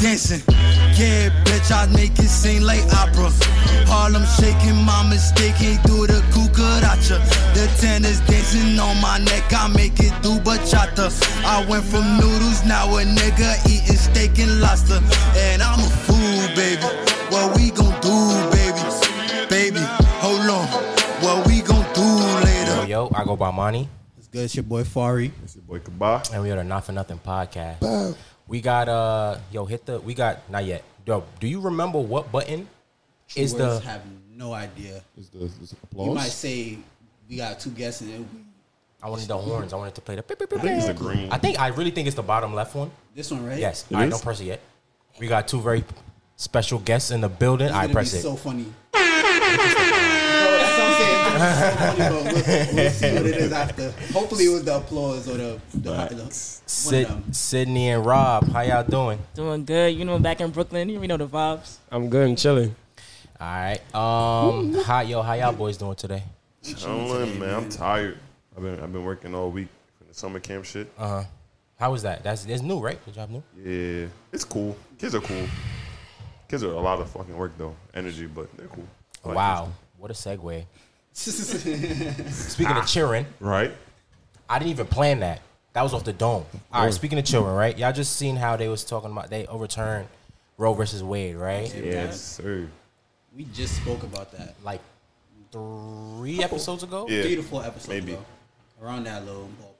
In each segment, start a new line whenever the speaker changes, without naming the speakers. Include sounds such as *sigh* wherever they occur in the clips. dancing. Yeah, bitch, I make it seem like opera. Harlem shaking, my mistake ain't do the cucaracha. The tennis dancing on my neck, I make it do bachata. I went from noodles, now a nigga eating steak and lobster. And I'm a fool, baby. What we gon' do, baby? Baby, hold on. What we gon' do later?
Yo, yo, I go by Monty,
It's good. It's your boy Fari.
It's your boy Kabah.
and we are the Not for Nothing podcast. We got uh, yo, hit the. We got not yet. Yo, do you remember what button is
Words
the?
have no idea.
Is the is the applause?
You might say we got two guests and then
I wanted the horns. I wanted to play the. beep, beep, beep,
I think it's the
beep.
green.
I think I really think it's the bottom left one.
this one, right?
Yes.
It
All right,
is?
don't press it yet. We got two very special guests in the building.
It's
I
gonna
press
be
it.
so funny. Bro, that's what I'm saying. It's gonna be so
*laughs*
funny, but we'll, we'll see what it is after. Hopefully, it was the applause or the the, the, the one
Sid,
of them.
Sydney and Rob, how y'all doing?
Doing good. You know, back in Brooklyn, you know the vibes.
I'm good and chilling.
All right. Um, how yo, how y'all boys doing today?
Chilling, man. I'm tired. I've been I've been working all week from the summer camp shit.
Uh. How was that? That's that's new, right? The job new.
yeah, it's cool. Kids are cool. Kids are a lot of fucking work though. Energy, but they're cool. I like
Wow, what a segue.
Ah.
Speaking of cheering,
kids. Right.
I didn't even plan that. That was off the dome. All right. Speaking of children, right? Y'all just seen how they was talking about they overturned Roe versus Wade, right?
Yes, sir.
*laughs* we just spoke about that.
Like three episodes ago.
Yeah.
Three to four episodes
Maybe.
ago, around that little ballpark.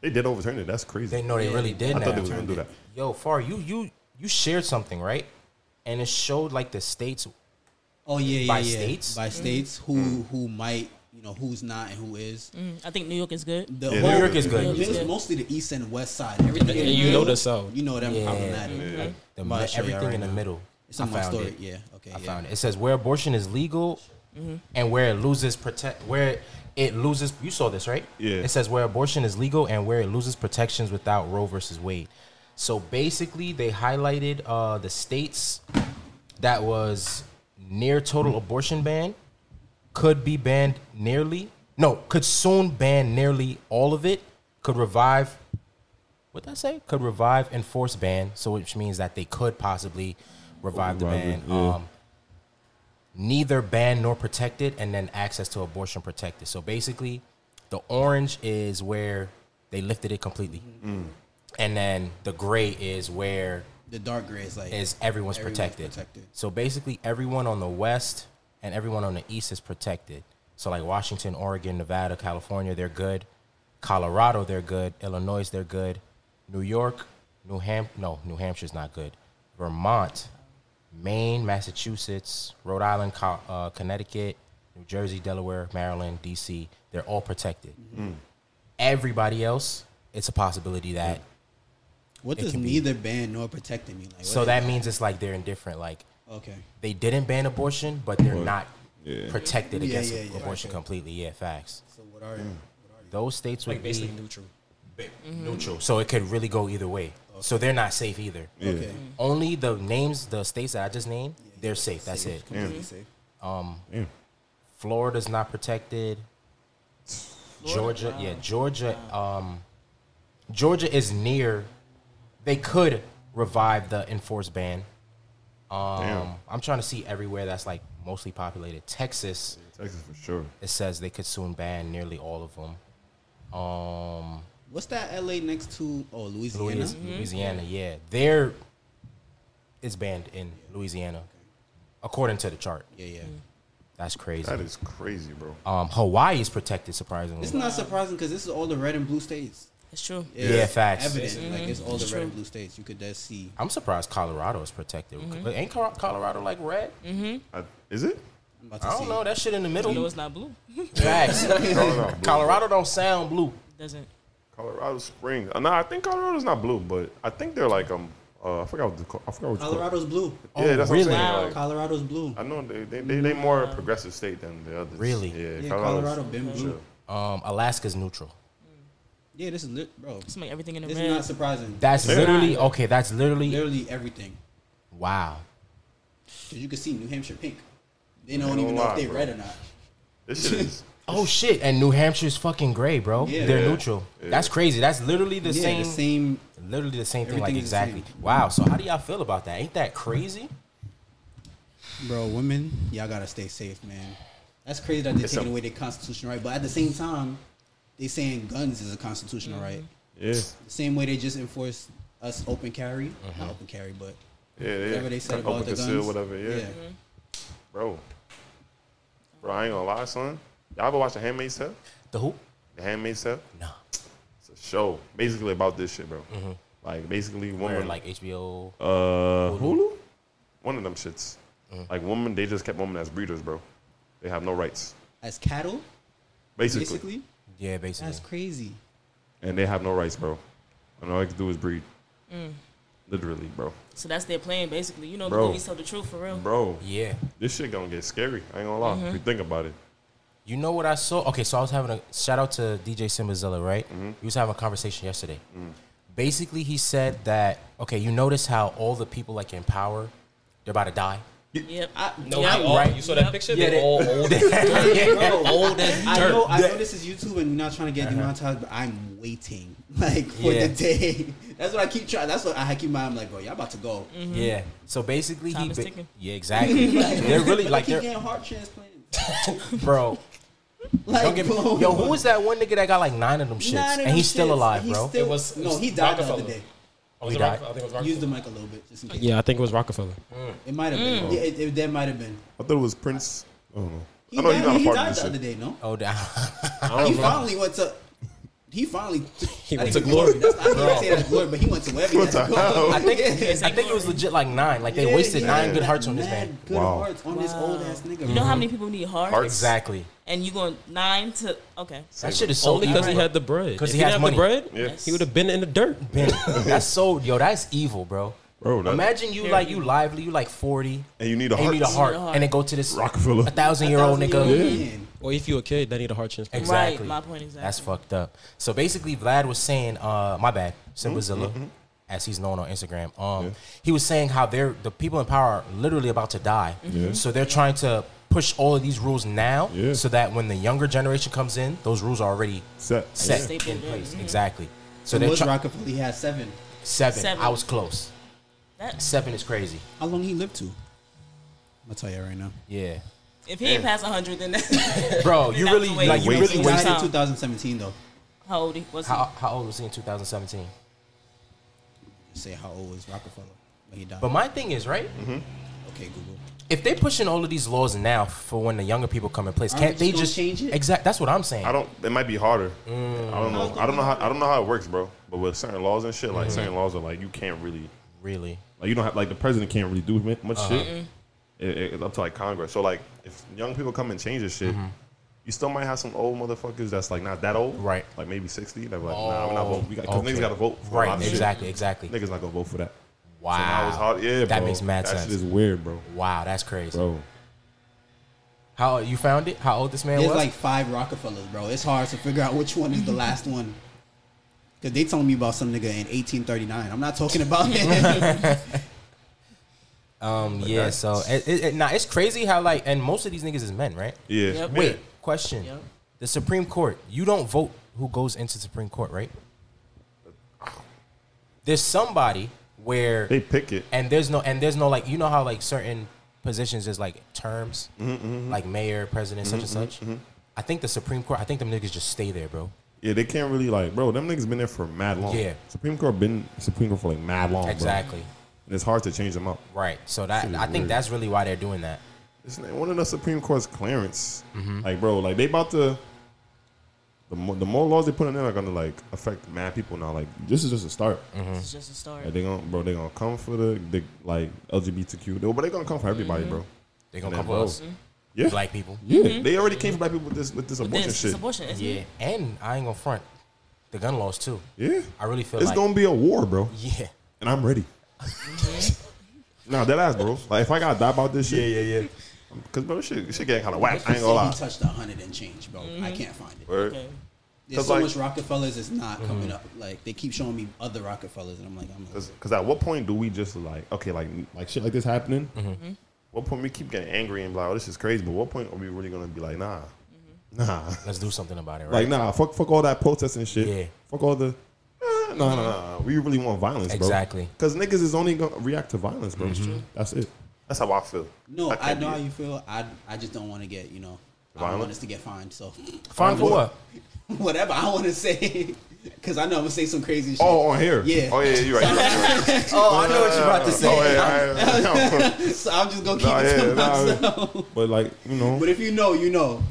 They did overturn it. That's crazy.
They know they really did.
I
now.
thought they was gonna do that.
Yo, Far, you you you shared something, right? And it showed like the states.
Oh yeah, yeah,
By
yeah.
states? Mm.
by states who
Mm.
who might you know who's not and who is.
Mm.
Mm, I think New York is good.
The
Yeah,
whole-
New York is good.
It was mostly the east and west side. Everything in
Yeah,
the
you
middle,
know the South.
You know them
Yeah.
problematic.
The,
I'm about to show y'all
everything
right
in the
now.
middle.
It's on
I
my
found
story.
it.
Yeah. Okay.
I
yeah.
found it. It says where abortion is legal and where it loses protect where it loses. You saw this, right?
Yeah.
It says where abortion is legal and where it loses protections without Roe versus Wade. So basically, they highlighted uh, the states that was near total abortion ban could be banned nearly. No, could soon ban nearly all of it. Could revive what that say? Could revive and force ban, so which means that they could possibly revive the
Revive it,
ban.
yeah.
Um, neither banned nor protected, and then access to abortion protected. So basically, the orange is where they lifted it completely,
Mm.
and then the gray is where
The dark gray is like
is everyone's,
Everyone's
protected.
protected.
So basically, everyone on the west and everyone on the east is protected. So like Washington, Oregon, Nevada, California, they're good. Colorado, they're good. Illinois, they're good. New York, New Ham, no, New Hampshire's not good. Vermont, Maine, Massachusetts, Rhode Island, Co- uh, Connecticut, New Jersey, Delaware, Maryland, D.C. They're all protected.
Mm-hmm.
Everybody else, it's a possibility that
what
it
does
can be-
neither ban nor protected mean? Like, what
so
is
that means it's like they're indifferent. Like
okay.
they didn't ban abortion, but they're not
Yeah.
protected
Yeah,
against
yeah, yeah.
abortion completely. Yeah, facts.
So what are
Mm,
what are
Those states would be
neutral.
ba- neutral, so it could really go either way. So they're not safe either.
you? Okay.
Only the names, the states that I just named, they're safe. That's it.
Completely safe.
Damn.
Florida's not protected. Georgia, yeah, Georgia. Um, Georgia is near. They could revive the enforced ban. Um,
Damn.
I'm trying to see everywhere that's like mostly populated. Texas,
Texas for sure.
it says they could soon ban nearly all of them. Um,
What's that LA next to oh Louisiana?
Louisiana, Louisiana, yeah, they're it's banned in Louisiana, according to the chart.
Yeah, yeah.
That's crazy.
That is crazy, bro.
um, Hawaii is protected, surprisingly.
It's not surprising because this is all the red and blue states.
It's true.
It's
Yeah, facts.
Evident, like it's all the
true.
red and blue states. You could just see.
I'm surprised Colorado is protected. But ain't Col- Colorado like red?
I, is it?
I'm about to
I
see.
don't know. That shit in the
You know
middle.
it's not blue.
Facts.
Colorado.
Colorado don't sound blue.
Doesn't.
Colorado Springs. Uh, nah, I think Colorado's not blue, but I think they're like um. Uh, I forgot what the, co- I forgot what you call-
Colorado's blue.
Yeah, that's
Oh, really?
what I'm saying. like,
Colorado's blue.
I know they they they, they more progressive state than the others.
Really?
Yeah,
Yeah,
Colorado's
Colorado been
chill.
blue.
Um, Alaska's neutral.
Yeah, this is lit, bro.
It's like everything in the
It's not
red.
surprising.
That's
Yeah.
literally okay. That's literally
literally everything.
wow.
Cause you can see New Hampshire pink. They don't
don't
even know
lie,
if they
bro.
red or not.
This shit is
Oh shit! And New Hampshire's fucking gray, bro.
Yeah.
They're
Yeah.
neutral. That's crazy. That's literally the
yeah,
same.
the same.
Literally the same thing. Like
Everything is the
exactly. Wow. So how do y'all feel about that? Ain't that crazy?
Bro, women, y'all gotta stay safe, man. That's crazy that they're
It's
taking
a-
away their constitutional right, but at the same time, they saying guns is a constitutional
Mm-hmm.
right.
Yeah.
*laughs*
The same way they just enforce us open carry, not open carry, but
Mm-hmm. Yeah, yeah.
whatever they said
Open
about the
conceal,
guns.
whatever, yeah.
Mm-hmm.
Bro. Bro, I ain't gonna lie, son. Y'all ever watch The Handmaid's Tale?
The who?
The Handmaid's Tale?
No.
It's a show basically about this shit, bro. Like basically
Or
woman
Mm-hmm. like HBO.
uh
Hulu?
one of them shits.
Mm.
Like woman, they just kept women as breeders, bro. They have no rights.
As cattle,
Basically.
basically,
Yeah, basically.
that's crazy.
And they have no rights, bro. And all they can do is breed.
Mm.
Literally, bro.
So that's their plan, basically. You know,
Bro.
movies tell the truth for real.
Bro,
yeah.
this shit gonna get scary. I ain't gonna lie. If you think about it.
You know what I saw? Okay, so I was having a shout out to DJ Simbazilla, right?
Mm-hmm.
He was having a conversation yesterday.
Mm.
Basically, he said that okay, you notice how all the people like in power, they're about to die.
Yep. I,
No,
yep.
they all,
right.
you saw that picture? They're
they- Oh,
all
*laughs*
old. They're old as
I
dirt.
know, I know this is YouTube and we're not trying to
Uh-huh.
get demonetized, but I'm waiting *laughs* like for
Yeah.
the day. *laughs* That's what I keep trying. That's what I keep my. I'm like, bro, y'all about to go.
Mm-hmm.
Yeah. So basically,
Time
he
is
ba-
ticking.
yeah,
*laughs*
exactly. they're really
I
like
keep
they're
getting heart transplants.
bro.
Like,
Don't get me,
bro.
yo, who was that one nigga that got like nine of them shits,
None of
and
them
he's still
shits.
alive,
He's
bro?
still-
It was-
no, he
it's
died the other
Rockefeller.
day.
Oh, was
He
it
died.
Rockefeller? I think it was
Use the
Rockefeller.
mic a little bit, just in case.
Yeah, I think it was Rockefeller.
It might have
Mm.
been. Yeah, it, it, that might have been.
I thought it was Prince. I don't know.
He
I know
died,
you're not a
he
part
died
of
the
this
other
shit.
day, no?
Oh,
*laughs*
damn.
He finally went to. He finally.
*laughs*
He
went to glory.
That's, I didn't say that's glory, but he went to wherever he
What the
had to go.
hell?
I
*laughs*
think
Yeah.
I think it was legit like nine. Like they
Yeah,
wasted
he
nine
had
good hearts on this
mad
man.
Good
Wow.
hearts on this old ass nigga.
You know how many people need heart?
Hearts.
Exactly.
And you going nine to okay.
That shit is so
Only because he
evil.
had the bread.
'Cause
Because
he
he,
has
had
money.
the bread,
Yeah.
he would have been in the dirt.
Ben, *laughs* that's so yo. That's evil, bro.
Bro, that-
imagine you like you lively, you like forty,
And you need a
and you
heart.
need a heart,
You need a heart.
and then go to this
Rockefeller.
a thousand year old nigga.
Man.
Or if you a kid, they need a heart transplant.
Exactly.
Right, my point exactly.
That's fucked up. So basically, Vlad was saying, uh, my bad, Simbazilla, as he's known on Instagram. Um, he was saying how they're the people in power are literally about to die. So they're trying to push all of these rules now,
Yeah.
so that when the younger generation comes in, those rules are already
Set.
set
Stapled
in
in.
place. Exactly. So
So
they're
was
try-
Rockefeller? He had seven.
seven.
Seven.
I was close.
That,
Seven is crazy.
How long he lived to? I'm gonna tell you right now.
*laughs*
Yeah.
if he ain't past hundred, then that,
Bro, you
that
really
was a waste.
like you
Waste.
really
He
Waste.
wasted
died
time.
in 2017 though.
*laughs* how old he was? He?
How, how old was he in 2017?
Say how old was Rockefeller when he died?
But my thing is, right?
okay, Google.
If they pushing all of these laws now for when the younger people come in place,
Aren't
can't
they
they
just
just
gonna change it?
Exact. That's what I'm saying.
I don't. It might be harder.
Mm.
I don't know. I don't know how. I don't know how it works, bro. But with certain laws and shit,
Mm-hmm.
like certain laws are like you can't really,
really.
like you don't have, like the president can't really do mi-
Uh-huh.
much
Mm-hmm.
shit. It, it- it's up to like Congress. So like, if young people come and change this shit,
Mm-hmm.
you still might have some old motherfuckers that's like not that old,
Right.
Like maybe sixty. They're like, nah,
Oh,
I'm not voting. We got cause
okay.
niggas got to vote. For a lot
Right.
of shit.
Exactly. Exactly.
Niggas not gonna vote for that.
Wow.
So now it's hard. Yeah,
That
bro.
makes mad
that
sense.
shit is weird, bro.
wow. That's crazy.
Bro,
How you found it? How old this man
There's
was?
like five Rockefellers, bro. It's hard to figure out which one is the last one. Cause they telling me about some nigga in 1839. I'm not talking about him.
um. Yeah.
that's-
So it, it, it, nah, it's crazy how like and most of these niggas is men, right?
yeah.
Yep.
Yeah.
Wait. Question.
Yep.
The Supreme Court. You don't vote who goes into Supreme Court,
*sighs*
right? There's somebody where
they pick it.
and there's no and there's no like you know how like certain positions is like terms
Mm-hmm,
like mayor president such and such i think the supreme court i think them niggas just stay there bro
Yeah, they can't really like, bro. Them niggas been there for mad long.
Yeah.
Supreme Court been Supreme Court for like mad long. bro.
exactly
And it's hard to change them up.
right so that
Shit is
i think
weird.
that's really why they're doing that
It's like one of the Supreme Court's clearance.
Mm-hmm.
Like, bro, like they about to. The more, the more laws they put in there are gonna like affect mad people now. Like this is just a start.
Mm.
It's just a story.
Like, they gonna bro, they gonna come for the, the like LGBTQ. They, but they gonna come for everybody,
Mm-hmm.
bro.
they're gonna
Yeah,
come for
bro.
us
Yeah,
black people
yeah. They already came for black people with this with this abortion
This
shit.
is abortion. Isn't
yeah
It?
and i ain't gonna front the gun laws too
Yeah,
i really feel
it's
like
gonna be a war, bro.
*laughs* yeah
and I'm ready. nah, that ass, bro. Like if I gotta die about this shit,
Mm-hmm. yeah yeah
cause bro, this shit, this shit getting kind of whack.
Let's
I ain't
just say
gonna
*laughs* He
lie.
touched a hundred and change, bro. I can't find it.
Word.
Okay.
There's
'Cause,
so
like-
much Rockefellers is not coming up. Like they keep showing me other Rockefellers, and I'm like, I'm
Cause, 'cause at what point do we just like okay, like like shit like this
Mm-hmm.
happening? What point we keep getting angry and be like, oh, this is crazy? But what point are we really gonna be like, nah, Nah. *laughs*
Let's do something about it, Mm-hmm. right?
Like nah, fuck, fuck all that protesting shit.
Yeah.
Fuck all the. Nah, nah, nah. We really want violence, bro.
Exactly.
Because niggas is only gonna react to violence, bro. That's, it. That's how I feel.
No,
That
I,
can't
know
be
how
it.
you feel. I I just don't want to get you know. I don't
Violent?
want us to get fined. So *laughs*
Fine for what?
whatever I want to say, *laughs* because I know I'm gonna say some crazy shit. *laughs*
Oh, on here.
Yeah.
Oh yeah, you're right. You're right, you're right.
Oh, I know what you're about to
Oh yeah. I- I-
so I'm just gonna keep
Nah,
it to
yeah, nah,
myself. *laughs*
But like you know,
But if you know, you know.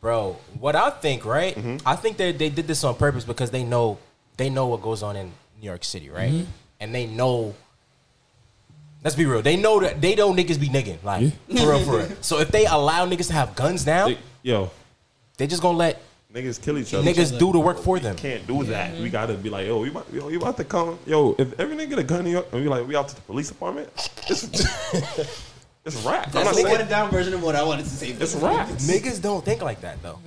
Bro, what I think, right?
Mm-hmm.
I think that they did this on purpose because they know they know what goes on in New York City, right? And they know. Let's be real. They know that they know niggas be nigging, like for real, for real. So if they allow niggas to have guns now,
they- yo,
they just gonna let
niggas kill each other.
niggas do the work for them.
can't do that. We gotta be like, yo, you about, yo, you about to come, yo. If every nigga get a gun in your, and we like, we out to the police department. It's, *laughs* it's rap. I'm not
That's a watered
saying
down version of what I wanted to say. Oh,
it's rap.
Niggas don't think like that though.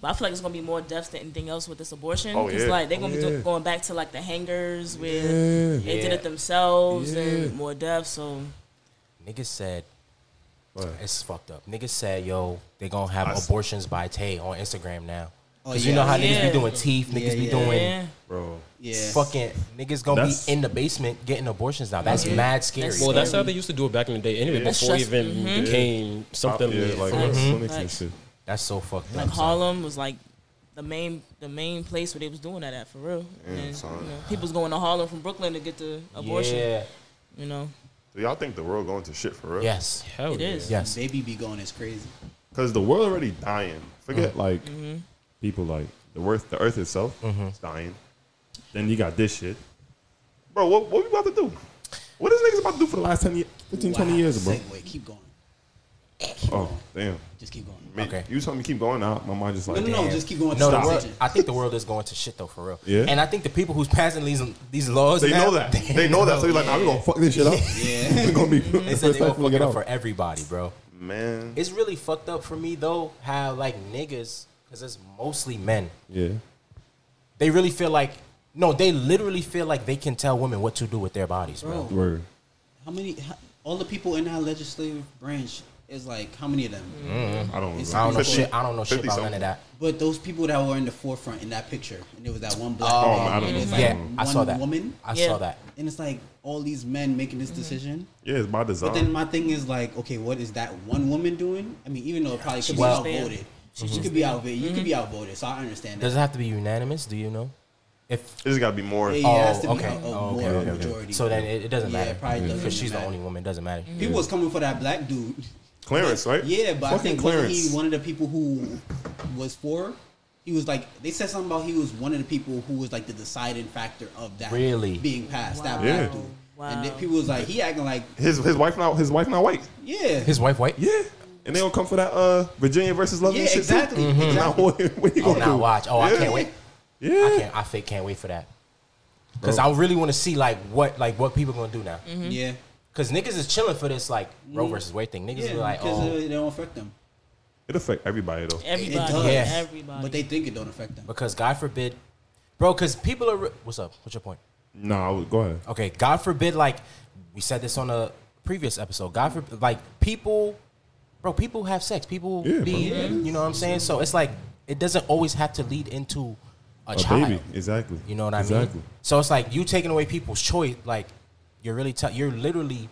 But I feel like it's gonna be more deaths than anything else with this abortion.
Oh,
Because
yeah.
like they're gonna be do-
yeah.
going back to like the hangers where they did
Yeah.
it themselves
Yeah.
and more deaths. So
Niggas said
What?
it's fucked up. Niggas said, yo, they gonna have
I s-
abortions by Tay on Instagram now.
Oh,
Cause
yeah.
you know how niggas
Yeah.
be doing teeth, niggas be
yeah.
doing
yeah,
bro.
Yeah.
fucking niggas gonna
That's-
be in the basement getting abortions now. That's
Yeah.
mad scary.
That's
Well, that's how
scary.
they used to do it back in the day. Anyway,
That's
before it
just-
even became something
yeah, like
like
Facts.
clinics and
Facts.
shit.
That's so fucked up.
like
son.
Harlem was like the main the main place where they was doing that at for real. and,
son.
you know, people's going to Harlem from Brooklyn to get the abortion.
Yeah.
You know,
Do y'all think the world going to shit for real?
Yes.
hell
it
Oh, yeah.
is.
Yes.
Baby be going is crazy.
Because the world already dying. Forget
Mm-hmm.
like people like the earth, the earth itself
Mm-hmm.
is dying. Then you got this shit, bro. What what we about to do? What is niggas about to do for the last 10, ye- 15, 20
Wow.
years, bro?
Segue. Keep going.
Oh damn.
Just keep going.
Man,
Okay.
You told me to keep going out. My mind just like
No, no, no.
Damn.
Just keep going.
No, the
Stop.
world, I think the world is going to shit though, for real.
Yeah.
And I think the people who's passing these these laws,
They
now,
know
*laughs*
that. They know that. So you're like, nah, we're gonna fuck this shit up. *laughs*
Yeah.
We're gonna
*laughs*
be
They
the
said
first
they were
time
fucking
fucking
up for
up.
everybody, bro.
Man.
It's really fucked up for me though. How like niggas, because it's mostly men.
Yeah.
They really feel like no, they literally feel like they can tell women what to do with their bodies, bro.
Bro,
Word.
how many? How, all the people in our legislative branch is like how many of them?
Mm.
I don't.
It's-
Know.
I don't know
50
shit. I don't know shit about none
something.
of that.
But those people that were in the forefront in that picture, and there was that one black
Oh,
man,
I don't
and
know.
it's
Yeah,
like
I
one
saw that.
woman,
I
Yeah.
saw that.
and it's like all these men making this decision.
Yeah, it's by design.
But then my thing is like, okay, what is that one woman doing? I mean, even though it probably could be
Well-
outvoted,
She's
you
just
could be outvoted. You could be
Mm-hmm.
outvoted, so I understand that.
Does it have to be unanimous? Do you know? If
it's gotta be more.
Yeah,
oh,
it has to be
okay,
a, a
Oh, okay,
more
okay, okay.
majority.
So then it, it doesn't
Yeah,
matter
it probably doesn't
because she's
matter.
the only woman. Doesn't matter.
people was coming for that black dude.
Clarence, right?
Yeah, but I
Fucking
think wasn't
Clarence.
he one of the people who was for. He was like they said something about he was one of the people who was like the deciding factor of that
Really?
being passed that
Wow.
Yeah.
black dude.
Wow.
And then people was like he acting like
his his wife not his wife not white.
yeah
His wife white.
Yeah. And they don't come for that uh Virginia versus Love
yeah
and shit
exactly,
too.
exactly.
Now *laughs* what, what you
Oh,
gonna
now
do?
watch. Oh, I
Yeah.
can't wait.
Yeah.
I can't. I fake can't wait for that. Because I really want to see like what like what people gonna do now.
yeah
Because niggas is chilling for this like Roe versus Wade thing. Niggas
yeah
is like,
because uh,
oh,
it don't affect them
It affect everybody though.
everybody,
does.
Yeah.
everybody.
but they think it don't affect them
because God forbid, bro. Because people are. re- What's up? What's your point?
Nah, I would- go ahead.
Okay, God forbid, like we said this on a previous episode. God forbid, like people, bro, people have sex. People
Yeah,
be,
bro.
you know what I'm saying. So it's like it doesn't always have to lead into a,
A
child.
baby, exactly.
You know what I
exactly.
mean? So it's like you taking away people's choice. Like you're really, t- you're literally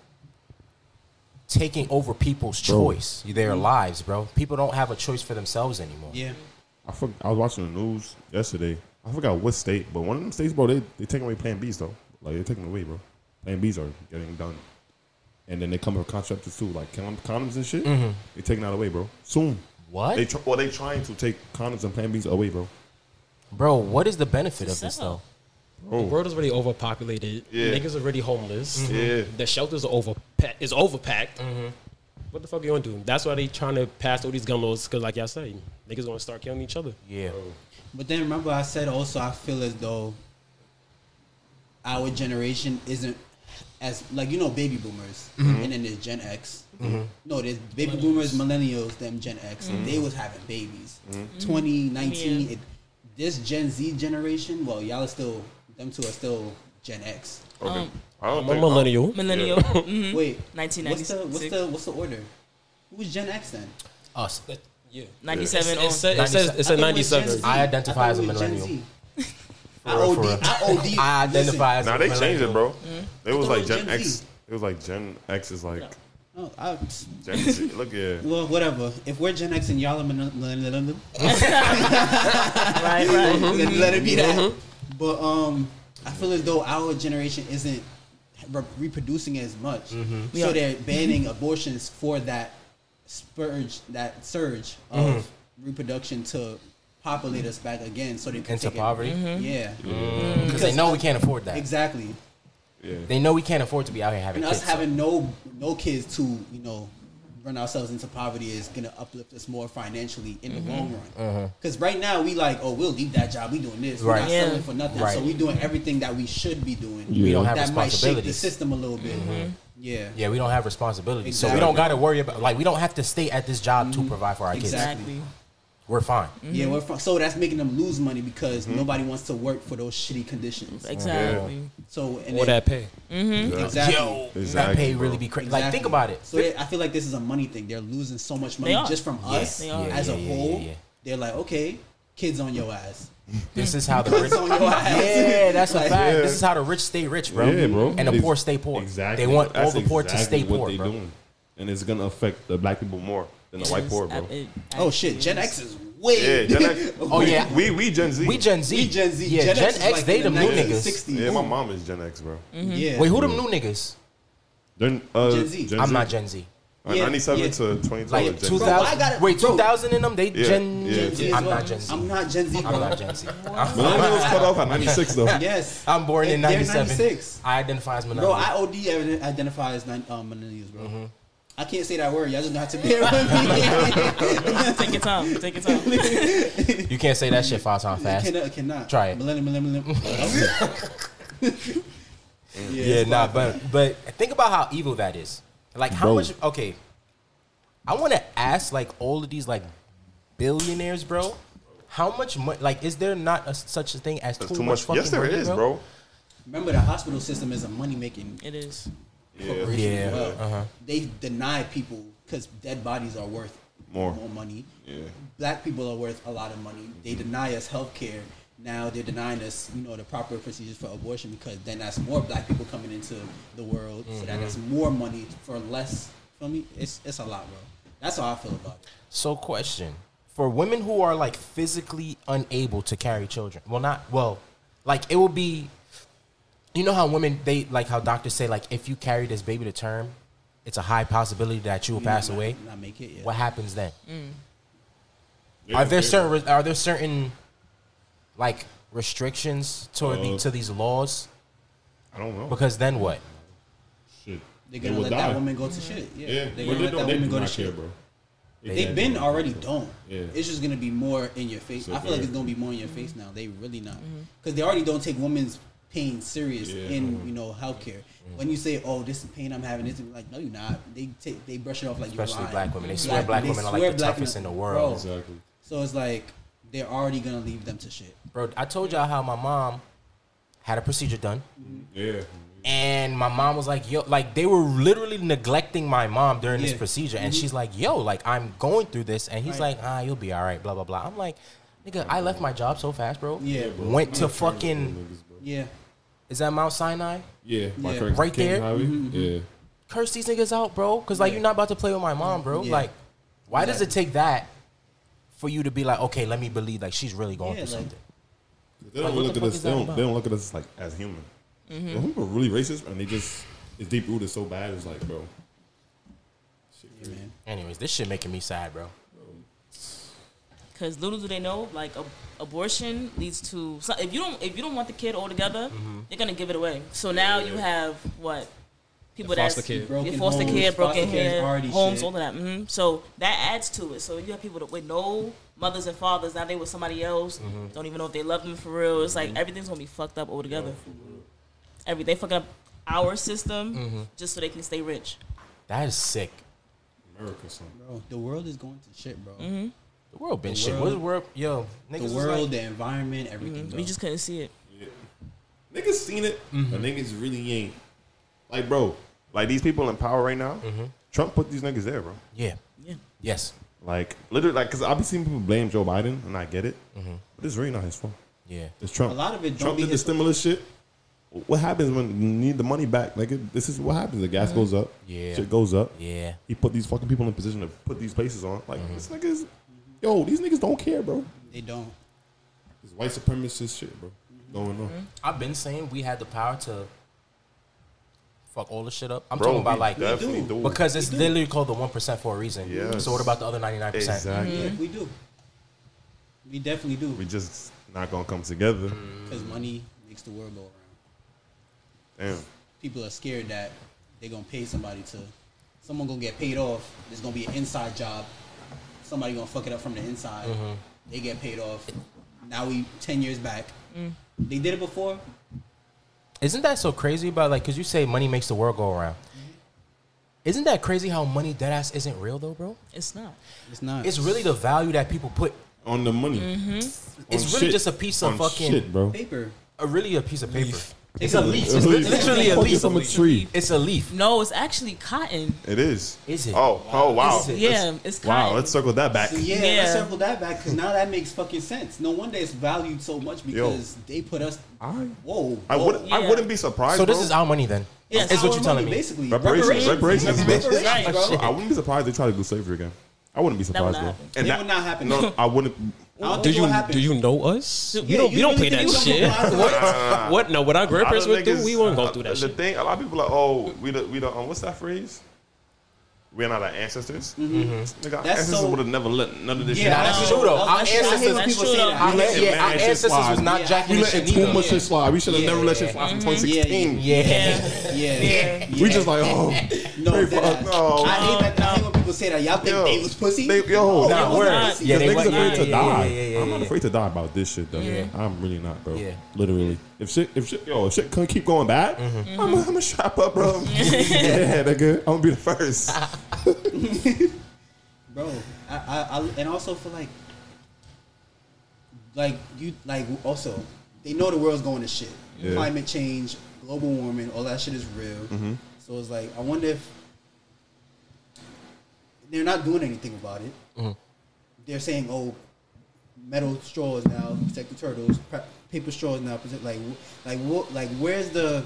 taking over people's
Bro.
choice, their lives, bro. People don't have a choice for themselves anymore.
yeah
I for, I was watching the news yesterday. I forgot what state, but one of them states, bro, they they taking away Plan Bs though. Like they're taking away, bro. Plan Bs are getting done, and then they come with contraceptives too, like con- condoms and shit. They're taking that away, bro. Soon.
Mm-hmm. What,
They tr- well, they trying to take condoms and Plan Bs away, bro.
bro? What is the benefit of this
So-
though?
The world is already overpopulated.
Yeah.
Niggas already homeless. Mm-hmm.
Yeah.
The shelters are over is overpacked. What the fuck you gonna do? That's why they trying to pass all these gun laws because, like y'all say, niggas gonna start killing each other.
Yeah,
but then remember I said also I feel as though our generation isn't as like you know baby boomers
Mm-hmm.
and then there's Gen X no there's baby boomers millennials them Gen X
Mm-hmm.
they was having babies 2019
Yeah.
it, this Gen Z generation well y'all are still them two are still Gen X
Okay. I don't
I'm a millennial.
*laughs* millennial. Mhm.
wait what's the what's
1996.
the what's the order who's Gen X then
us.
Yeah.
Ninety-seven.
It,
on.
says, it says it's a ninety-seven.
I identify as a millennial.
I
real,
OD.
for real.
I
*laughs*
OD.
I identify as
Now
a
they changed it,
millennial.
bro. It was
thought it
like
was
Gen
Gen
X.
Z.
It was like Gen X is like
Listen, no, Oh, I,
*laughs*
Gen Z. Look, yeah.
well, whatever. If we're Gen X and y'all are
*laughs*
millenn- *laughs* millennial,
right, right.
let, let it be that.
Mm-hmm.
But um, I feel as though our generation isn't re- reproducing as much,
Mm-hmm.
so
Yeah.
they're banning abortions for that spurge, that surge of
Mm-hmm.
reproduction to populate us back again, so they can
into
take it-
poverty because
Mm-hmm.
Yeah,
Mm.
they know we can't afford that.
exactly.
They know we can't afford to be out here having
And
kids.
us having no no kids to you know run ourselves into poverty is gonna uplift us more financially in
Mm-hmm.
the long run. Because right now we like, oh, we'll leave that job. We doing this.
Uh-huh.
We're
Right.
not
Yeah.
selling for nothing.
Right.
So we doing everything that we should be doing.
we don't have
that might shake the
responsibilities. Mm-hmm.
system a little bit. Yeah.
yeah, we don't have responsibilities, so we
Exactly. Mm-hmm.
don't got to worry about like we don't have to stay at this job to provide for our kids.
Exactly.
Exactly.
We're fine.
Yeah, we're from, so that's making them lose money because
Mm-hmm.
nobody wants to work for those shitty conditions.
Exactly.
So and
Or
then-
that pay.
exactly.
Yo, that
Exactly,
pay
bro.
really be crazy. Like
Exactly. Mm-hmm.
think about it.
So they, I feel like this is a money thing. They're losing so much money
They are.
just from us
They are.
as
Yeah,
a
yeah, yeah,
whole.
yeah, yeah.
They're like, okay, kids on your ass.
This is how the
*laughs* Kids on
rich.
your
*laughs*
ass.
Yeah, that's a
Like,
fact. This is how the rich stay rich, bro.
Yeah, bro.
And the
Ex-
poor stay poor.
Exactly.
They want
That's
all the poor to
exactly
stay
what
poor,
they
bro.
doing. And it's gonna affect the black people more than the white poor, bro.
Oh shit, Gen X is way.
Yeah, Gen
*laughs*
X.
*laughs* Oh yeah,
We we Gen Z.
we Gen Z.
We Gen Z.
Yeah, Gen,
is
X.
like
they
in
them
the
new
1960s.
niggas. Mm-hmm.
Yeah, my mom is Gen X, bro.
Mm-hmm.
Yeah.
Wait, who them new niggas?
Then, uh,
Gen Z.
I'm not Gen Z.
Like,
Yeah,
97
yeah.
to 2012.
Like
Gen Z.
2000.
Bro, I gotta-
wait,
bro.
2000 in them. They Gen.
yeah. Gen Z
as
I'm
well.
not Gen Z.
I'm not Gen Z,
I'm
bro.
not Gen Z. I'm,
Millennials cut
*laughs*
off at 96 though.
Yes.
I'm born in
They're
97.
96.
I identify as millennial.
Bro, I OD ev- identify as nine, um, millennials, bro.
Mm-hmm.
I can't say that word. Y'all just know how to bear *laughs* with me.
Take your time. Take your time.
*laughs*
you can't say that shit five times fast.
cannot, cannot.
Try it.
Millennium, millennium, millennium.
*laughs*
yeah,
yeah,
it's
nah,
wild.
but but think about how evil that is. Like how
Bro.
much? Okay, I want to ask like all of these like billionaires, bro. How much money? Like, is there not a, such a thing as too,
That's too
much?
much.
fucking
Yes, there
money,
is, bro.
Remember, the hospital system is a money making
It is.
Yeah.
corporation
Yeah,
as well.
uh-huh.
They deny people because dead bodies are worth
More.
money.
Yeah.
Black people are worth a lot of money. They deny us health care. Now they're denying us, you know, the proper procedures for abortion because then that's more black people coming into the world. So that that's
Mm-hmm.
more money for less. Feel me? It's it's a lot, bro. That's how I feel about it.
So, question for women who are like physically unable to carry children. Well, not well. Like it will be. You know how women they like how doctors say like if you carry this baby to term, it's a high possibility that you will pass
Mm.
Not-
away.
Not make it. Yeah.
What happens then? are there certain are there certain like restrictions toward the,
Uh,
to these laws?
I don't know.
Because then what?
Shit.
They're
They
gonna
will
let
die. Mm-hmm.
that woman go to shit. Yeah.
Yeah, Well,
They're
they
gonna let
don't-
that
they
woman
do
go to
not care,
shit.
bro.
They've been already don't.
Yeah.
It's just gonna be more in your face.
So
I feel like
fair.
it's gonna be more in your face now. They really not
Mm-hmm.
because they already don't take women's pain serious
Yeah.
in
Mm-hmm.
you know healthcare. When you say, "Oh, this is pain I'm having," it's like, "No, you're not." They take they brush it off like
Especially
you're lying.
black women. They swear
Like,
black
they
women are like
swear
the
black
toughest in
women-
the world.
Bro.
Exactly.
So it's like they're already gonna leave them to shit.
Bro, I told y'all how my mom had a procedure done.
Yeah.
And my mom was like, yo, like they were literally neglecting my mom during this
Yeah. Mm-hmm.
procedure. And she's like, yo, like I'm going through this. And he's like, ah, you'll be all right, blah, blah, blah. I'm like, nigga, I left my job so fast, bro.
Yeah, bro.
Went to fucking,
Yeah,
is that Mount Sinai?
Yeah. by
Yeah.
Kirk-
Right
King
there. Mm-hmm.
Highway. Yeah.
curse these niggas out, bro. Cause like you're not about to play with my mom, bro.
Yeah.
Like, why does it take that for you to be like, okay, let me believe like she's really going
Yeah,
through
like-
something?
They don't
Like, what
look
the
at
fuck
us.
is
They
that
don't,
about? Mm-hmm.
they don't look at us like as human. Bro, people are really racist, and they just it's deep rooted so bad. It's like, bro,
yeah, man.
Anyways, this shit making me sad, bro.
Because little do they know, like ab- abortion leads to so if you don't if you don't want the kid altogether, they're gonna give it away. So now you have what people
The
that's
foster care.
your
Broken
foster
homes,
care,
foster
broken
care is
care,
already
homes,
shit.
all of that. hmm So that adds to it. So you have people that with no mothers and fathers now they with somebody else. Don't even know if they love them for real. It's like everything's gonna be fucked up altogether. Every they fucking up our system just so they can stay rich.
That is sick.
America, son.
bro. The world is going to shit, bro.
Mm-hmm.
The world been shit.
world-
What's the world? Yo, niggas
The
is
world,
Like,
the environment, everything. bro.
Mm-hmm. We just couldn't see it.
Niggas seen it, but niggas really ain't. Like, bro,
Like these people in power right now. Trump put these niggas there, bro.
yeah.
Yeah.
Yes.
Like literally, like because I've been seeing people blame Joe Biden, and I get it, but it's really not his fault.
Yeah.
It's Trump.
A lot of it don't
Trump
be
did the
his-
stimulus shit. What happens when you need the money back? Like it, this is what happens. The gas goes up.
Yeah.
Shit goes up.
Yeah. Mm-hmm.
He put these fucking people in position to put these places on. Like this niggas, yo, these niggas don't care, bro.
They don't.
It's white supremacist shit, bro. Going on.
I've been saying we had the power to fuck all this shit up. I'm
Bro,
talking about
we
like
definitely do.
because it's literally called the one percent for a reason.
Yes.
So what about the other ninety nine percent?
exactly.
Yeah, we do. We definitely
We
do.
just not gonna come together.
Mm-hmm.
Because money makes the world go around.
Damn.
People are scared that they're gonna pay somebody to. Someone gonna get paid off. There's gonna be an inside job. Somebody gonna fuck it up from the inside. They get paid off. Now we ten years back.
Mm.
They did it before.
Isn't that so crazy about like because you say money makes the world go around? Isn't that crazy how money dead ass isn't real though, bro?
It's not.
It's not.
It's really the value that people put.
On the money.
Mm-hmm. It's
On
really
shit.
just a piece of
On
fucking,
shit, bro.
paper.
a really a piece of paper. It's
Take
a
a
leaf.
leaf.
It's
leaf.
literally a
Fucking
leaf.
from a tree.
It's a leaf.
No, it's actually cotton.
It is.
Is it?
Oh, oh wow.
Is it?
Yeah, it's cotton.
Wow, let's circle that back.
So yeah,
Yeah.
let's circle that back because now that makes fucking sense. No wonder it's valued so much because they put us.
I-
whoa,
I
whoa.
wouldn't I
Yeah.
wouldn't be surprised.
So this
bro.
is our money then.
Yes.
is what
Our
you're telling
money,
me.
Basically,
reparations. Reparations, bitch.
Reparations,
Right,
bro.
bro.
I wouldn't be surprised if they try to do slavery again. I wouldn't be
That
surprised,
would not
bro.
happen.
and
It
that,
would not happen.
No, I wouldn't.
I
Do
don't think it
you
will happen.
do you know us?
Yeah,
you don't
you
we don't play
really
that
think we
shit.
don't know
what? What? No, what our
A lot of
grandparents would do,
niggas-
we won't go
*laughs*
through that
the
shit.
thing, a lot of people like, oh, we the, we the, um, what's that phrase? We're not our ancestors. Mm-hmm. Nigga, our
That's
ancestors
so-
would have never let none of this
Yeah,
Nah,
shit
that's
happen.
no.
true though. Our
That's true. I hate
ancestors,
when
That's
people
true,
say
though.
our,
that.
We
yeah,
letting
our
man shit
ancestors
slide.
was not
Yeah.
jacking
We
this
let
shit
too
either.
much shit slide. We should have
Yeah.
never let shit slide from 2016.
Yeah.
Yeah, yeah, yeah.
We just like, oh,
no,
pray
that-
for us.
No.
I hate that. I hate when people say that. Y'all think
Yo.
they was pussy?
They- yo.
No,
Nah,
they was
word.
not.
Yeah, they
Niggas
wasn't-
afraid to
yeah, yeah,
die.
yeah, yeah, yeah,
I'm not
yeah.
afraid to die about this shit though.
Yeah.
I'm really not, bro.
Yeah.
Literally. If shit, if shit, yo, if shit can keep going bad,
Mm-hmm.
I'm
Mm-hmm.
gonna strap up, bro.
*laughs*
yeah, nigga. I'm gonna be the first.
bro. I, I, I, and also for like, like you, like also, they know the world's going to shit.
Yeah.
Climate change, global warming, all that shit is real. So it's like, I wonder if they're not doing anything about it. They're saying, oh, metal straws now protect the turtles. pra- Paper straws now protect like, wh- like what? Like where's the?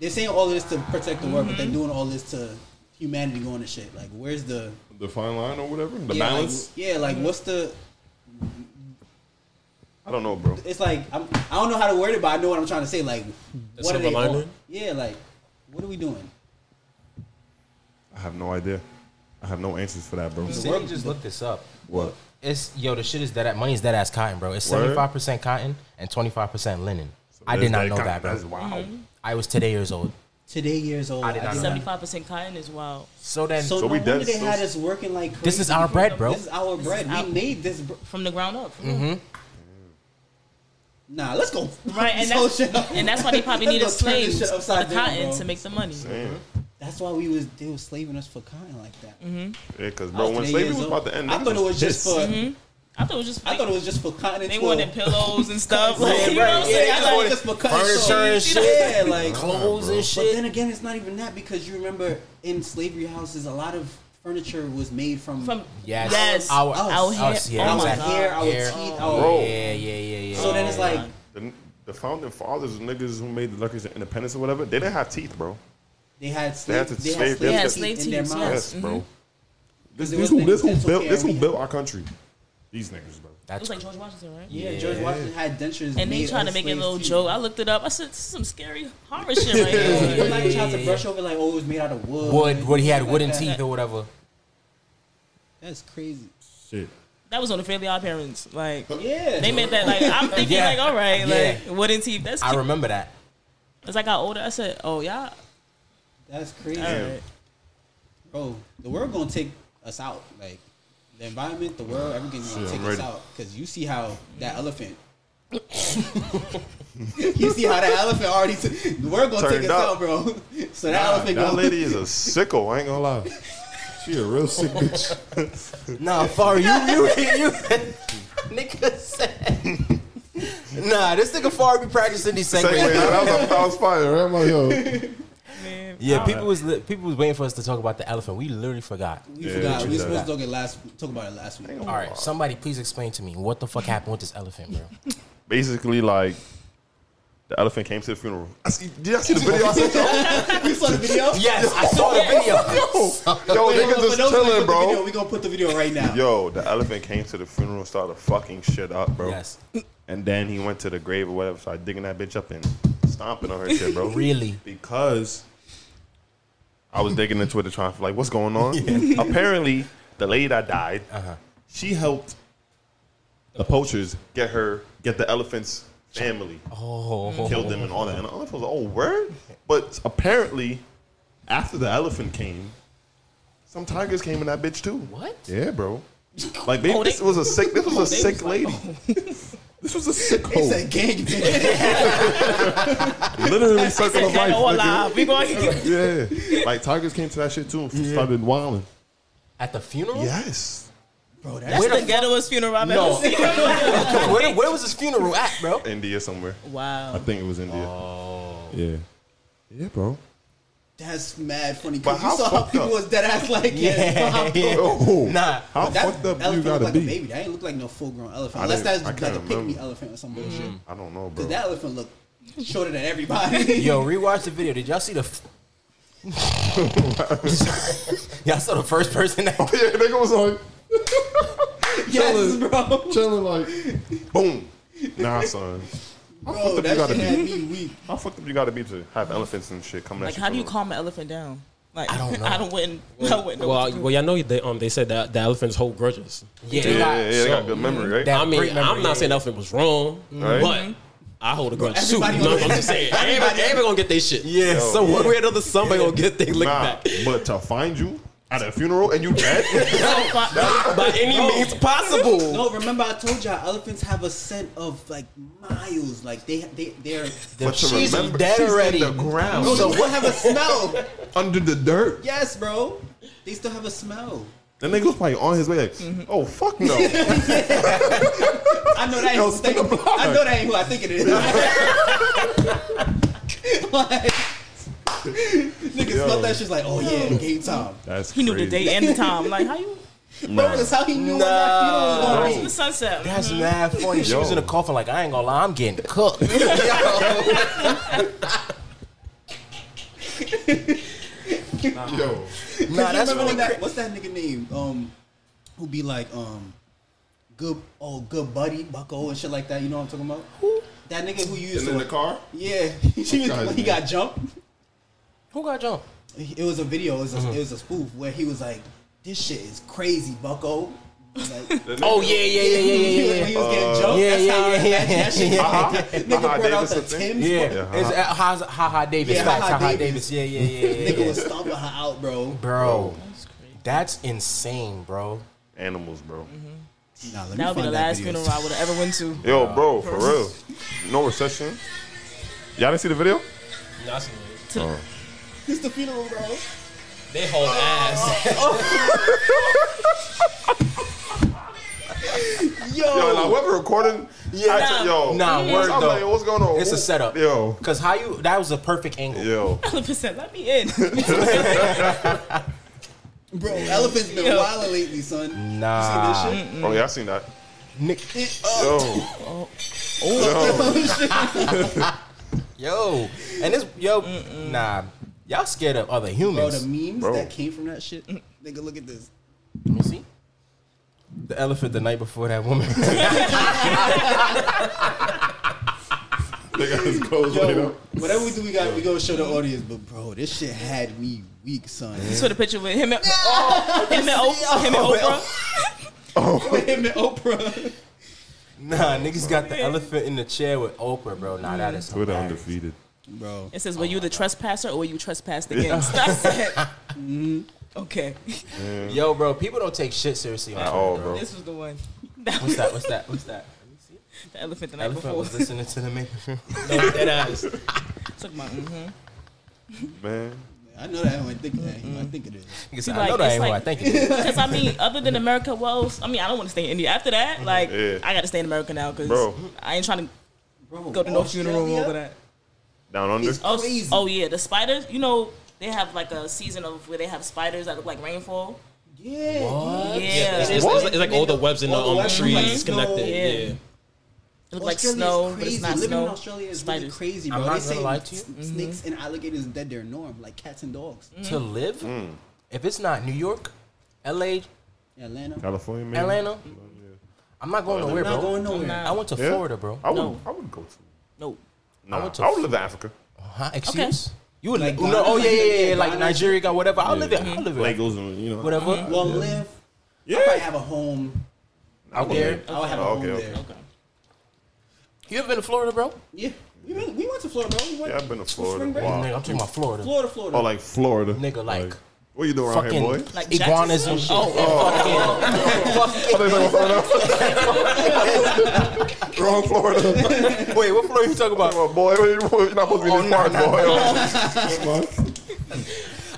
They're saying all this to protect the world, but they're doing all this to humanity going to shit. Like where's the?
the fine line or whatever. The
yeah, Like, yeah,
Mm-hmm.
like what's the?
I don't know, bro.
It's like I'm, I don't know how to word it, but I know what I'm trying to say. Like,
The
what are
silver
they
lining?
on? Yeah, like, what are we doing?
I have no idea. I have no answers for that, bro.
Cindy just looked this up.
What?
It's yo, the shit is that money is dead ass cotton, bro. It's
Word?
seventy five percent cotton and twenty five percent linen. I did
That's
not
like
know
kind-
that,
That's
bro.
wow.
Mm-hmm.
I was today years old.
Today years old.
I did not know.
Seventy five percent cotton is wild.
So then,
So,
So
no
we
wonder
dead-
they
so-
had us working like crazy.
this is our bread, bro.
This is our bread.
our-
we made this. Br-
From the ground up.
Mm-hmm. nah, let's go.
*laughs* Right, and
*laughs* This whole
that's,
shit up.
and that's why they
*laughs*
probably needed
Let's go turn this
slaves
shit
for the
upside down,
cotton
bro.
to make the money.
Damn.
That's why we was they was slaving us for cotton like that.
Mm-hmm.
Yeah, because,
I
bro,
was
when
20
slavery
years
was
old.
about to end,
I
niggas
thought it was just
pissed.
for.
I thought it was just.
I thought it was just for cotton.
Mm-hmm. they wanted
*laughs*
pillows and stuff.
Yeah,
Like, *laughs* you know what I'm
right.
saying?
Yeah,
I
they
Like,
wanted
thought it was just for
furniture
cotton.
and
so-
shit.
Yeah,
*laughs*
like
clothes and
But then
shit.
again, it's not even that because you remember in slavery houses, a lot of furniture was made from,
from
Yes,
yes,
our,
Us.
out here.
us, yeah,
oh my
exactly.
hair,
god.
our
Hair.
teeth,
Oh,
our.
bro.
Yeah, yeah, yeah, yeah.
So then it's like,
The, the founding fathers, niggas who made the Luckies Independence or whatever, they didn't have teeth, bro.
they had
had
slave,
to
they
slave-
had
they
slave,
had to
teeth
slave
in their
teeth,
mouths.
Yes, bro. This,
There
this
Mm-hmm. was
who
no
this who
dental
built
care.
this who
We
built our country. These niggas, bro.
It
that's
was like George Washington, right?
Yeah, George Washington had dentures.
And they
made
trying to
of
make a
slave
little
teeth.
joke. I looked it up. I said, "This is some scary horror shit right here."
*laughs* People like tried to brush over like, oh, it was made out of wood.
wood. What he had
Like
wooden
that.
teeth or whatever.
That's crazy.
Shit.
That was on the Fairly Odd Parents. Like
Yeah,
they made that. Like
*laughs*
I'm thinking,
Yeah.
like all right,
Yeah.
like wooden teeth. That's
I
cute.
remember that.
as I got older, I said, "Oh yeah,
that's crazy,
all right."
bro. The world gonna take us out. Like the environment, the world, everything's gonna
Shit, I'm
take us
ready.
out. Cause you see how
*laughs*
that elephant. you see how that elephant already took the world gonna
Turned
take us
up.
out, bro. *laughs* So that
Nah,
elephant
that
gonna
lady *laughs* is a sicko. I ain't gonna lie.
She a real sick bitch.
*laughs*
Nah, far you you you *laughs* nigga said. Nah, this nigga far be practicing these
Segway,
segments.
that was, that was fire.
I'm like, yo,
man, *laughs*
Yeah, people was li- people was waiting for us to talk about the elephant. We literally forgot.
*laughs* We
Yeah,
forgot.
we
We were
should
supposed
do
to talk it last talk about it last week.
All right, somebody please explain to me what the fuck happened with this elephant, bro.
Basically, like the elephant came to the funeral. I see, did I see the video? I sent y'all?
You saw
*laughs*
the video?
yes, I saw the video.
Yo,
Wait, hold
niggas
on,
is
for those who
chilling,
ain't put the video,
bro.
We gonna put the video right now.
Yo, the elephant came to the funeral and started fucking shit up, bro.
Yes,
And then he went to the grave or whatever, started digging that bitch up and stomping on her shit,
*laughs*
bro.
really.
because I was digging into it to try and like, what's going *laughs* on? Apparently, the lady that died, she helped the poachers get her get the elephant's family,
Oh,
killed them and all that. And the elephant was like, oh word, but apparently, after the elephant came, some tigers came in that bitch too.
What?
Yeah, bro. Like, baby,
*laughs* Oh, they-
this was a sick. This was a
they
sick
was like, oh.
lady. *laughs* This was a sick
It's
hole.
a
*laughs*
gang *laughs*
*laughs*
bang.
Literally circle of
Said
life.
that all
nigga.
live. We going.
Yeah, like tigers came to that shit too and started wilding.
At the funeral?
Yes.
Bro, that's
That's
Where
the
the
ghettoest funeral I've
No.
ever seen.
Where, where was this funeral at, bro?
India somewhere. I
wow.
think it was India.
Yeah. Yeah, bro.
that's mad funny.
But
Cause
how
you saw how
fucked
people
up?
was dead ass like *laughs* yeah.
yeah.
Oh,
Nah.
How
That
fucked up you
elephant
gotta
looked like
be?
a baby. That ain't look like no full grown elephant.
I
Unless
didn't-
that's
I
like
can't
a pygmy
remember. Mm.
elephant or some bullshit.
I don't know, bro.
Cause that elephant looked shorter than everybody.
Yo, rewatch the video. Did y'all see the? F- *laughs* y'all saw the first person that.
*laughs* yeah, nigga was like
*laughs* yes, bro.
chilling, like boom. Nah, son. fucked
Bro,
up you
that
gotta
shit had
be?
me weak.
How fucked up you gotta be to have elephants and shit coming
Like,
at you?
how do you
from-
calm an elephant down? Like, I
don't know.
*laughs* I don't wouldn't. I wouldn't know.
Well,
what to
I-
do.
well, y'all know they um they said that the elephants hold grudges.
Yeah,
Yeah,
they got-
yeah, yeah, they got
so-
good memory, right?
That-
I mean,
great memory,
I'm
yeah.
not saying the elephant was wrong,
Right.
but I hold a grudge too.
everybody
No, I'm
gonna-
just saying, everybody, everybody gonna get their shit.
Yeah,
Yo.
So one way or another, somebody gonna get their lick
nah,
back
but to find you at a funeral and you dead.
by any means possible.
No, remember I told y'all elephants have a scent of like miles. Like they they they're
but to
She's
remember,
dead
she's
already.
in the ground
bro, they still have a smell.
under the dirt.
Yes, bro. They still have a smell.
The nigga was probably on his way, like,
Mm-hmm.
oh fuck
*laughs*
no.
I know that ain't
Yo,
who think,
spin the block.
I know that ain't who I think it
*laughs*
is. *laughs* like, nigga
Yo.
smelled that shit like, oh yeah, game time.
That's
he knew the
crazy.
day and the time. Like, how you?
Bro, that's how he knew when that
Nah.
funeral was
Watching
gonna
the
be.
sunset. Mm-hmm.
That's mad funny. She
Yo.
was in a coffin like I ain't gonna lie, I'm getting cooked. *laughs* Yo.
Yo,
Nah,
That's
that's
remember
really
when
crazy.
that, what's that nigga name? Um, who be like, um, good, oh, good buddy, bucko and shit like that. You know what I'm talking about? Who? That nigga who you
and
used to.
in the car.
Yeah, *laughs* she was,
guy's
when he
name?
got jumped.
Who got jumped?
It was a video. It was a,
Uh-huh.
it was a spoof where he was like, "This shit is crazy, bucko."
*laughs*
Like, *laughs*
The nigga-
Oh yeah, yeah, yeah, yeah, yeah,
When
yeah.
he was getting jumped,
yeah,
that's
yeah,
how
yeah, yeah,
that, that shit.
yeah.
Uh, Uh-huh. Uh-huh,
*laughs* Nigga brought out
Davidson
the
thing?
Tim's.
Yeah,
Yeah, uh-huh.
it's uh, ha ha ha Davis,
Yeah,
yeah,
Ha
facts,
Ha
ha ha
Davis.
Davis, yeah, yeah, yeah,
*laughs*
yeah,
Nigga
yeah.
was stomping her out, bro.
bro.
That's crazy.
That's insane, bro.
Animals, bro.
Mm-hmm.
Nah, let me
That would be
find
the last
video.
funeral I would have ever went to.
Yo, bro, for real. No recession. Y'all didn't see the video?
*laughs* It's the funeral, bro.
They hold ass.
Yo, like whoever recording. Yeah, I tell- yo,
Nah,
I'm
word
like,
though.
yo, what's going on?
It's a setup.
Yo,
Cause how you that was a perfect angle.
yo,
Elephant said, "Let me in."
Bro, elephants been
Yo.
wilding lately, son.
Nah.
You seen this shit?
oh yeah, I seen that.
Mm-hmm. Nick,
Yo,
*laughs* yo,
yo,
and this yo, nah, y'all scared of other
Bro,
humans.
the memes
Bro.
that came from that shit. Nigga, look at this.
Let me see. The elephant the night before that woman. *laughs*
they got his clothes laid
Yo,
up.
whatever we do, we got we gonna show the audience. But bro, this shit had me weak, son.
Just for the picture with him and oh, him and, Oprah, him and Oprah.
*laughs* Him and Oprah.
nah, niggas got the elephant in the chair with Oprah, bro. Nah, that is
Twitter
hilarious.
undefeated.
Bro,
It says, "Were you the trespasser or were you trespassed against?" That's it. Mm-hmm. Okay, *laughs*
Yo, bro, people don't take shit seriously on
At
Twitter,
all,
bro.
bro.
this was the one. *laughs* That
What's
was
that? What's that? What's that? Let me see.
the elephant the *laughs* night
Elephant was
before.
listening to the man.
No, dead ass.
*laughs* Took my. Mm-hmm.
Man,
I know that. I think that. I think it is.
Nigga
See,
said, I
like,
know that
it's
ain't who I
like-
think it is.
Because I mean, other than America, well, I mean, I don't want to stay in India. After that, like,
Yeah.
I got to stay in America now because
Bro.
I ain't trying to
Bro,
go to no funeral
Australia?
over that.
down under.
Oh,
Crazy.
oh yeah, the spiders. You know, They have like a season of where they have spiders that look like rainfall. Yeah,
Yeah.
It's, it's, it's like, it's like all the webs in the
All the
um,
webs
trees
look like
connected.
snow.
Yeah.
Yeah. it looks like snow, but
Australia is
it's not
crazy. Living
snow.
in Australia is really
Spiders.
crazy, bro.
I'm not
they
gonna
say
lie to you.
s- snakes and alligators dead their norm, like cats and dogs.
*laughs*
to live.
Mm.
If it's not New York, L.A.,
Atlanta.
California, man.
Atlanta, I'm not going nowhere,
We're not
bro.
going nowhere.
Nah.
I went to
Yeah.
Florida, bro.
I would.
No.
I would go to.
No,
Nah, I,
went to-
would live in Africa.
Huh? Excuse? You would
Like
like,
Ghana?
oh yeah, yeah, yeah,
Yeah,
like
Ghana.
Nigeria, got whatever. I'll live it. I'll live it.
Legos and you know.
whatever.
Well, live. I probably
Yeah,
have a home.
I would
there.
live.
I'll have a
Oh,
home
okay,
there.
okay.
okay.
You ever been to Florida, bro?
Yeah, we, really, we went to Florida, bro. We went
Yeah, I've been to
for
Florida.
spring break.
Wow.
Nigga, I'm talking about Florida.
Florida, Florida.
Oh, like Florida.
Nigga, like
What you doing around here,
fucking
boy?
*laughs*
Like
iguanas
Jackson?
and shit.
Oh,
I thought you were talking about something else. *laughs* Wrong Florida.
*laughs* Wait, what Florida you talking about?
Oh, boy, you're not supposed to be
Oh,
this
nah,
smart,
nah,
boy.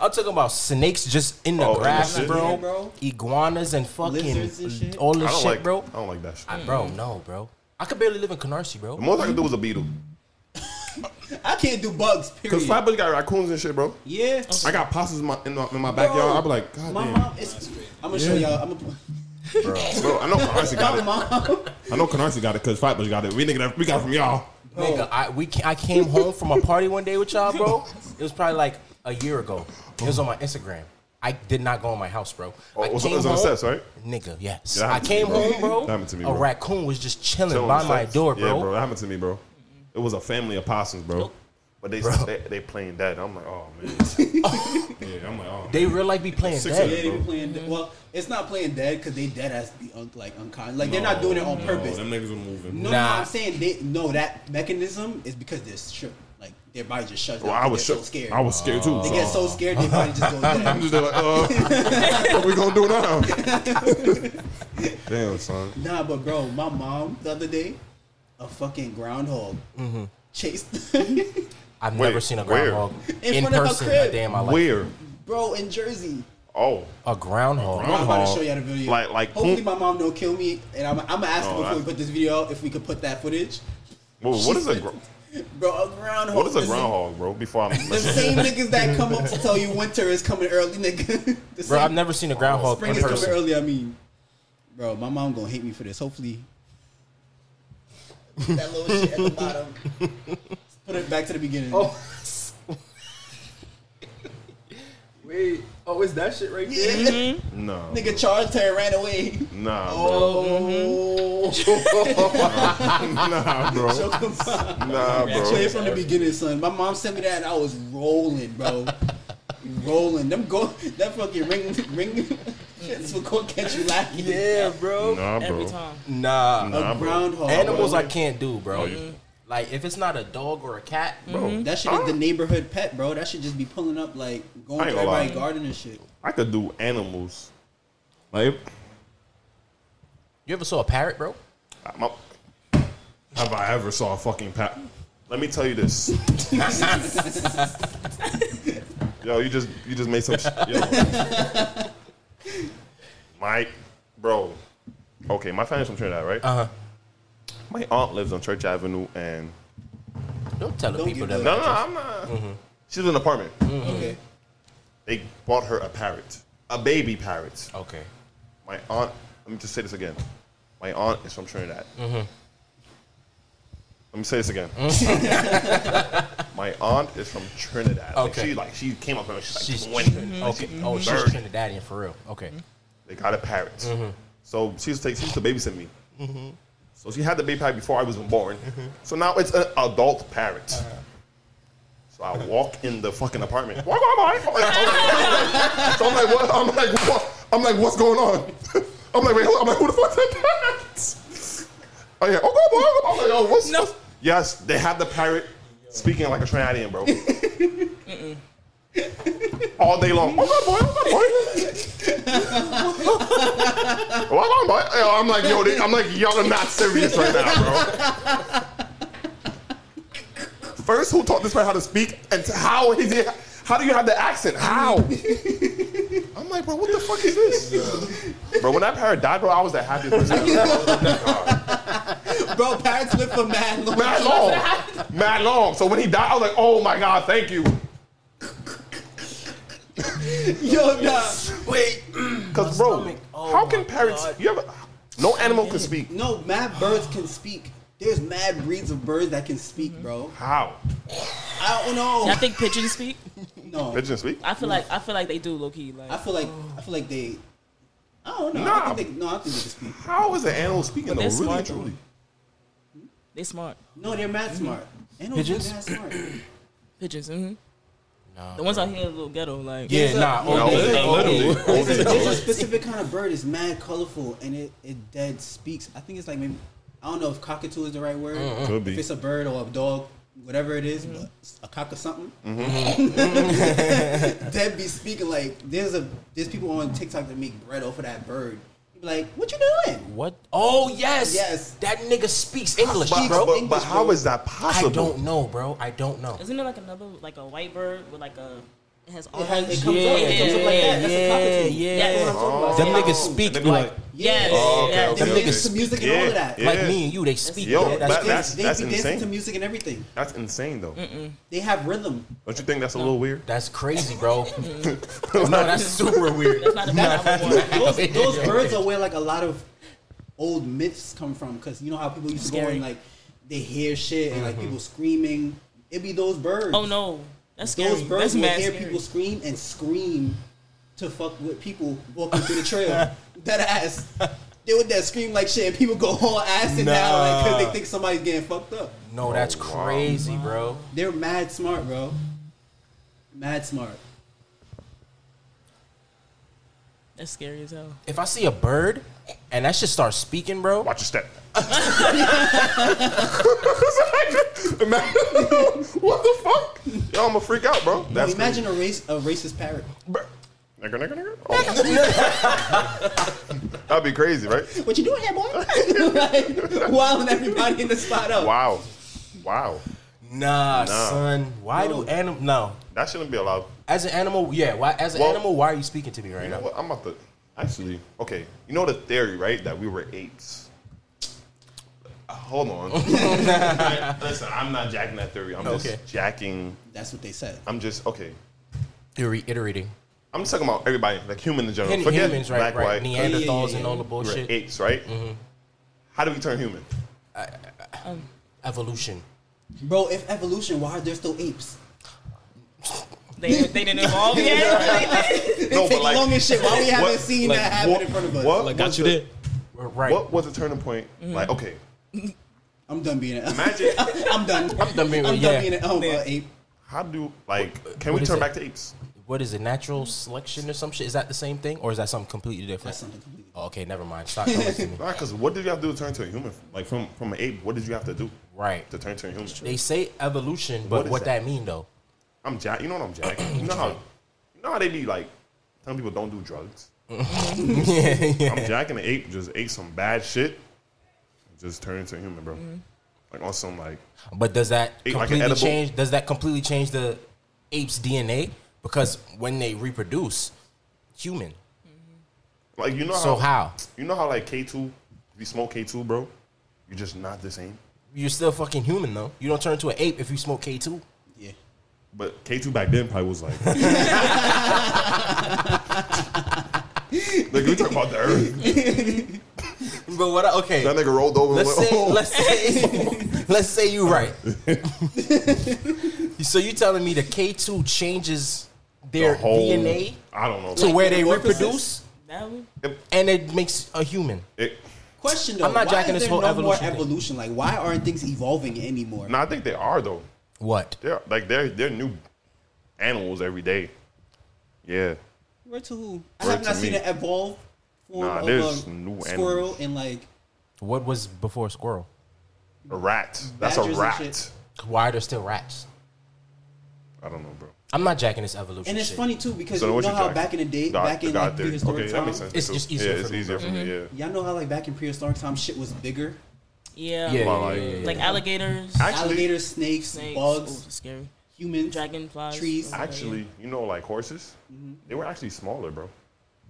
I'm talking about snakes just in the
Oh, in the
grass,
city.
bro.
Yeah, bro.
Iguanas and fucking
Lizards and shit.
all
I
this
don't
shit,
like,
bro.
I don't like that shit.
Bro, no, bro. I could barely live in Canarsie, bro.
The most I can do is a beetle.
I can't do bugs. Period.
Cause Flatbush got raccoons and shit, bro.
yeah,
I got possums in my in my, in my backyard. I'll be like, God
my
damn,
mom. It's, I'm gonna show y'all. I'm gonna.
bro. I know Canarsie got it. *laughs*
*laughs* My mom.
I know Canarsie got it because Flatbush got it. We nigga, that- we got it from y'all.
Nigga, I we ca- I came home from a party one day with y'all, bro. It was probably like a year ago. It was on my Instagram. I did not go in my house, bro.
Oh,
I
it was on- it was on the sets, right?
Nigga, yes.
That
I
happened to
came
me, bro.
home, bro.
That happened to me,
A
bro.
raccoon was just chilling
Chilling
by
on the
my
sets.
door,
Yeah,
bro.
bro, that happened to me, bro. It was a family of possums, bro.
But they, they they playing that. I'm like, oh man.
Yeah, I'm like, oh.
They real life be playing
Six
dead.
of
Yeah,
them.
they be playing. de- Well, it's not playing dead because they dead as the un- like unconscious. Like they're not doing it on purpose.
them niggas are moving.
No, no,
Nah.
I'm saying they no that mechanism is because they're shook. Like their body just shuts down.
Well, I
'cause
was Oh.
they're
shook.
so scared.
I was scared too.
they get so scared their body just
*laughs*
goes
I'm
dead.
just there like,
oh,
uh, what we gonna do now? Damn, son.
Nah, but bro, my mom the other day, a fucking groundhog
Mm-hmm.
chased *laughs*
I've
Wait,
never seen a
where?
groundhog
In
in,
front of her
person a
crib.
day in my life.
Where?
bro in Jersey.
Oh,
A groundhog.
I'm about to
Groundhog.
show y'all the video.
Like- like
hopefully
poop?
my mom don't kill me, and I'm, I'm gonna ask her
Oh,
before we
I-
put this video out if we could put that footage.
well, what is a gro-
Bro, a groundhog.
what is a
is-
groundhog, bro? Before
*laughs*
I'm
The same niggas that come up to tell you winter is coming early, nigga. *laughs* The
Bro,
same-
I've never seen a groundhog
Spring
in
is coming
person.
early. I mean, bro, my mom gonna hate me for this. Hopefully, that little shit at the bottom. *laughs* Put it back to the beginning. Oh,
Wait, oh, is that shit right
yeah. *laughs*
no,
nigga charged her and ran away. *laughs*
nah,
Oh,
*laughs*
bro, *laughs* nah, bro, nah,
play
bro.
it from the beginning, son. My mom sent me that, and I was rolling, bro. rolling. Them go. That fucking ring, ring. *laughs* Shits will go catch you lacking.
Yeah, bro.
Nah,
every
bro.
time.
Nah.
A
Nah, bro.
groundhog.
Animals
bro.
I can't do, bro. Like if it's not a dog or a cat, bro.
That shit is the neighborhood pet, bro. That should just be pulling up, like going
I ain't
to
gonna lie.
everybody's garden and shit.
I could do animals. Like,
You ever saw a parrot, bro?
my,
Have I ever saw a fucking pat?
let me tell you this. *laughs* yo, you just you just made some. Sh- yo. My, bro. Okay, my family's from Trinidad, right? Uh huh. My aunt lives on Church Avenue, and
Don't tell the
Don't
people
give
that.
no,
up.
no, I'm not. She lives in an apartment.
Okay.
They bought her a parrot, a baby parrot.
Okay.
my aunt. Let me just say this again. My aunt is from Trinidad.
Mm-hmm.
Let me say this again. *laughs* my aunt is from Trinidad. Like,
Mm-hmm. Okay.
she like she came up and she's like
She's
winning.
okay. Oh, she's
Mm-hmm. Bird.
Trinidadian for real. Okay.
They got a parrot. So she used to take she used to babysit me. So she had the baby parrot before I was born. So now it's an adult parrot. So I walk in the fucking apartment. Why am *laughs* I? I'm like- So I'm like, what? I'm like, what? I'm like, what's going on? *laughs* I'm like, wait, hold on. I'm like, who the fuck's that parrot? *laughs* Oh yeah, oh go boy. I'm like, oh, what's
No.
what's- Yes, they had the parrot speaking like a Trinidadian, bro. All day long. Oh go boy, oh go boy. Well, I'm, like, yo, I'm like, yo, they, I'm like, y'all are not serious right now, bro. First, who taught this man how to speak, and how he did? How do you have the accent? How? I'm like, bro, what the fuck is this, bro? When that parrot died, bro, I was the happiest person. ever. I was like, "God."
Bro, parrots live for mad long. *laughs*
Mad long, mad long. So when he died, I was like, oh my god, thank you.
Yo, nah.
Wait.
Because, bro, how can parrots. You ever, no animal can speak.
No, mad birds can speak. There's mad breeds of birds that can speak, bro.
How?
I don't know.
I think pigeons speak.
no,
Pigeons speak?
I feel like I feel like they do low key. Like
I feel like I feel like they. I don't know. I
Nah.
don't think they, no, I don't think they can speak.
How is an animal speaking, though?
they're
Really,
smart,
and
though.
truly.
they smart.
No, they're mad smart. Ain't no
Pigeons?
mad smart.
Pigeons. hmm
Nah,
the ones out here a little ghetto. Like
Yeah,
Yes,
nah.
uh,
all
no,
day,
they-
all day.
Literally.
There's a, there's a
Only-
specific kind of bird. It's mad colorful and it, it dead speaks. I think it's like maybe I don't know if cockatoo is the right word.
Could be.
If it's a bird or a dog, whatever it is,
Mm-hmm.
but it's a cock or something.
Mm-hmm.
*laughs* dead be speaking like there's a there's people on TikTok that make bread off of that bird. You be like, what you doing?
What? Oh yes.
Yes.
That nigga speaks English,
But,
bro.
but, but
English,
how
bro.
is that
I
possible?
don't know, bro. I don't know.
isn't it like another like a white bird with like a it has
It,
orange?
has, it comes
Yeah,
up, it comes up like that. That's a
yeah,
cockatoo.
yeah.
That's what I'm talking about.
Them
Oh.
niggas speak
They be
like,
like-
Yes.
Oh, okay,
yes.
okay,
They
okay.
dance to music and all of that.
Yeah,
like
yeah.
me and you. They speak.
Yo,
like that. that's
that-
They-
crazy.
that's-
they
that's
be
insane.
dancing to music and everything.
That's insane, though.
They have rhythm.
Don't you think that's a little weird?
That's crazy, bro. *laughs* no, that's super weird.
That's not the best I would want.
those, those birds are where like a lot of old myths come from because you know how people used to go
Scary.
and like they hear shit and like people screaming. It'd be those birds.
Oh no, that's scary.
Those birds
that's
will
mad
hear
scary.
people scream and scream to fuck with people walking through the trail. That ass. They would that scream like shit and people go all ass and down because
Nah.
they think somebody's getting fucked up.
No, that's crazy, bro.
They're mad smart, bro. Mad smart.
That's scary as hell.
If I see a bird and that shit starts speaking, bro,
Watch your
*laughs*
step. *laughs* Imagine- *laughs* what the fuck? Yo, I'm gonna freak out, bro. That's
Imagine a race a racist parrot.
crazy. Nigga, nigga, nigga. Oh. *laughs* That'd be crazy, right?
What you doing here, boy?
*laughs*
like, *laughs* wilding everybody in the spot up.
Wow, wow.
nah, son. Why do animal? No,
That shouldn't be allowed.
as an animal, yeah. Why as an
Well-
animal? Why are you speaking to me right
You know
now?
what? I'm about to. Actually, okay. You know the theory, right? That we were apes. Uh, Hold on.
*laughs*
I- Listen, I'm not jacking that theory. I'm
Okay.
just jacking.
That's what they said.
I'm just okay.
You're reiterating.
I'm just talking about everybody, like human in general.
Hum-
Forget
humans, right?
black,
Right. Mm-hmm.
white,
Neanderthals
yeah,
and
yeah.
all the
We were
bullshit.
apes, right? How do we turn human?
Evolution.
Bro, if evolution, why are there still apes?
They, they didn't
*laughs*
evolve yet.
It
No, Oh, but
takes
like-
long as shit. Why we haven't
What-
seen
like,
that happen in front of us?
What
Like,
was
got you
the-
there.
Right.
What was the turning point?
Mm-hmm.
Like, okay,
I'm done *laughs* being an
imagine
I'm done. I'm
done being-
I'm
yeah.
done being an um, uh, ape.
how do like can we
what is
turn
it?
back to apes?
what is it? Natural selection or some shit? Is that the same thing, or is that something completely different?
That's something completely.
Oh, okay, never mind. Stop coming
*laughs*
to me.
Because what did you have to do to turn to a human? Like from from an ape, what did you have to do
Right.
to turn to a human?
They say evolution, but
What is
what
that?
that mean though? *laughs*
I'm jack. You know what I'm jacking. You know how you know how they be like telling people don't do drugs. I'm jacking an ape just ate some bad shit, just turned into a human, bro.
Mm-hmm.
Like on some like
But does that
Eat like an
completely
edible?
change? Does that completely change the ape's DNA? Because when they reproduce, human.
like you know
So how?
You know how like K two, if you smoke K two, bro, you're just not the same.
You're still fucking human though. You don't turn into an ape if you smoke K two.
Yeah.
But K two back then probably
*laughs*
was like, like we talking about the earth.
But what? I, okay.
That nigga rolled over.
Let's
and went,
say,
oh.
let's
*laughs*
say, let's say you right. so you telling me the K two changes their
The whole-
DNA
I don't know.
to where they
metamorphosis?
reproduce,
That would-
and it makes a human.
It-
Question though.
I'm not
why
jacking
is
this
there
whole
no
evolution
more
thing.
evolution. Like, why aren't things evolving anymore?
no, I think they are though.
What?
They're like they're they're new animals every day. Yeah,
Where to who? I
Where
have not
to
seen
me?
an evolved form
Nah,
of
there's
a
new
squirrel
animals.
and like
What was before squirrel?
a rat. That's
Badgers
a
and
rat.
shit.
Why are there still rats?
I don't know, bro.
I'm not jacking this evolution.
and it's
shit.
funny too because
So
you
what
know
you
how
jacking?
back in the day,
God-
back in
God
like
theory.
prehistoric
Okay,
times,
that makes sense.
It's
too.
just easier
Yeah,
for
it's
me,
easier
bro. Mm-hmm.
for me. Yeah.
Y'all know how like back in prehistoric times, shit was bigger.
yeah.
Yeah, yeah,
Well,
yeah,
like-
yeah, yeah.
Like alligators,
Actually-
Alligators, snakes,
snakes, ooh,
bugs,
scary.
humans,
Dragonflies,
trees.
oh,
Actually, you know, like horses,
Mm-hmm.
they were actually smaller, bro.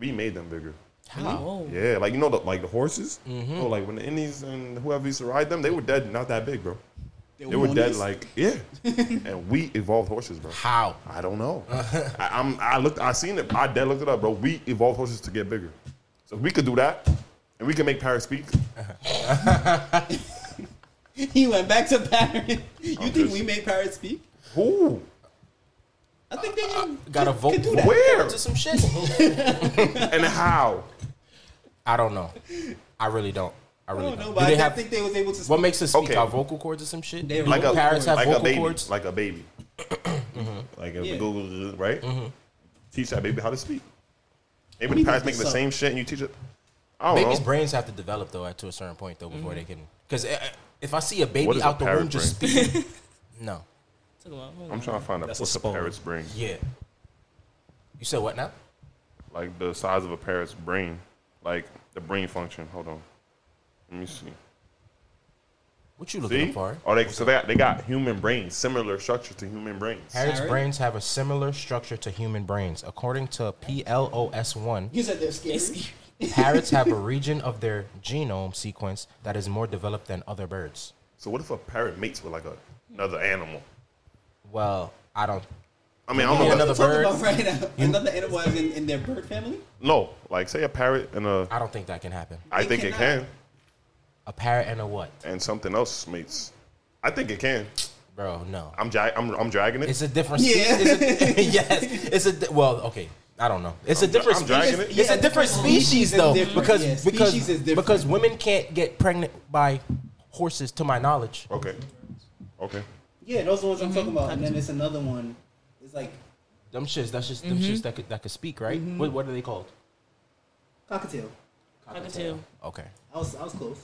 We made them bigger.
Whoa.
Yeah, like Oh, you
Mm-hmm.
know, the, like the horses. So like when the Indians and whoever used to ride them, they were dead, not that big, bro. They were dead
hornies?
like yeah, and we evolved horses, bro.
How?
I don't know. I, I'm I looked I seen it. I dead looked it up, bro. We evolved horses to get bigger, so we could do that, and we could make parrots speak.
*laughs* He went back to Paris. You
I'm
think
just-
we made Paris speak?
Who?
I think they just
Uh, Got to
could-
vote
could do
for
that.
Where?
to some shit.
And how?
I don't know. I really don't. I
I
really
don't know,
don't.
but
Do
I
they
didn't
have,
think they was able to.
what
Speak.
makes us speak?
Okay.
Our vocal cords or some shit?
They have
Like a
vocal
parrots have
like a
vocal
baby,
cords.
like a baby, *clears throat* like if
Yeah.
we go right. Teach that baby how to speak. Maybe the parrots make the
this up.
same shit, and you teach it. I don't
Babies'
know.
brains have to develop though at to a certain point though before they can. Because if I see a
What
baby
is
out
a
the
parrot
womb just
brain?
speaking, no,
Took a while. Hold on.
I'm trying to find out
That's a
what's a
spawn.
parrot's brain,
yeah. You said what now?
like the size of a parrot's brain, like the brain function. Hold on, let me see.
What you looking
See?
up for?
Oh, they so they got, they got human brains, similar structure to human brains.
Parrots'
Parrot?
brains have a similar structure to human brains. According to PLOS1,
You said they're scary.
parrots have a region of their genome sequence that is more developed than other birds.
So what if a parrot mates with like a, another animal?
Well, I don't.
I mean, I
Maybe
don't know.
another
Another-
Talking
bird.
about right now, another animal is in, in their bird family.
no, like say a parrot and a.
I don't think that can happen.
I
It
think it
cannot.
can,
A parrot and a what,
and something else mates. I think it can.
bro? No.
I'm ja- I'm I'm dragging it.
It's a different species.
Yeah.
It's a- *laughs* yes. It's a di- well. Okay. I don't know. It's a different.
I'm
species.
dragging it.
It's
Yeah,
a different
species
species
is
though,
different.
because
Yeah,
because
species is different.
because women can't get pregnant by horses, to my knowledge.
okay, okay.
Yeah, those are the ones I'm
Mm-hmm.
talking about. And then it's another one. It's like
Them shits. That's just them
Mm-hmm.
shits that could that could speak, right? What what are they called?
cockatiel.
Cockatoo.
Okay.
I was I was close.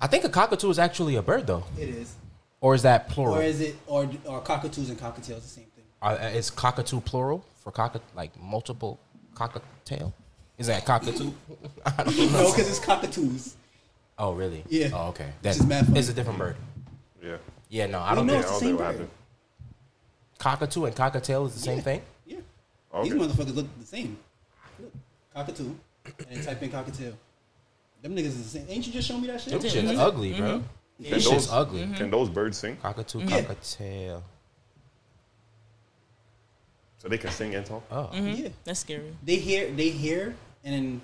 I think a cockatoo is actually a bird though,
It is.
or is that plural?
Or is it or or cockatoos and cockatiels the same thing?
*laughs* Are- uh, is cockatoo plural for cock like multiple cockatail? Is that cockatoo? I don't know.
No, because it's cockatoos.
Oh really?
Yeah.
Oh okay.
is mad
Then
funny.
it's a different bird.
Yeah.
Yeah. No, I
We
don't
know
think
I
it's
don't think
the same
what
bird.
happened.
cockatoo and cockatail is the same
Yeah.
thing.
Yeah,
Okay.
these motherfuckers look the same. Look, cockatoo, and then type in cockatiel. Them niggas is the same. Ain't you just show me that shit?
Them
Yeah.
shit's
Mhm.
ugly,
Mm-hmm.
bro. Them
And
shit's
those-
ugly.
Mm-hmm.
Can those birds sing?
Cockatoo,
Yeah.
cockatail.
So they can sing and talk.
Oh,
Yeah,
That's scary.
they hear they hear, and then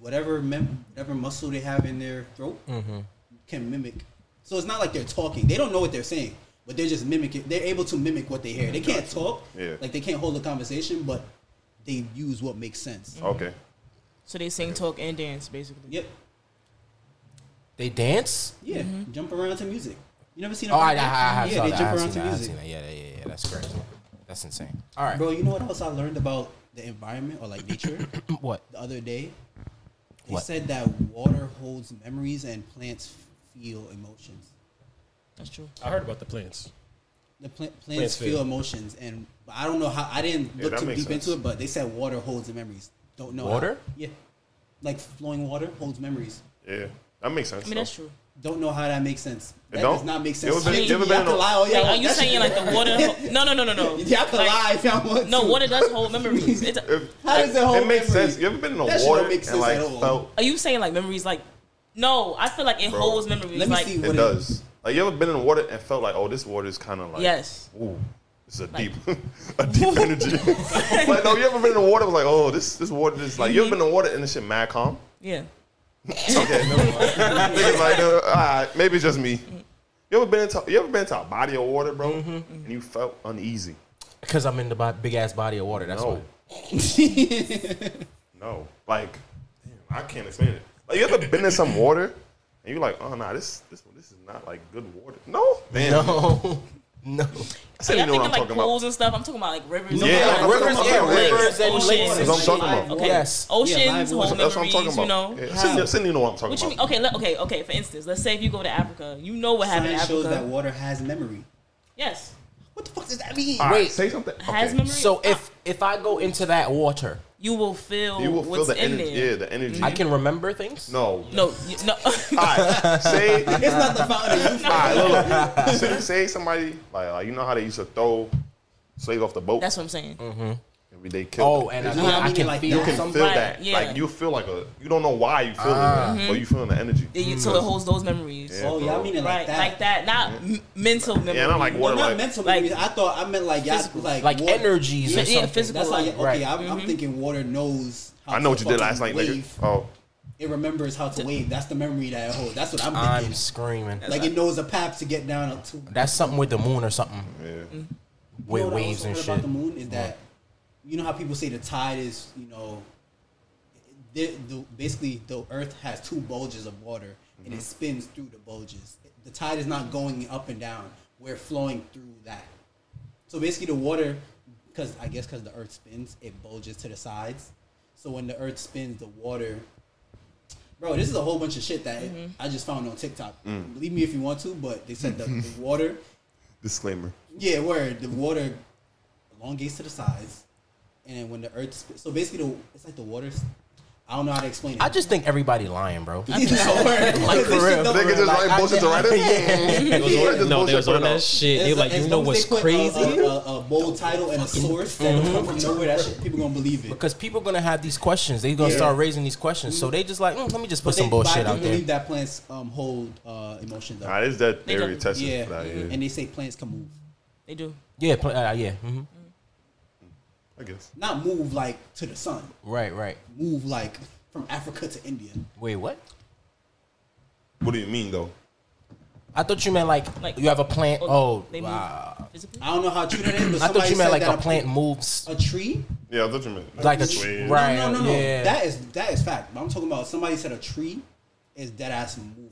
whatever mem- whatever muscle they have in their throat
Mm-hmm.
can mimic. So it's not like they're talking. They don't know what they're saying, but they're just mimicking. They're able to mimic what they hear. They can't talk.
Yeah.
Like they can't hold a conversation, but they use what makes sense.
Mm-hmm.
Okay.
So they sing, talk, and dance, basically.
Yep.
they dance.
Yeah. Jump around to music. You never seen a
Mm-hmm. Oh, I, I, I
podcast?
have
Yeah,
saw
they
that. I
jump
have
around
seen
to
that. I have
music.
seen that. Yeah, yeah, yeah, yeah. That's crazy. That's insane. All right,
Bro, you know what else I learned about the environment or like nature
What?
the other day? They
What?
said that water holds memories and plants feel emotions.
That's true.
I heard about the plants.
The pla- plants,
Plants
feel
feel.
emotions, and but I don't know how. I didn't
Yeah,
look
that
too
makes
deep
sense.
into it, but they said water holds the memories. Don't know how.
Water?
Yeah, like flowing water holds memories.
Yeah. That makes sense.
I mean,
though.
that's true.
Don't know how that makes sense. That
don't?
does not make
You ever
sense.
been-
to
you ever
me.
been
Y'all can
on-
lie Oh, all
Like,
y'all
are you
want. *laughs*
saying like the water? Ho- no, no, no, no, no.
Y'all can
Like,
lie if y'all want.
No,
to.
water does hold memories. It,
*laughs* If-
How does it hold
It makes
memory?
sense. You ever been in
That
the
shit
water
don't make sense
and like
at all.
felt?
are you saying like memories? Like, no, I feel like it
Bro.
holds memories.
Let me
like,
see
It
what
does. Like you ever been in the water and felt like, oh, this water is kind of like,
yes,
ooh, this is a
Like-
deep, *laughs* a deep energy. like, no, you ever been in the water? Was like, oh, this this water is like. You ever been in the water and this shit mad calm?
yeah.
Okay, never mind. Niggas like, uh, all right, maybe it's just me. You ever been into you ever been into a body of water, bro, and you felt uneasy?
Because I'm in the bo- big ass body of water. That's
No.
why. *laughs*
No, like, damn, I can't explain it. Like, you ever been in some water and you're like, oh nah, this this this is not like good water. No, man,
No, Oh, no.
I
So
said, you
y'all
know
thinking
what I'm
like
talking about.
pools and stuff. I'm talking about like rivers.
Yeah,
and
I'm
*laughs*
talking
like,
rivers,
about
yeah,
rivers.
rivers and
Oceans.
lakes.
That's
and
what I'm
shit.
talking about.
Okay.
Yes.
Oceans
Yeah, live
hold
ones.
That's what I'm
memories.
talking about.
You know.
yeah, Sydney, Sydney know what I'm talking
What you
about.
mean? Okay, let, okay, okay. For instance, let's say if you go to Africa, you know what happened in
Science shows
Africa.
that water has memory.
yes,
What the fuck does that mean?
All right,
Wait.
say something.
has
Okay.
memory.
So if if I go into that water,
you will feel,
You will feel
what's
the
in
energy.
there.
Yeah, the energy.
I can remember things.
*laughs*
no.
No, you, no.
All right, say
It's not the
*laughs*
fountain.
All right, look, uh, look. say, say somebody like, like you know how they used to throw slaves off the boat. Mm-hmm.
That's what I'm saying.
you Every day kill.
Oh, and I,
No,
can-
I
I
mean,
can
like,
feel
you can
some-
feel
Right,
that.
yeah.
Like you feel like a. You don't know why you feel it, but you feeling the energy.
Yeah, you- so it holds those memories.
Yeah.
Oh, y'all mean it
Right,
like that?
like that, not m- mental memories.
Yeah, and I'm like,
No,
what?
not
like,
mental
Like-
memories. I thought I meant like y'all
Physical.
like
like
water.
energies
Yeah,
or something.
physical. Mm-hmm.
That's like okay.
Right.
I'm, I'm thinking water knows. How
I
to
know what you did
fucking
last night, nigga.
wave.
Oh,
It remembers how to wave. That's the memory that it holds. That's what I'm
I'm
thinking.
screaming.
like it knows a path to get down to.
That's something with the moon or something.
yeah.
With
Mm-hmm. You know what I
waves
also
and
heard
shit.
About the moon is that you know how people say the tide is you know, the, the, basically the Earth has two bulges of water and
Mm-hmm.
it spins through the bulges. The tide is not going up and down. We're flowing through that. So basically, the water, because I guess because the Earth spins, it bulges to the sides. So when the Earth spins, the water. Bro, this is a whole bunch of shit that I just found on TikTok.
Mm.
Believe me if you want to, but they said
*laughs*
the, the water
Disclaimer.
yeah, word. The water elongates to the sides, and then when the earth, sp- so basically, the, it's like the water. s- I don't know how to explain it. *laughs*
I just think everybody lying, bro.
no, word.
Like, for
This shit
real.
don't-
Niggas just
like,
like
I
bullshit to
did-
write it.
They was
Yeah.
on- No, they was
Bullshit
on that
burnout.
shit. They
as-
like,
as
you know
long
what's
as they put uh, a-
crazy?
A, a, a bold title and a
mm-hmm.
source that don't come from nowhere. That shit, people gonna believe it.
Because people gonna have these questions. They gonna
Yeah.
start raising these questions. So they just like, mm, let me just put
But they-
some
but I
bullshit
do
out there.
believe that plants um, hold uh, emotion though.
Nah, it's that
They
theory
don't-
testing
yeah.
for that. Yeah,
and they say plants can move,
They do.
Yeah, pl- uh, yeah. hmm
I guess.
not move like to the sun,
Right, right.
move like from Africa to India.
Wait, what?
What do you mean though?
I thought you meant like,
Like-
you have a plant. Oh,
they move
wow.
physically.
I don't know how true that is,
*clears throat*
but
I thought
somebody
you meant
said
like
that
a plant moves
a tree
Yeah, I thought you meant
like a
this
tr-
way.
right.
No, no, no, no.
Yeah.
That is that is fact. But I'm talking about somebody said a tree is dead ass moving,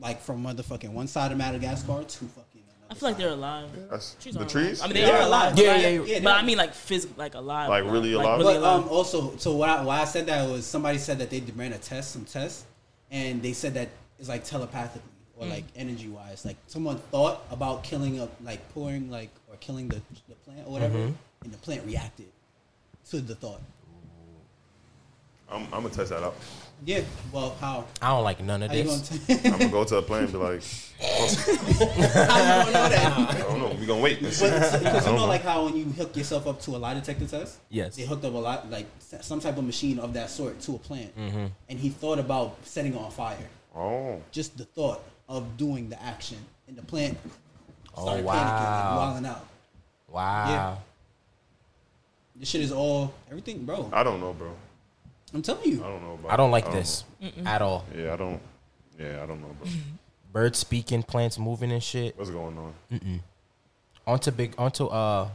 like from motherfucking one side of Madagascar to fucking. Another
I feel like
side.
they're alive.
That's-
Trees
the
aren't
trees.
alive. I mean, they
Yeah.
are alive.
Yeah,
right?
yeah, yeah.
Yeah,
But
they
I
are.
mean, like physical, like alive.
Like, really alive?
really
But
alive.
um, also, so why, why I said that was somebody said that they ran a test, some tests, and they said that it's like telepathically or
Mm.
like energy wise. Like someone thought about killing a like pouring like or killing the, the plant or whatever,
Mm-hmm.
and the plant reacted to the thought.
I'm, I'm gonna test that out.
Yeah. Well, how?
I don't like none of
How you
this.
gonna? T- *laughs*
I'm gonna go to a plane and be like,
how you gonna know
*laughs*
that?
I don't know. We gonna wait. and see.
But because you
don't
know,
know.
like how when you hook yourself up to a lie detector test,
Oh Yes.
they hooked up a lot, like s- some type of machine of that sort to a plant,
Mm-hmm.
and he thought about setting it on fire.
Oh,
Just the thought of doing the action, and the plant started
Oh, wow.
panicking, like wilding out.
Wow.
Yeah. This shit is all everything, bro.
I don't know, bro.
I'm telling you,
I don't know. About,
I don't like this at all.
know. Yeah, I don't. Yeah, I don't know,
*laughs*
bro.
Birds speaking, plants moving and shit.
What's going on?
Onto big onto uh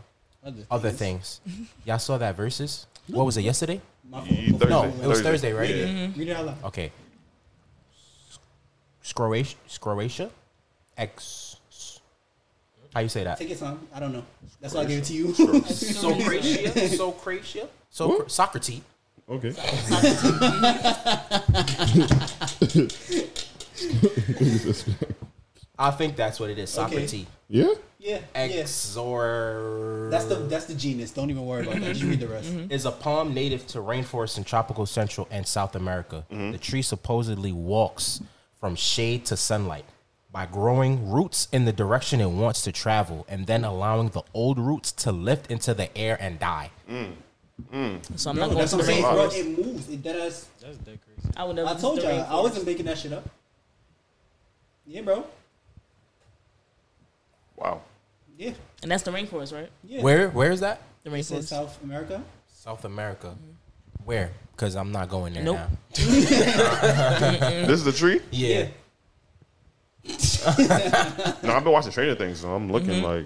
other,
other
*laughs*
things. Y'all saw that versus? What was it yesterday?
My fault.
You-
Go for it.
No,
Thursday.
it was Oh. Thursday, right?
Yeah.
Read it out loud.
Okay. Scroatia, Scroatia, X. How you say that?
Take your time. I don't know. That's why I gave it to you.
Socratia, *laughs* Socratia, so Socrates.
Okay.
I think that's what it is. Socrates.
Yeah.
*laughs* yeah, yeah.
Exor.
That's the that's the genus. Don't even worry about that. Just read the rest.
is a palm native to rainforests in tropical Central and South America. The tree supposedly walks from shade to sunlight by growing roots in the direction it wants to travel and then allowing the old roots to lift into the air and die.
so I'm
No,
not going
that's
to
what
the
I'm saying, bro.
rainforest.
It moves. It does.
That's that crazy.
I would never.
I
visit
told
the
you I
rainforest.
wasn't making that shit up. Yeah, bro.
Wow.
Yeah.
And that's the rainforest, right?
Yeah.
Where where is that?
The
It's in
rainforest.
South America.
South America. Where? Because I'm not going there
Nope.
now.
This is the tree.
Yeah.
Yeah.
No, I've been watching Stranger Things, so I'm looking like,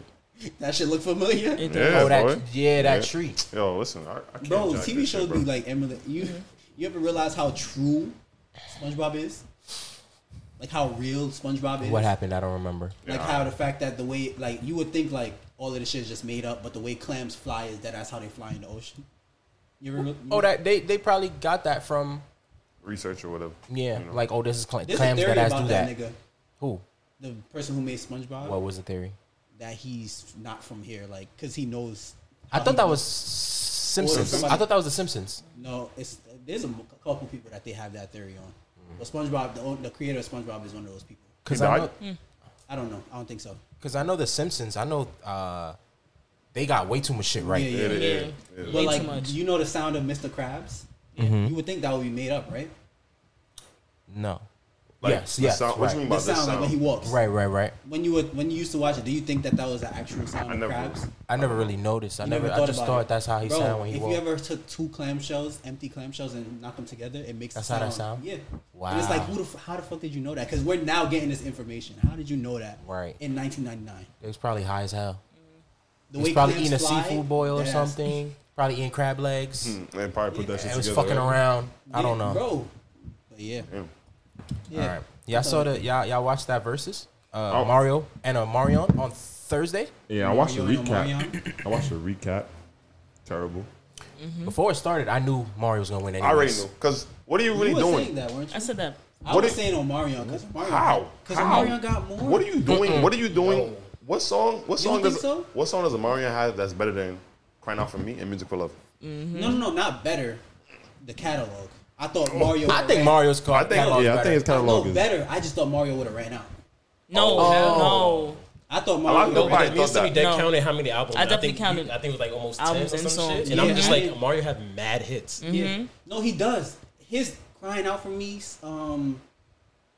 That shit look familiar.
It does.
yeah,
Mm-hmm. Oh, that
boy.
yeah, that
Yeah.
tree.
Yo, listen, I, I can't
Bro,
jack
TV
this shit,
shows
bro.
be like Emily. You you ever realize how true SpongeBob is? Like how real SpongeBob is?
What happened? I don't remember.
Like how the fact that the way like you would think like all of this shit is just made up, but the way clams fly is that that's how they fly in the ocean. You ever re-
Oh, that they, they probably got that from
research or whatever.
yeah.
you know.
Like oh, this is cl-
There's
clams
a theory
that ass
about
do
that,
that.
nigga.
Who?
The person who made SpongeBob.
What was the theory?
that he's not from here, like, cause he knows.
I
how
thought
he-
that was Simpsons.
somebody-
I thought that was the Simpsons.
no. It's there's a m- couple people that they have that theory on, but SpongeBob, the, own- the creator of SpongeBob, is one of those people.
Because
He
I
died?
know,
I don't know. I don't think so.
because I know the Simpsons. I know uh, They got way too much shit right.
Yeah, yeah.
It is.
Yeah.
It is.
But
Way
like,
too much.
you know the sound of Mr. Krabs?
Mm-hmm.
You would think that would be made up, right?
No.
Like,
yes,
the
yes.
sound- what
right.
you mean
The
About the
sound, like when he
sound.
walks.
right, right, right.
When you were, when you used to watch it, do you think that that was the actual sound
I
of
never-
Krabs?
I never really noticed. I
You
never. I just
about
thought
it?
that's how he
Bro,
sounded when he
if
walked.
you ever took two clamshells, empty clamshells, and knock them together, it makes
That's
a
how
sound.
that sound?
Yeah.
Wow.
And it's like, who the, f- how the fuck did you know that? Because we're now getting this information. How did you know that?
Right.
In 1999,
it was probably high as hell.
the
He's probably
clams
eating a
fly,
seafood boil or
that ass-
something. Probably eating crab legs.
And probably put that shit
It was
together.
fucking
right?
around. I don't
Yeah,
know.
bro. But yeah.
Damn.
yeah.
All right. Y'all saw the y'all y'all watched that versus uh,
Oh.
Mario and uh, Marion on Thursday
Mm-hmm.
Yeah, I watched the
Mario and
recap. *clears throat* I watched the recap. Terrible.
before it started. I knew Mario was gonna win. Anyways.
I already knew. Because what are you really
you were
doing?
saying that, weren't you?
I said that.
I
What
was
it-
saying Omarion because Omarion
How?
because
How?
Omarion got more.
What are you doing? What are you doing? What song? What
You
song
don't
does
think so?
what song does Amarian have that's better than "Crying Out for Me" and "Music for Love"?
No, no, no, not better. The catalog. I thought
I
Mario. would've
think
ran-
Mario's called.
Oh, I think-
yeah, I think it's
I
kind of
know
long.
better. I just thought Mario would have ran out.
No,
Oh.
no.
I thought
like
Mario.
nobody
would've ran
Nobody
out.
thought
used to be
that.
that
No.
counted how many albums.
I definitely
think,
counted.
I think it was like almost
Albums
ten or
and
some shit.
songs.
And I'm
Yeah. Mm.
just
I
like
didn't-
Mario had mad hits.
Mm-hmm.
Yeah. No, he does. His crying out for me. Um,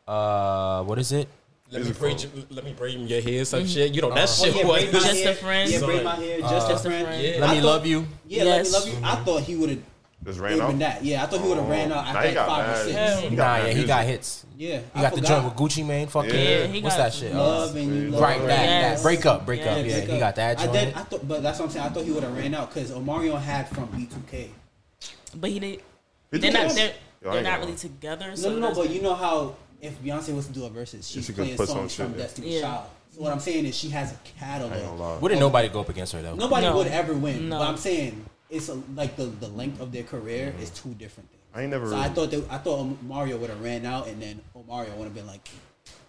Uh, what is it?
Let me braid your, let me braid your hair, some shit. You know that
oh,
shit
yeah,
was
braid my
Just
hair.
a friend.
Yeah, braid my hair. Just a friend.
friend.
Yeah.
Uh, Let
I
me
thought-
love you.
Yeah,
Yes.
let me love you. I thought he would have
Just ran
been
out.
that. Yeah, I thought he would have ran out
Nah, he
after like
got
five or
mad.
six.
Hell.
He got
Nah,
mad
yeah, he
music.
got hits.
Yeah,
He
I
got the
forgot.
joint with Gucci Mane. Fucking
Yeah,
he
what's
got
that shit? Uh,
Love and you love
right, that,
her.
Yes.
that break up, break
Yeah,
up. Yeah,
Pick
he
up.
got that
I
joint.
did. I thought, but that's what I'm saying. I thought he would have ran out because Omarion had from B2K.
But he did.
He
They're
did.
not. They're,
Yo, I
they're
ain't
not
gonna
really
lie.
together.
No,
So
no, no.
that's-
But you know how if Beyonce was to do a versus, she's
She could
playing
put some
songs
shit
from
there.
Destiny's
Yeah.
Child. So what I'm saying is she has a
I ain't gonna
catalog.
lie.
Wouldn't nobody go up against her though?
Nobody
No.
would ever win.
No.
But I'm saying it's a, like the, the length of their career is two different things.
Mm-hmm. I ain't never
So I
really-
thought that, I thought Mario would have ran out, and then Mario would have been like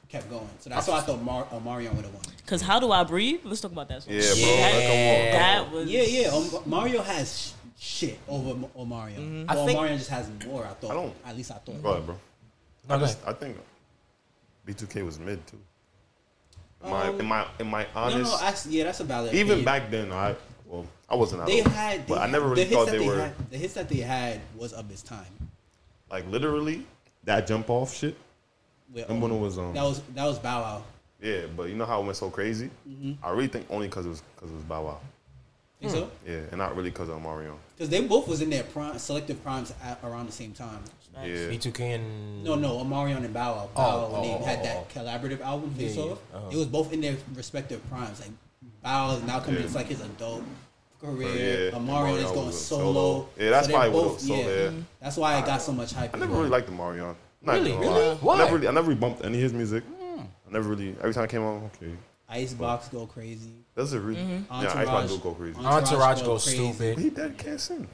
kept going. So that's why I thought Mar- Mario would have won.
Because how do I breathe? Let's talk about that. Song.
Yeah, bro.
That, that was.
Yeah, yeah. Um, Mario has sh- shit over M- Omarion.
I
Well,
think-
Omarion just has more. I thought.
I don't-
At least I thought.
Go ahead, bro.
No,
I
go
just
ahead.
I think B2K was mid too. In my in my in my
Um, no,
honest,
no. I, yeah, that's a valid.
even
opinion.
back then, I well, I wasn't. out
they
old,
had. They
but I
had-
never really
the hits
thought
that
they, were
Had, the hits that they had was of its time.
like literally that jump off shit.
With
Number one was, um,
that was that was Bow Wow.
Yeah, but you know how it went so crazy.
Mm-hmm.
I really think only because it was because it was Bow Wow. Hmm.
Think so?
Yeah, and not really because of Omarion.
Because they both was in their prime, selective primes at, around the same time.
Yeah,
B2K and
No, no, Omarion and Bow Wow. Bow Wow, when
oh,
they
oh,
had
oh,
that collaborative album, Face Off,
Uh-huh.
it was both in their respective primes. Like Bow Wow is now coming
Yeah.
into like his adult
Yeah,
career. Omarion
Omarion
is going
was a
solo.
solo. Yeah, that's
they're
probably what it was, solo, yeah. Uh,
That's why I got so much hype.
I never
around
really
it.
liked Omarion. Not
Really?
gonna
Really?
lie.
Why?
I never really, I never really bumped any of his music.
Mm.
I never really. Every time I came on, okay,
Icebox go crazy.
that's a really. Yeah, I
Mm-hmm. Entourage.
do go crazy.
Entourage
Entourage
goes
goes
But
stupid.
he dead can't sing.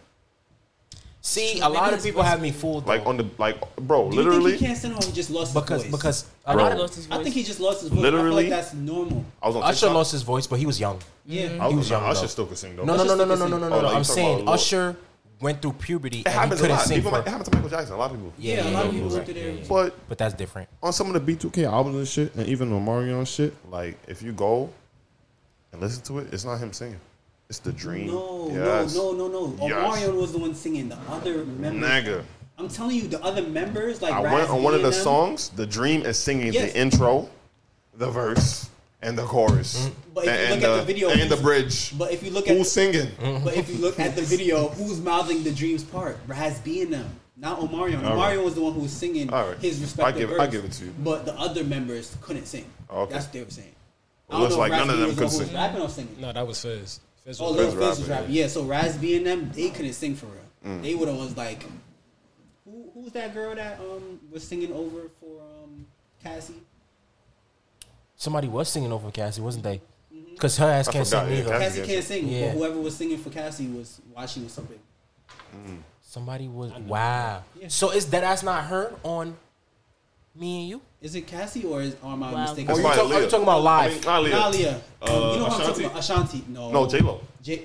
See,
So
a lot
maybe
of
his
people
voice-
have me fooled though,
Like on the like, bro,
Do you
literally.
think he can't stand or he just lost
because
his voice?
because a
Bro.
lot
Lost
of
his
I
voice.
think he just lost his voice. I
Literally.
feel like that's normal.
I was on
Usher
TikTok.
lost his voice, but he was young.
Yeah.
I was
was
nah,
young,
Usher
though.
still can sing though.
No, no,
Usher
no, no, no,
still can
no, no,
sing.
no,
Oh,
no.
now you
I'm
talking
saying
about Lil-
Usher went through puberty
It
and he
happens a
couldn't
lot.
sing
Even
for.
it happened to Michael Jackson. A lot of people.
Yeah,
Yeah, a
yeah,
lot of
yeah,
people
yeah,
went through there.
But
But that's different.
On some of the B2K albums and shit, and even Omarion shit,
like, if you go and listen to it, it's not him singing. It's the dream.
No,
Yes.
no, no, no, no.
Yes.
Omarion was the one singing. The other members.
Nigga.
I'm telling you, the other members like
I
Raz
went on one of
B
the
and them,
songs. The dream is singing
Yes.
the intro, the verse, and the chorus,
Mm-hmm. But if you
and,
look at
the,
the video,
and the
who's-
bridge.
But if you look at
Who's singing?
Mm-hmm.
But if you
*laughs*
look at the video, who's mouthing the dreams part? Raz B and them, not Omarion.
All
Omarion
right.
was the one who was singing
All right.
his
I
respective
give it-
verse.
I give it to you.
But the other members couldn't sing.
Okay.
That's what they were saying.
Well, looks like
Raz
none of
B
them
was the one
could
who was
sing.
Rapping or singing.
No, that was Fizz. Fizz
Oh,
was
Lil
Fizz
Fizz
rapping, Mm.
was rapping.
yeah.
Yeah. so Raz B and them, they couldn't sing for real. They were the ones like, who, who was that girl that um was singing over for um Cassie?
Somebody was singing over Cassie, wasn't they? Because her ass
I
can't
forgot,
sing
yeah,
either.
Cassie-
Cassie can't sing,
Yeah.
but whoever was singing for Cassie was watching or something.
Somebody was. Wow.
Yeah.
So is that ass not her on me and you?
Is it Cassie or is, are my
Wow.
mistaken?
That's
Or Oh, you
probably
talk- are you
Lil.
talking about live?
I mean, not Lil.
Nalia.
Uh,
you know what I'm
Ashanti?
talking about? Ashanti. No.
No, J Lo.
J.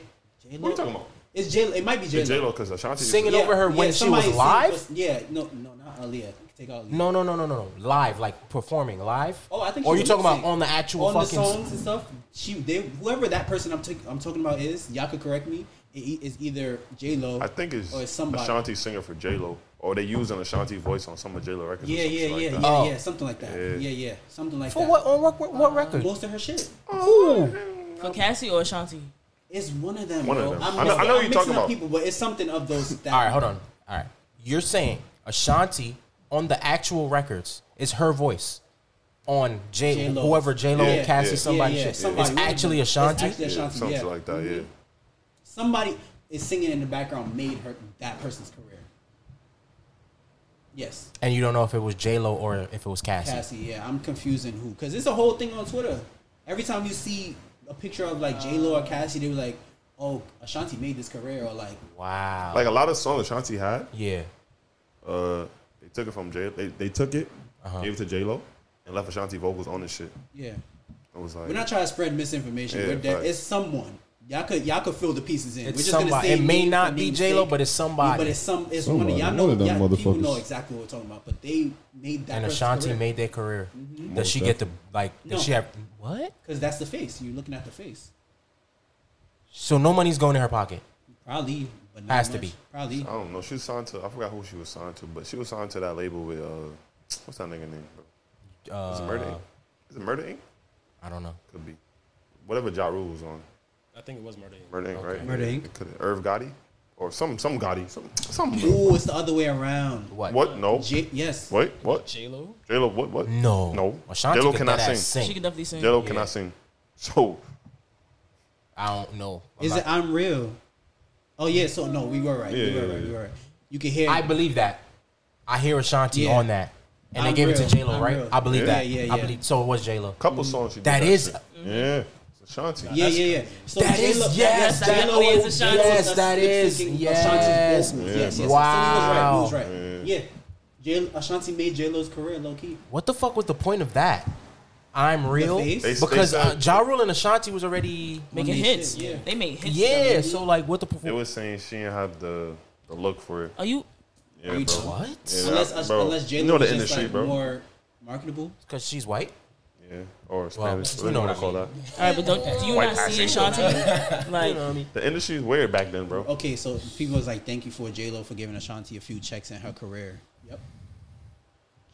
J.
What are you talking about?
It's J. It might be J.
J Lo, because Ashanti.
Singing
Yeah.
over her when she was
somebody
live?
sing- yeah. No. No. Not Aaliyah. Take out.
No, no, no, no, no, no. Live, like performing live.
Oh, I think.
Or
she
you talking about
lip-synced.
on the actual
on the
fucking?
songs and stuff? She, they, whoever that person I'm, i I'm talking about is, y'all could correct me. It e- is either J Lo.
I think it's,
or it's somebody.
Ashanti singer for J Lo, or they use an Ashanti voice on some of J Lo records. or
Yeah,
something
yeah,
like
yeah,
that.
yeah,
Oh.
yeah, something like that. Yeah, yeah, something like
For
that.
what? On what? What, what record?
Most of her shit.
For Cassie or Ashanti?
It's one of them.
One of
bro.
them.
I'm
I know- I
mixing-
know
I'm
you're talking
mixing up
about.
people, but it's something of those. That,
All right, hold on. All right, you're saying Ashanti on the actual records is her voice on J
J-Lo.
whoever J Lo
Yeah,
Cassie
yeah.
somebody
Yeah, yeah,
shit.
somebody.
it's actually
It's
Ashanti.
actually
Yeah,
Ashanti,
something
yeah. Mm-hmm.
like that. Yeah.
Somebody is singing in the background made her that person's career. Yes,
and you don't know if it was J Lo or if it was Cassie.
Cassie. Yeah, I'm confusing who because it's a whole thing on Twitter. Every time you see a picture of like J Lo or Cassie, they were like, "Oh, Ashanti made this career," or like,
Wow.
Like a lot of songs Ashanti had,
yeah.
uh, they took it from J. They, they took it, gave it to J Lo, and left Ashanti vocals on this shit.
"Yeah,
It was like
we're not trying to spread misinformation.
Yeah,
we're de-
facts.
it's someone." Y'all could y'all could fill the pieces in.
It's
We're just gonna
somebody.
say
It may
name
not
for
be
name's
J-Lo,
sake.
but it's somebody.
Yeah, but it's some. It's one of
Somebody.
y'all know.
One of them
y'all, people
motherfuckers.
know exactly what we're talking about, but they made that.
and Ashanti
person's career. Mm-hmm.
made their career. Does she get the like? Does
No.
she have what?
Because that's the face. You're looking at the face.
So no money's going in her pocket.
Probably. But not
Has to
much.
be.
Probably.
I don't know. She was signed to. I forgot who she was signed to, but she was signed to that label with uh, what's that nigga name? Bro? is it Murder Inc? Is it Murder Inc?
I don't know.
Could be whatever Ja Rule was on.
I think it was Murder. Inc.
Murder Inc. Right?
Murder, Inc.
It could- Irv Gotti or some some Gotti some some.
Ooh, it's the other way around.
What?
What? No.
J- yes.
Wait. What?
J Lo.
J Lo. What? What?
No.
No.
Ashanti
J Lo
could
cannot
deadass
sing.
She can definitely sing.
J Lo cannot sing. *laughs* So
I don't know. I'm
Is
not-
it I'm real? Oh yeah. So no, we were right. we
Yeah,
were
yeah,
right. We
yeah.
were right. You can hear.
I believe that. I hear Ashanti
Yeah.
on that, and
I'm
they gave it
real.
to J Lo,
I'm
right?
real.
I believe
Yeah.
that.
Yeah, yeah,
I
yeah.
believe so. It was J Lo.
couple songs she did
Mm, That is-
shit. yeah. It's Ashanti.
yeah, yeah, yeah. So
That is
J-Lo-
yes.
that
That
definitely is
is
Ashanti.
yes.
That's
That
lip
is
syncing
yes.
Ashanti's vocals. yes. Yes.
Wow.
So he was right. He was right. Yeah. J- Ashanti made J Lo's career low key.
What the fuck was the point of that? I'm real
face?
They- they
because uh,
said-
Ja Rule and Ashanti was already
Making
Shit,
hits.
yeah.
They made hits.
yeah. So like, what the
It was saying she didn't have the, the look for it.
Are you?
Yeah,
you
bro.
what?
Yeah.
Unless us-
bro.
unless J
You know
Lo
the
was just
industry,
like
bro.
more marketable.
Because she's white.
Yeah. Or Spanish.
you
What do you
know
want to
what
call
I
that?
All right, but don't do you
White
not see
passing.
Ashanti? *laughs* Like,
The industry is weird back then, bro.
Okay, so people was like, "Thank you for J Lo for giving Ashanti a few checks in her career." Yep.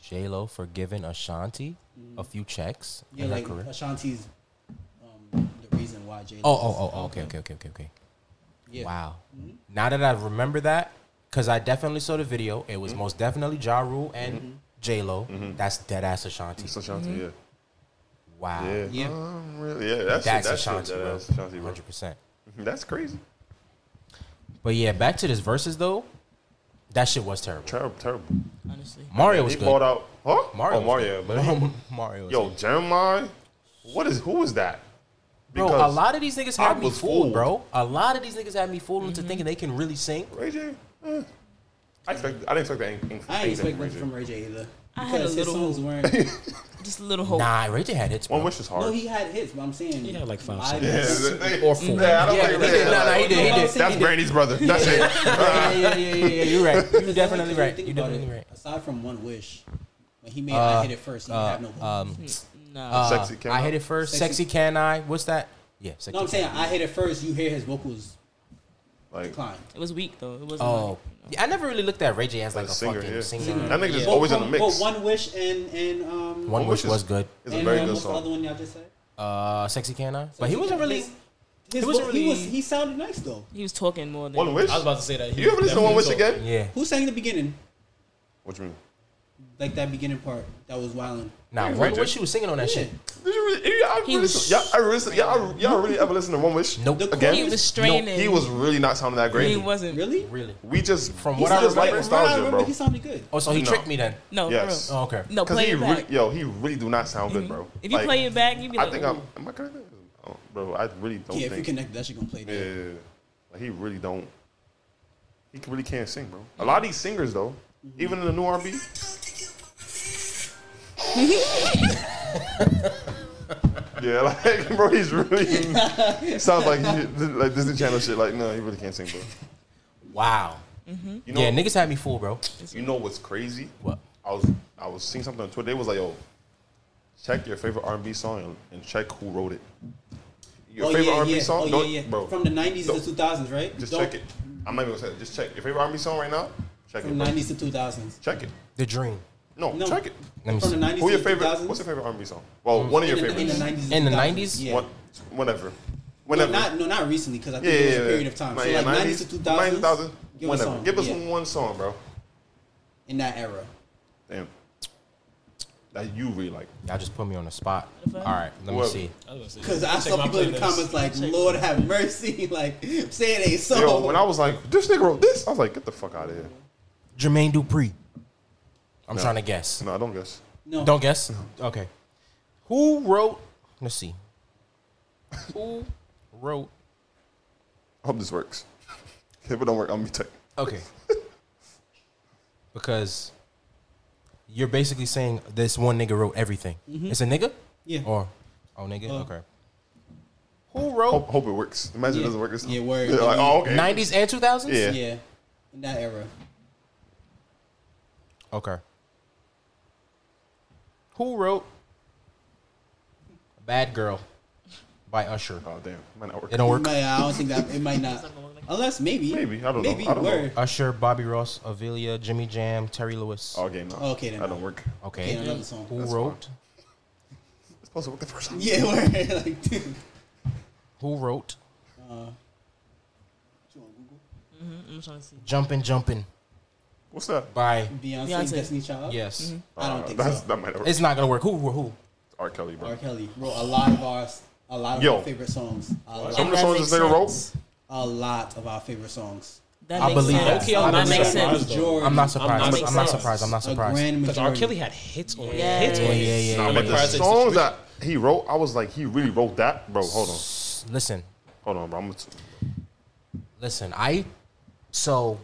J Lo for giving Ashanti a few checks
Mm-hmm. Yeah,
in
like uh,
her career.
Ashanti's um, the reason why J Lo.
Oh, oh, oh, oh, okay, okay, okay, okay, okay.
Yeah. Mm-hmm.
Wow. Now that I remember that, because I definitely saw the video, it
Mm-hmm.
was most definitely Ja Rule and J Lo. That's dead ass Ashanti.
It's Ashanti,
Wow.
yeah. Yeah.
Yeah.
Um, really, yeah, that's,
That's,
that's
Ashanti,
shit,
uh,
uh,
bro.
That's Ashanti, bro.
100%.
*laughs* That's crazy.
But yeah, back to this verses though. That shit was terrible.
Terrible, terrible.
honestly,
Mario was
They bought
good.
out, huh?
Mario
oh,
was
Mario.
good.
But he-
*laughs* Mario was
yo,
good.
Jeremiah, what is who is that?
Bro, a lot of these niggas
I
had me
was
fooled,
fooled. Mm-hmm.
bro. A lot of these niggas had me fooled into thinking they can really sing.
Ray J. eh. I expect. I didn't expect that. anything-
I ain't
anything
expect
from Ray
nothing
J.
from Ray J either.
I had a
Because his
little-
*laughs*
songs weren't.
just a little hope.
Nah, Ray J had hits, bro.
One wish is hard.
no, he had hits, but I'm saying
He had like five
live-
yeah,
Or
they-
fool.
yeah, I don't
Yeah,
think
he
they-
did. Nah, nah, he did. He did.
That's Brandy's brother. That's
*laughs*
it.
yeah, yeah, yeah, yeah, yeah. You're right.
*laughs*
You're
Because that's
definitely
*laughs* like,
right.
think
You're
about
definitely
it,
right.
Aside from One Wish, when he made
Uh,
I Hit It First, he didn't have no. hope.
Um,
No.
uh,
Sexy Can
I
I?
hit it first. Sexy,
Sexy-
can I? What's that? Yeah, sexy.
no, I'm
Can
saying I Hit It First. You hear his vocals
*laughs* Like,
decline.
it was weak though. It wasn't.
I.
like-
Oh, yeah, I never really looked at Ray J as like
As
a
a singer,
fucking
yeah.
singer.
That nigga just
Yeah.
always in
But-
the mix.
But One Wish and and um.
One
One
Wish
Wish
was
is-
good.
It's a
and
very
um,
good
what's the other
song.
one y'all just said?
Uh, sexy can I? But he wasn't really.
His, his
he wasn't
vo- he was
really-
he sounded nice though.
he was talking more than
One wish.
I was about to say that. he
You ever listen to One Wish
definitely
again?
Yeah.
Who sang the beginning?
What you mean?
Like that beginning part that was wildin'.
Nah,
Ray
one
J.
wish she was singing on that shit.
Did you really? Y'all,
He
really
was-
y'all, I really- y'all, y'all really ever listen to One Wish?
Nope.
The
Again?
He was straining.
He was really not sounding that great.
He wasn't.
Really?
Really?
We just
From
we
what I
just like
remember-
From what I
nostalgia,
remember,
bro.
he sounded good.
Oh, so he
No.
tricked me then.
No.
Yes.
for real.
Oh, okay.
No.
Because
Play
he
it
really,
back.
yo, he really do not sound good, bro.
If you
Like,
play it back, you be like,
I think
"Ooh."
I'm. Am I connected? Oh, bro, I really don't
Yeah, if you
think.
connect, that shit gonna play
yeah,
there.
like he really don't. He really can't sing, bro. A lot of these singers though, even in the new R&B.
*laughs*
yeah, *laughs* like bro, he's really *laughs* he sounds like he, like Disney Channel shit. Like no, he really can't sing, bro.
Wow.
You know,
Yeah, niggas had me fooled, bro.
you know what's crazy?
What?
I was I was seeing something on Twitter. They was like, "Yo, check your favorite R and B song and, and check who wrote it." Your
oh,
favorite
yeah,
R and B
yeah.
song,
oh,
don't,
yeah, yeah.
bro.
From the 90s to
don't-
2000s, right?
Just
Don't-
check it. I'm not even gonna say it. Just check your favorite R and B song right now. Check
From
it. bro.
90s to 2000s.
Check it.
The dream.
No,
No.
check it.
Let me
From the
see.
90s
Who your
to
favorite?
2000s.
What's your favorite R and B song? Well, one of your
Mm. in, the, in the
favorites.
90s?
In the
2000s,
90s?
Yeah.
One, whenever,
No,
whenever.
not, no, not recently, because I
yeah,
think
yeah,
it was
yeah.
a period of time.
Nah,
so,
yeah,
like, 90s to 2000s.
2000,
give us
whenever.
song,
give us
yeah,
one song, bro.
In that era.
Damn. That you really
*laughs*
like.
Y'all just put me on the spot. All right, let me
Whoever.
see.
Because I saw people in the comments like, Lord have mercy. Like, saying a song.
Yo, when I was like, this nigga wrote this, I was like, get the fuck out of here.
Jermaine Dupree. I'm trying to guess.
No, I don't guess.
no,
Don't guess. Okay. Who wrote? Let's see. Who wrote?
I hope this works. *laughs* if it don't work, I'll be tech.
Okay. because you're basically saying this one nigga wrote everything. It's a nigga.
Yeah.
Or oh nigga.
Uh.
okay. Who wrote
Hope, hope it works. Imagine
Yeah.
it doesn't work. It's
Yeah, word.
They're like, oh, okay.
90s and 2000s?
Yeah.
Yeah. In that era.
Okay. Who wrote Bad Girl by Usher?
Oh, damn. Might not work.
It don't
It
work.
might- I don't think that it might not. Unless maybe.
Maybe, I don't know.
maybe,
I don't know.
word.
Usher, Bobby Ross, Avilia, Jimmy Jam, Terry Lewis.
Oh, okay, no.
Okay, then.
That don't work.
Okay.
Okay, another song.
Who
That's
wrote?
fine. It's supposed to work the first time.
Yeah, *laughs* word. like, dude.
Who wrote
You on Google?
I'm trying to see.
Jumpin' Jumpin'
What's that?
by
Beyonce,
Beyonce.
Destiny Child?
Yes.
I don't
Uh,
think
that's,
so.
That might not work. It's
It's not gonna work. Who who who?
R. Kelly, bro.
R. Kelly wrote a lot of our, a lot of
Yo.
our favorite songs. A lot,
Some of the
That
songs
makes
this nigga wrote,
sense.
a lot of our favorite songs.
That
I
makes
believe
sense.
that. Okay, I'm
that
not
makes
surprised.
sense.
Majority,
I'm not surprised. I'm,
not
I'm not
surprised.
surprised. I'm not
A
surprised.
grand
Because
majority.
R. Kelly had hits on
Yeah.
hits on
Yeah,
hits.
yeah, yeah.
Nah,
I'm
but
like,
the
Crisis
songs
Situation.
that he wrote, I was like, he really wrote that, bro. Hold on,
Listen,
hold on, bro. I'm gonna
listen. I so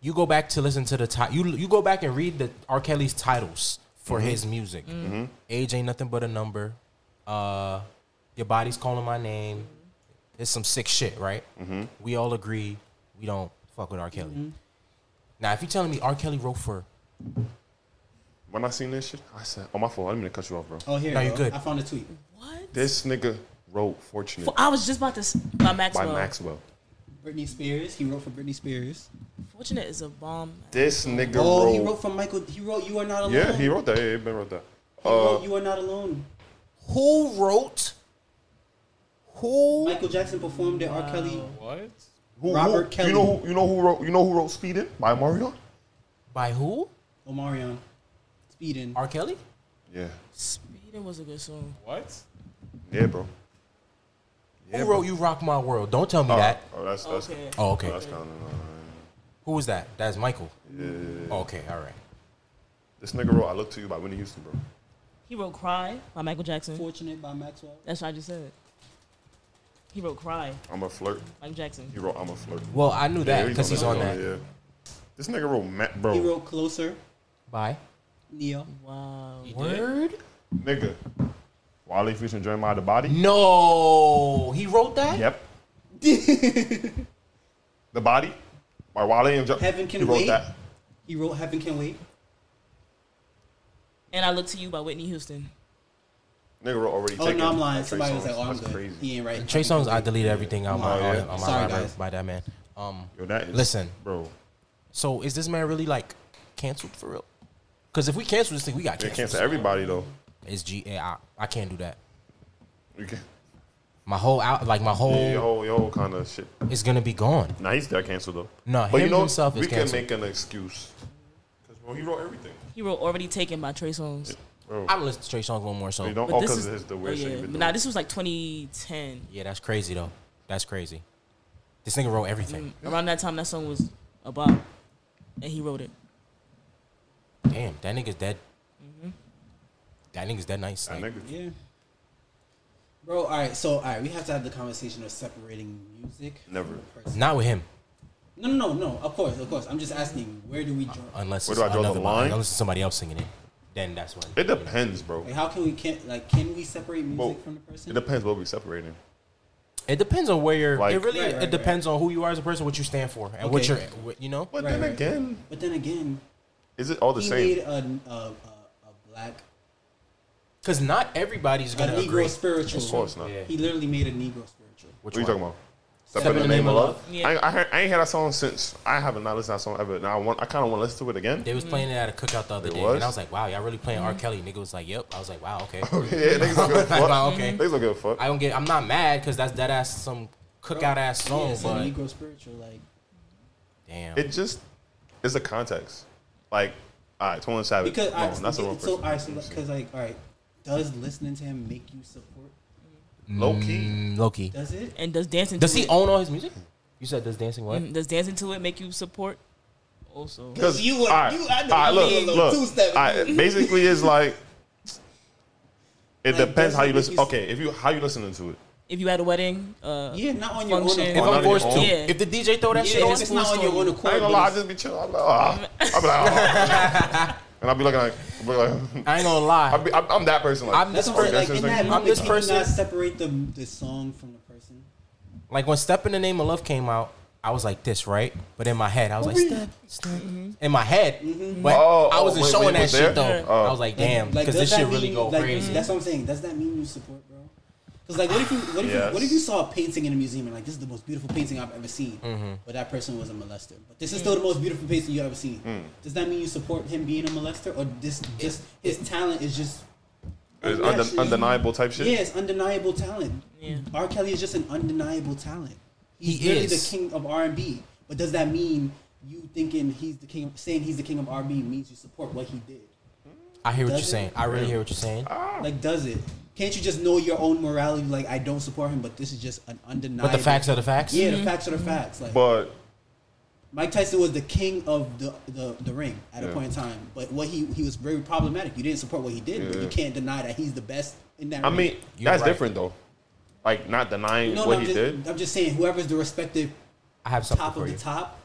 you go back to listen to the ti- you you go back and read the R. Kelly's titles for
Mm-hmm.
his music. Mm-hmm. Age ain't nothing but a number. Uh, your body's calling my name. It's some sick shit, right?
Mm-hmm.
We all agree we don't fuck with R. Kelly. Now, if you're telling me R. Kelly wrote for
when I seen this shit, I said, "Oh my fault. I didn't mean to cut you off, bro."
Oh, here.
No,
you
you're
go.
good.
I found a tweet.
What?
This nigga wrote "Fortunate"
F- I was just about to. s- By
by
Maxwell.
Maxwell.
Britney Spears. He wrote for Britney Spears.
Fortunate is a bomb.
This nigga
Oh,
wrote,
he wrote for Michael. He wrote "You Are Not Alone."
Yeah, he uh, wrote that. Yeah, he been wrote that.
He wrote "You Are Not Alone."
who wrote who
Michael Jackson performed at R. Kelly.
What?
Who,
Robert
who,
Kelly.
You know who? You know who wrote? You know who wrote "Speeding" by Mario?
by who?
Omarion. Speeding.
R. Kelly?
Yeah,
Speeding was a good song.
What?
yeah, bro. Yeah,
who
bro.
wrote "You Rock My World"? Don't tell me
Oh,
that.
oh, that's that's
Okay.
Oh, okay.
that's kind of.
Who was that? That's Michael. Oh, okay, all right.
This nigga wrote "I Look to You" by Whitney Houston, bro.
He wrote "Cry" by Michael Jackson.
Fortunate by Maxwell.
That's what I just said. He wrote "Cry,"
I'm a flirt.
Michael Jackson.
He wrote "I'm a flirt."
Well, I knew that because he's on
yeah,
that.
Yeah. This nigga wrote Matt,
He
bro.
wrote "Closer."
Bye.
Neo. *laughs*
Wow.
Word?
Nigga. Wale featuring Jeremiah the Body.
No, he wrote that.
Yep. the Body by Wale and Jer-
Heaven Can
he wrote
Wait.
that.
He wrote "Heaven Can Wait."
And I look to you by Whitney Houston.
Nigga wrote already.
Oh
taken
no, I'm
by
lying.
Trey
Somebody was like,
Songz.
"Oh, I'm
That's
good."
crazy.
He ain't right.
Trey Songz, I deleted everything on my,
Oh, yeah?
on my
Sorry,
library
guys.
by that man. Um,
Yo, that is
Listen.
bro.
so is this man really like canceled for real? Because if we cancel this thing, we got
They
canceled.
cancel everybody though.
It's G A I. I can't do that.
You can
My whole out, like my whole,
your whole your whole kind of shit.
is gonna be gone.
Nah, he's got canceled though.
Nah,
but
him
you know
himself is
we can
canceled.
make an excuse. Cause bro, he wrote everything.
He wrote "Already Taken" by Trey Songz.
Bro,
I'm gonna listen to Trey Songz one
Oh,
more
you
song.
don't all because it's the weird
oh,
shit.
yeah.
you've been
But Nah,
doing.
this was like 2010.
Yeah, that's crazy though. That's crazy. This nigga wrote everything.
Around that time, that song was about, and he wrote it.
Damn, that nigga's dead. That nigga's dead nice.
That
Like,
nigga.
Yeah. Bro, all right. So, all right, we have to have the conversation of separating music.
Never.
from person.
not with him,
No, no, no, no. Of course, of course. I'm just asking, where do we draw?
unless
Where
it's
do I draw the
another
line?
Unless it's somebody else singing it, then that's when.
It depends, bro.
Like, how can we can like can we separate music
Well,
from the person?
It depends what we're separating.
It depends on where you're. it
Like-
really
Right, right,
it depends on who you are as a person, what you stand for, and what
Okay.
you're. What, you know.
But
Right,
then
right.
again,
But then again,
Is it all the
he
same?
made a, a, a, a black
Because not everybody's
a
gonna
Negro
agree.
spiritual.
Of course not.
Yeah.
He literally made a Negro spiritual.
Which
What are
one?
you talking about? Step, in the name, of love.
Yeah.
I, ain't- I, heard, I ain't heard that song since I haven't not listened to that song ever. Now I want I kind of want to listen to it again.
They was
Mm-hmm.
playing it at a cookout the other
It
day,
was?
and I was like, "Wow, y'all really playing R. Kelly?" Nigga was like, "Yep." I was like, "Wow,
*laughs*
okay." *laughs*
*laughs* yeah, niggas don't
*laughs*
give
I
a
was
fuck.
like, okay.
Mm-hmm.
Niggas don't give a fuck.
I don't get. I'm not mad because that's that ass some cookout ass
yeah,
song,
it's a
but
Negro spiritual. Like
damn,
It just is a context. Like, all right, Twenty Savage.
because
no,
I,
that's the wrong
so
person.
all right, so because like all right, does listening to him make you support?
Low key.
Mm, Loki.
Does it?
And does dancing
Does
to
he
it,
own all his music? You said does dancing what?
Mm.
Mhm. does dancing to it make you support? Also,
Because
You would- you- I know you
look,
need a little
look,
two-step.
all right, basically, it's like it
*laughs* Like,
depends how you
does it
listen.
make you-
Okay, if you how you listening to it.
if you at a wedding, uh,
Yeah, not on your
Function.
own.
If
accord.
I'm
Oh, not
forced to,
even
own?
if the DJ throw that shit,
Yeah,
on
if it's
it's
not
forced
on your
on
own
you.
I
accord.
ain't gonna lie, I
but it's-
just be chill. I'm like, *laughs* ah, I'm like,
*laughs*
ah. and I'll be looking like, I'll be like *laughs*
I ain't gonna lie.
I'll be, I'm, I'm that person. Like,
I'm
That's
this
what I'm
person.
saying.
that's
Like
just
in
like-
that
I'm
moment,
this
you
person.
cannot separate the the song from the person.
Like when "Step in the Name of Love" came out, I was like this, right? But in my head, I was
Oh,
like step, step. In my head,
Mm-hmm.
but
Oh,
I
oh,
wasn't
wait,
showing
wait,
that
was
shit
there?
though.
Oh.
I was like, damn, because
Uh, does
this
that
shit
mean
really
you-
go
like,
crazy.
That's what I'm saying. Does that mean you support, bro? Because like, what if you what if you what if you
Yes.
saw a painting in a museum and like this is the most beautiful painting I've ever seen,
Mm-hmm.
but that person was a molester. But this is still the most beautiful painting you ever seen.
Mm.
Does that mean you support him being a molester, or this just his talent is just
It's unde- undeniable type shit.
Yeah, it's undeniable talent.
Yeah.
R. Kelly is just an undeniable talent. He's
He
really
is.
the king of R and B. But does that mean you thinking he's the king? Of, saying he's the king of R and B means you support what he did.
I hear what you're
Does it?
saying. I really hear what you're saying.
Ah.
Like, does it? Can't you just know your own morality? Like, I don't support him, but this is just an undeniable.
But the facts are the facts.
Yeah, the facts are the facts. Like,
But
Mike Tyson was the king of the the, the ring at a
Yeah.
point in time, but what he he was very problematic. You didn't support what he did, but you
Yeah.
can't deny that he's the best in that.
I
ring.
mean,
You're
that's
right.
different though. Like not denying
no, no,
what he
I'm just,
did.
I'm just saying, whoever's the respective
I have something
top
for
of
you.
the top,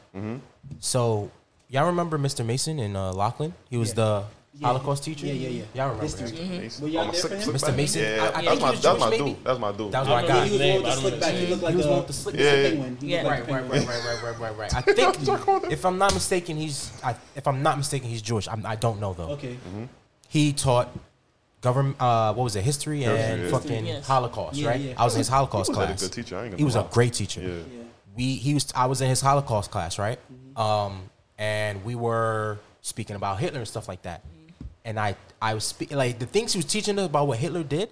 So, y'all remember Mr. Mason in uh, Lachlan? He was
Yeah.
the
Yeah.
Holocaust teacher.
Yeah, yeah, yeah.
Y'all remember
History.
him?
Were y'all
Oh, my
there
slick-
for him?
slick
Mr.
back.
Mason?
Yeah,
I- I
that's
think
my
he was
that's my
Jewish,
dude.
maybe?
That's my dude.
That was
I
my
don't
Yeah,
guy.
he was the
Name,
one with the
I don't
slick
know
back.
his
He looked
name.
like the,
He was one with the
like
slick- Yeah, yeah.
the penguin. He
Yeah.
looked like
Right,
the
right,
penguin.
right, right, right, right, right,
*laughs*
right. I think, if I'm not mistaken, he's. I, if I'm not mistaken, he's Jewish. I'm, I don't know though.
Okay.
Mm-hmm.
He taught government. Uh, what was it? History and
History, yeah.
fucking
Yes.
Holocaust,
Yeah,
right?
yeah.
I was in his Holocaust
He was a
class.
good teacher, I ain't gonna
he was a
lie.
great teacher.
Yeah.
Yeah.
we he was I was in his Holocaust class, right? Um, and we were speaking about Hitler and stuff like that. And I I was speaking like the things he was teaching us about what Hitler did.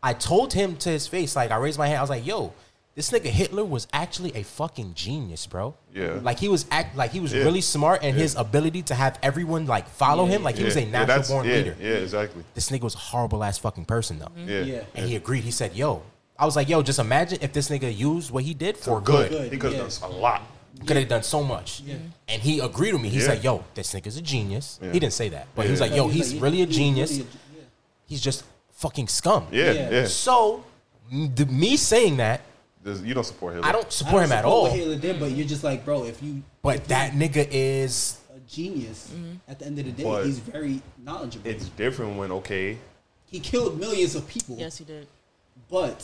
I told him to his face, like I raised my hand. I was like, "Yo, this nigga Hitler was actually a fucking genius, bro.
Yeah.
like he was act like he was
Yeah.
really smart, and his ability to have everyone like follow him, like he was a natural
that's-
born
yeah,
leader.
Yeah, exactly.
This nigga was a horrible ass fucking person though.
Yeah.
Yeah.
And he agreed. He said, "Yo." I was like, yo, just imagine if this nigga used what he did for good.
good,
He could
yeah.
have done a lot.
Could have done so much. And he agreed with me. He's
Yeah.
like, yo, this nigga's a genius.
Yeah.
He didn't say that. But he was
Yeah.
like, yo,
He was
he's
like,
really a
he- he was
genius.
really a- yeah.
He's just fucking scum.
Yeah,
Yeah.
yeah.
So, m- the, me saying that,
There's- you don't support Hitler.
I don't
I
support
don't
him at
support
all.
What Hitler did, but you're just like, bro, if you
But that nigga is.
a genius
Mm-hmm.
at the end of the day,
But
he's very knowledgeable.
It's different when okay.
he killed millions of people,
yes, he did.
but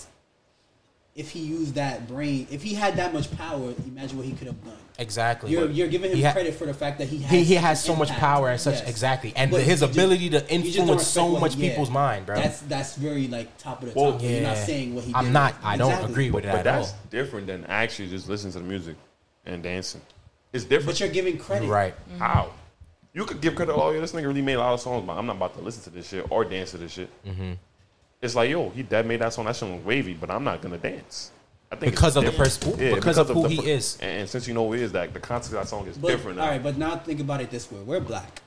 if he used that brain, if he had that much power, imagine what he could have done.
Exactly.
You're, you're giving him
He ha-
credit for the fact that he has
He, he
such
has
an
so much
impact.
power and such.
Yes.
Exactly. And
But
his
you just-
ability to
you just don't
influence
respect
so
what-
much
yeah.
people's mind, bro.
That's that's very like top of the
Well,
top. You're not
Yeah.
saying what he.
I'm
did.
not. I don't
Exactly.
agree with it at
But
all.
that's different than actually just listening to the music and dancing. It's different.
But you're giving credit,
Right.
How? You could give credit. Oh, yo, this nigga really made a lot of songs, but I'm not about to listen to this shit or dance to this shit.
Mm-hmm.
It's like, yo, he that made that song. That shit was wavy, but I'm not gonna dance. I think it's
Because of the
different.
pers- because of who
the
he
per-
is.
and, and since you know who he is, like the concept of that song is
But,
different. Now.
All right, but now think about it this way: we're black.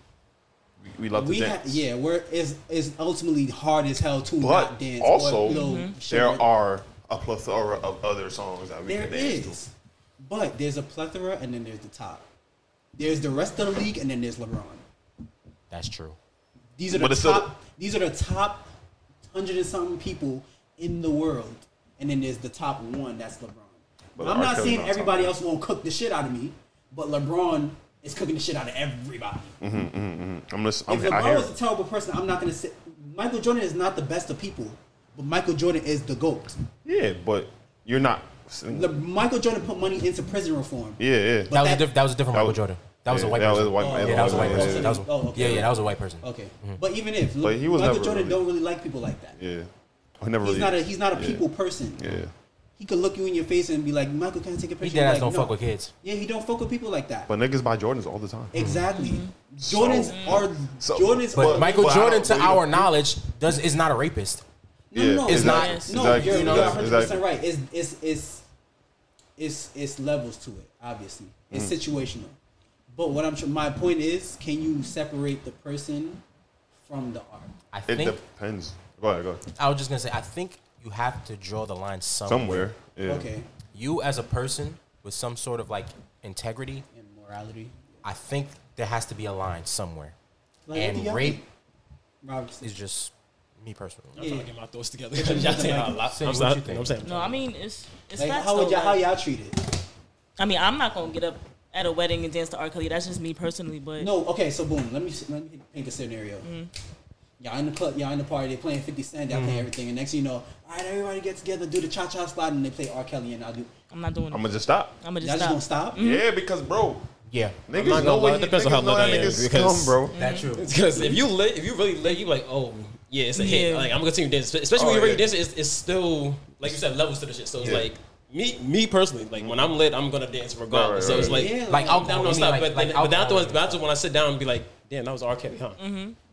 we, we love to
We ha-
dance.
yeah, we're is is ultimately hard as hell to
but
not dance. or
also
blow shit
there
with-
are a plethora of other songs that we
there
can dance
is, but there's a plethora, and then there's the top. There's the rest of the league, and then there's LeBron.
That's true.
These are
But
the
it's still-
top. These are the top hundred and something people in the world, and then there's the top one. That's LeBron.
But
I'm
R.
not
Kelly's
saying
not top
everybody
one.
else won't cook the shit out of me, but LeBron is cooking the shit out of everybody.
to. I'm just, I'm,
If
I
LeBron
hear
was a terrible person, I'm not gonna say Michael Jordan is not the best of people, but Michael Jordan is the goat.
yeah, but you're not.
Le- Michael Jordan put money into prison reform.
yeah, yeah.
That was,
that-
a diff- that was a different
That
Michael
was-
Jordan. That was a
Yeah,
white
that
person.
was a white man.
Yeah, that was a white
Yeah.
person. That was,
Oh, okay.
Yeah, yeah, that was a white person.
Okay, but even if
Mm-hmm. But he was
Michael
never
Jordan
really-
don't really like people like that.
Yeah. I never
He's
really.
not a he's not a
yeah.
people person.
Yeah.
He could look you in your face and be like, Michael, can I take a picture?
He
You're
dead ass
like,
don't
"No."
fuck with kids.
Yeah, he don't fuck with people like that.
But niggas buy Jordans all the time.
exactly. Jordans are
So-
Jordans
But
are
Michael
but I
Jordan,
don't-
to
but you
our
don't-
knowledge, does is not a rapist.
No,
Yeah,
no,
it's
it's
not-
not.
Yes.
No,
exactly,
you're,
you
you're
know,
100
exactly.
percent right. It's, it's it's it's it's levels to it. Obviously, it's situational. But what I'm tr- my point is, can you separate the person from the art?
I
It
think
depends. Go ahead, go ahead.
I was just gonna say I think you have to draw the line somewhere.
Somewhere. Yeah.
Okay,
You as a person with some sort of like integrity,
and morality.
I think there has to be a line somewhere.
Like,
and
yeah,
rape
Robinson.
is just me personally.
I'm trying to get my thoughts together. *laughs*
Yeah.
Y'all saying a lot.
Say
I'm
what
sorry.
you think.
I'm saying.
No, I mean it's it's
Like,
facts
how
though,
would y'all, how
like-
y'all treat it?
I mean, I'm not gonna get up at a wedding and dance to R. Kelly. That's just me personally, but
No, okay, so boom. Let me s- let me paint a scenario.
Mm-hmm.
Y'all in the club, y'all in the party. They playing Fifty Cent, y'all playing everything, and next thing you know, all right, everybody get together, do the cha cha slide, and they play R. Kelly, and I do.
I'm not doing it.
I'm
I'm
gonna just stop.
gonna
Y'all
just
just gonna
stop.
stop?
Yeah, because bro,
Yeah,
niggas
not
know
gonna lie,
what
it
he
depends on
niggas
how
know
lit
that
I am,
niggas come,
because- *laughs*
bro.
that's true.
Because if you lit, if you really lit, you be like, oh yeah, it's a hit.
Yeah.
Like I'm gonna continue dancing, especially
Oh,
when you already
yeah.
dancing. It's, it's still like you said, levels to the shit. So it's
Yeah.
like me, me personally, like when I'm lit, I'm gonna dance regardless.
right,
so it's
right.
like,
Yeah,
Like
I'm
alcohol,
not gonna
you mean,
stop.
like,
but
like
then, but then
alcohol.
afterwards, but afterwards, when I sit down and be like, damn, that was R. Kelly, huh?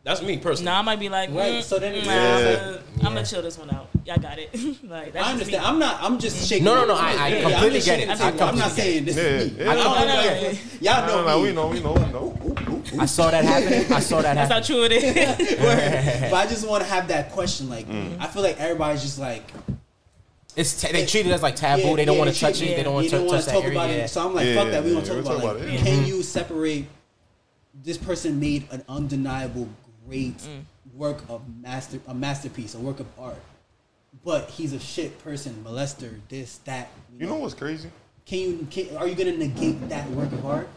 That's me personally.
Now I might be like,
Right,
mm,
so then it's-
nah,
Yeah.
I'm gonna chill this one out. Y'all got it. *laughs* like that's just
I
me.
understand. I'm not. I'm just shaking.
No, no,
it.
no, I- I
Yeah, I'm
completely
just
get
shaking
it.
too.
I
I'm
completely
not saying this is
Yeah,
me.
yeah.
I don't
No, no,
know.
No,
Y'all know.
no, no,
me.
we know, we know, we know.
I saw
*laughs*
that happening. I saw that
That's how
happen.
true it is.
But I just want to have that question. Like,
Mm.
I feel like everybody's just like,
It's ta they treat it as like taboo.
yeah,
they don't
yeah,
want
they
to touch
treat-
it. They
yeah,
don't
you
want to
don't want
touch
to
that
talk
area.
about
yeah. Mm-hmm.
it. So I'm like,
Yeah,
fuck that. We
yeah,
don't talk
we
about,
talk
it.
about it, yeah.
Can you separate? This person made an undeniable, great
Mm.
work of master, a masterpiece, a work of art. But he's a shit person, molester, this, that.
You know what's crazy?
Can you? Can, are you gonna negate that work of art?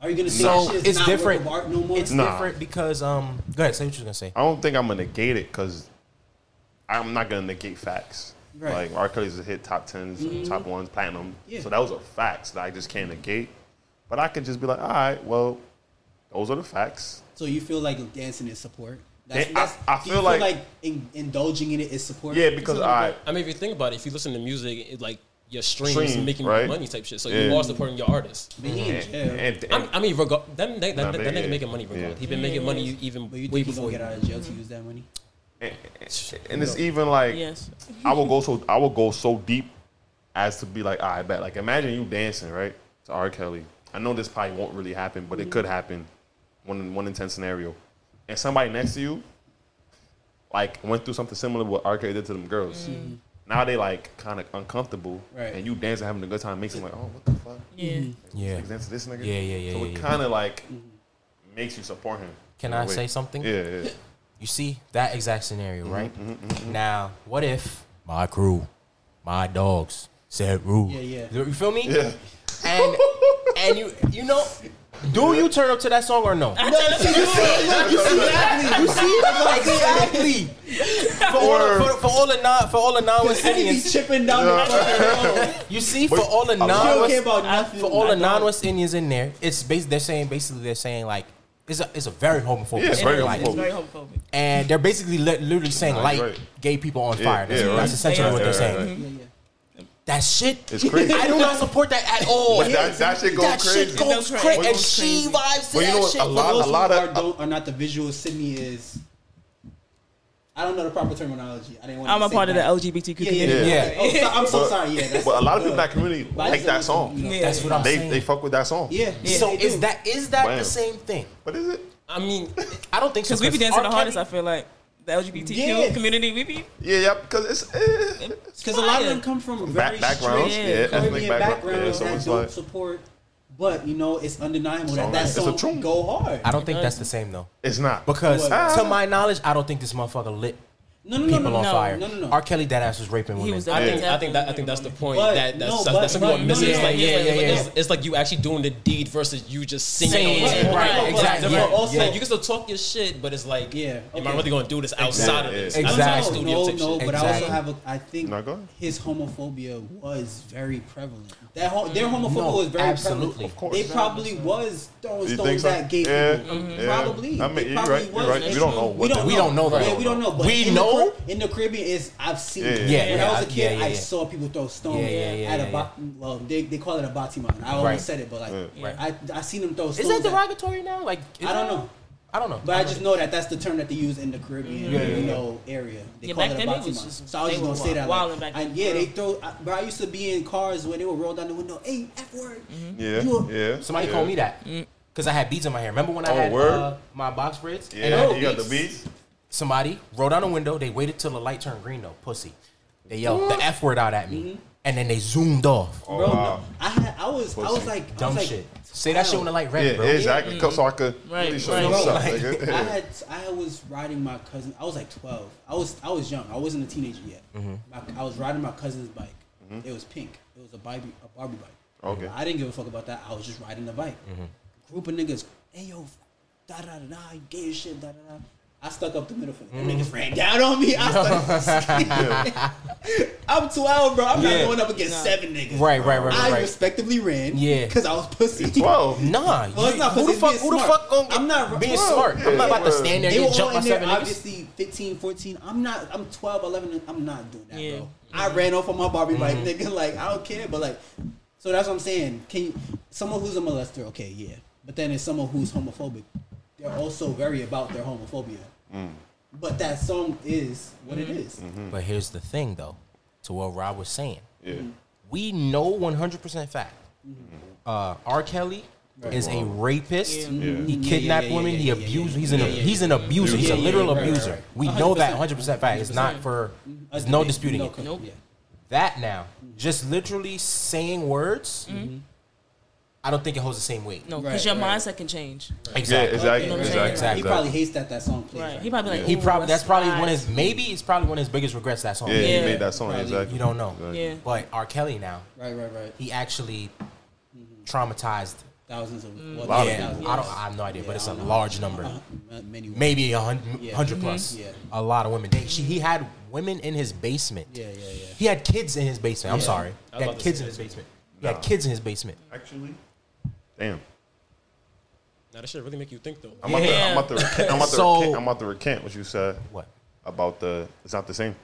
Are you gonna say
So
that shit is
it's
not
different.
work of art no more?
It's
Nah.
different because um. Go ahead. Say what you're gonna say.
I don't think I'm gonna negate it because I'm not gonna negate facts.
Right.
Like R. Kelly's a hit top 10s
Mm-hmm.
top ones, platinum.
Yeah.
So those are facts that I just can't negate. But I could just be like, all right, well, those are the facts.
so you feel like dancing is support?
Yeah, I- I
do you
feel like-
in, indulging in it is support.
Yeah, because all right,
I mean, if you think about it, if you listen to music, it's like your streams
Stream,
making
right?
money type shit. So
Yeah.
you are supporting your artist.
But he in
and,
jail.
and,
I'm, I mean, rega- that, that, that,
Nah,
that,
man,
nigga
yeah.
making money regardless.
Yeah.
He been making money even
But you
way
think he's gonna
before.
get
you.
out of jail to use that money?
and it's even like
yes.
I will go so I will go so deep as to be like, all right, bet. Like imagine you dancing, right? To R. Kelly. I know this probably won't really happen, but it could happen. One in one in ten scenario. And somebody next to you, like went through something similar to what R. Kelly did to them girls.
Mm-hmm.
Now they like kind of uncomfortable,
Right.
and you dancing, having a good time, makes them like, oh, what the fuck?
Yeah.
Mm-hmm.
Yeah.
Like, dance to this nigga.
Yeah, yeah, yeah,
So
yeah,
it
yeah.
kind of like
Mm-hmm.
makes you support him.
Can
in a
I
way.
say something?
Oh, Yeah, Mm-hmm, yeah.
You see that exact scenario, right? Now, what if my crew, my dogs, said rule?
Yeah, yeah.
You feel me?
Yeah.
And and you you know, do you turn up to that song or no?
I tell them to do it.
You see, exactly. For all, for, for all the non for all the non
And he be
Indians,
chipping down the fucking road.
you see, for all the
He
non
don't care about nothing.
for all the
I don't.
non-West Indians in there, it's bas- they're saying basically they're saying like it's a it's a very homophobic.
Yeah, it's very
like,
It's
homophobic.
very homophobic.
And they're basically li- literally saying
Nah,
light
you're right.
gay people on
Yeah,
fire. That's,
yeah, right.
that's essentially
Yeah,
what they're
yeah,
saying.
right,
Yeah, yeah.
That shit,
It's crazy.
I do not support that at all.
But that- that shit go
That
crazy.
shit goes
It goes
crazy,
crazy.
and she vibes to
Well, you know
that
what?
shit.
A
for
lot-
For those
lot
who
of-
are, don't, are not the visual. Sydney is. I don't know the proper terminology. I didn't want.
I'm
to
a
say
part of
that.
the LGBTQ
Yeah,
community.
yeah.
Yeah.
yeah. Oh, so, I'm so
But-
sorry. Yeah, that's,
But a lot of
uh,
people in that community
but I
like
just
that
wanted
song.
to, you know,
Yeah.
That's what I'm
they
saying.
they fuck with that song.
Yeah.
Yeah.
so
they
is
do.
that is that
Wow.
the same thing?
What is it?
I mean,
I don't think so.
Because we be dancing
R.
the hardest, I
Kelly-
feel like. The LGBTQ
Yeah.
community, we be.
Yeah, yeah, because it's eh,
Because a lot of them come from
back,
very
backgrounds,
straight
yeah, ethnic
Caribbean
background, yeah,
backgrounds
so
that
it's
don't
like
support. But you know, it's undeniable that
Song
that
is- it's a
song
tune.
go hard.
I don't think that's the same though.
it's not Ah.
Because
What?
to my knowledge, I don't think this motherfucker lit
No, no, no,
people
no,
on
no,
fire.
no, no, no.
R. Kelly that ass was raping women.
was
I
Yeah.
think, I think that I think that's the point
But,
that that's,
no,
that's, that's
but-
people
but-
are missing.
no,
it's
no,
like
yeah,
yeah,
yeah, yeah,
It's, it's like you actually doing the deed versus you just singing.
Singing,
on
yeah, right,
it.
exactly,
Like, it's different.
yeah,
It's
yeah.
like you can still talk your shit, but it's like
Yeah,
am I
okay.
really going to do this outside of this?
Yeah,
Outside
exactly.
of studio
No,
type
no,
shit.
but I also
Exactly.
have a. I think
Not good?
his homophobia was very prevalent. That ho- their homophobia
Mm, No,
was very
absolutely.
prevalent.
Of
course.
they probably was throwing
You
stones
think so?
at gay
Yeah,
people.
mhm. yeah.
Probably.
I mean,
They
you're
probably
right, you're
was.
right. We don't know what
the- Mm-hmm. We don't know that.
Yeah, we don't know. But
We
in the
know?
Car- in the Caribbean, is I've seen. it.
Yeah,
yeah,
When I was a
yeah,
kid,
yeah,
I
yeah.
saw people throw stones
Yeah, yeah, yeah,
at a
yeah,
ba- well, they, they call it a batiman. I always
Right.
said it, but like
Right.
I I seen them throw stones.
Is that
at-
derogatory now? Like is
I don't
that-
know.
I don't know.
But I just know that that's the term that they use in the Caribbean, you know, area. They
Yeah,
call
back
it a
then they was
batima.
just-
So I was
they
just
were
gonna say that.
wild-
Like,
wildin' back
I,
then.
yeah, they throw. I, bro, I used to be in cars where they would roll down the window, "Hey, f word."
Yeah,
You a-
yeah.
Somebody
yeah.
called me that because I had beads in my hair. Remember when I
Oh,
had
word?
uh, my box braids?
Yeah,
And I-
you got the beats.
somebody rolled down a window. They waited till the light turned green though. Pussy. They yelled the f word out at me, and then they zoomed off.
Mm-hmm. Oh,
Bro,
wow.
I had. I was. I was
Pussy.
like, I
Dumb
was like,
shit. Say that shit when the light red,
Yeah,
bro.
exactly. So I could
Right,
really show
right.
you
Bro,
what's up,
like-
*laughs*
*laughs*
nigga.
I had. I was riding my cousin. I was like twelve. I was. I was young. I wasn't a teenager yet.
Mm-hmm.
I, I was riding my cousin's bike. It was pink. It was a Barbie. A Barbie bike.
Okay.
I didn't give a fuck about that. I was just riding the bike.
Mm-hmm.
Group of niggas. Hey yo, da da da da. you Gay as shit. Da da da. I stuck up the middle for them. Them
Mm-hmm.
Niggas ran down on me.
*laughs*
I started- *laughs* I'm 12, bro. I'm
Yeah.
not going up against seven niggas.
Right, right, right,
I
right.
respectively ran.
Yeah.
because I was pussy.
Twelve.
Nah,
Well, it's
you-
not
who the
pussy,
fuck?
it's
Who
being
the
smart.
fuck? Gonna,
I'm not-
being
Bro,
smart. I'm not about to
yeah.
stand there
They were
and jump
all
my
in there,
seven niggas.
obviously 15, 14. I'm not, I'm 12, 11. and I'm not doing that,
Yeah.
bro. I
Mm-hmm.
ran off on my Barbie bike, nigga. *laughs* Like, I don't care, but like, so that's what I'm saying. Can you, someone who's a molester, okay, yeah. But then it's someone who's homophobic. They're also very about their homophobia.
Mm.
But that song is what
Mm-hmm.
it is.
Mm-hmm.
But here's the thing, though, to what Rob was saying.
Yeah. Mm-hmm.
We know 100% fact. Uh, R. Kelly is a rapist. He
Mm-hmm.
Yeah,
kidnapped
yeah, yeah,
women.
yeah,
he
yeah,
abused.
yeah,
He's an
yeah, yeah,
he's an abuser. He's a
Yeah, yeah,
literal
yeah, right,
abuser.
right, right.
We know that
100%
100% fact. It's not for. There's no disputing it.
con-
Nope.
yeah.
That now, just literally saying words,
Mm-hmm.
I don't think it holds the same weight.
No,
Right,
because your
right.
mindset can change.
Yeah,
Exactly.
exactly.
Okay.
Exactly.
Exactly.
He probably hates that that song plays.
Right.
right
He probably like
He
"Ooh,
probably that's probably
why
one of
is-
his maybe it's probably one of his biggest regrets. That song.
Yeah,
Yeah.
he made that song
Probably.
exactly.
You don't know. *laughs*
Exactly.
Yeah.
But R. Kelly now,
right, right, right.
he actually traumatized.
Thousands of, well,
Lot of
Mm. yeah,
thousands.
I don't. I have no idea, but
Yeah,
it's
I
a
don't know.
large number.
Uh, many women.
Maybe a hundred,
Yeah.
hundred plus.
Yeah.
A lot of women. They, she, he had women in his basement.
Yeah, yeah, yeah.
He had kids in his basement. I'm
Yeah.
sorry.
I was
He had
about to
kids
say
in his
that too.
basement. He
Nah.
had kids in his basement.
Actually, damn.
Now that shit really make you think though.
I'm about,
Yeah.
to, I'm, about to recant, I'm, about to
So-
recant, I'm about to recant what you said
What?
about the. It's not the same.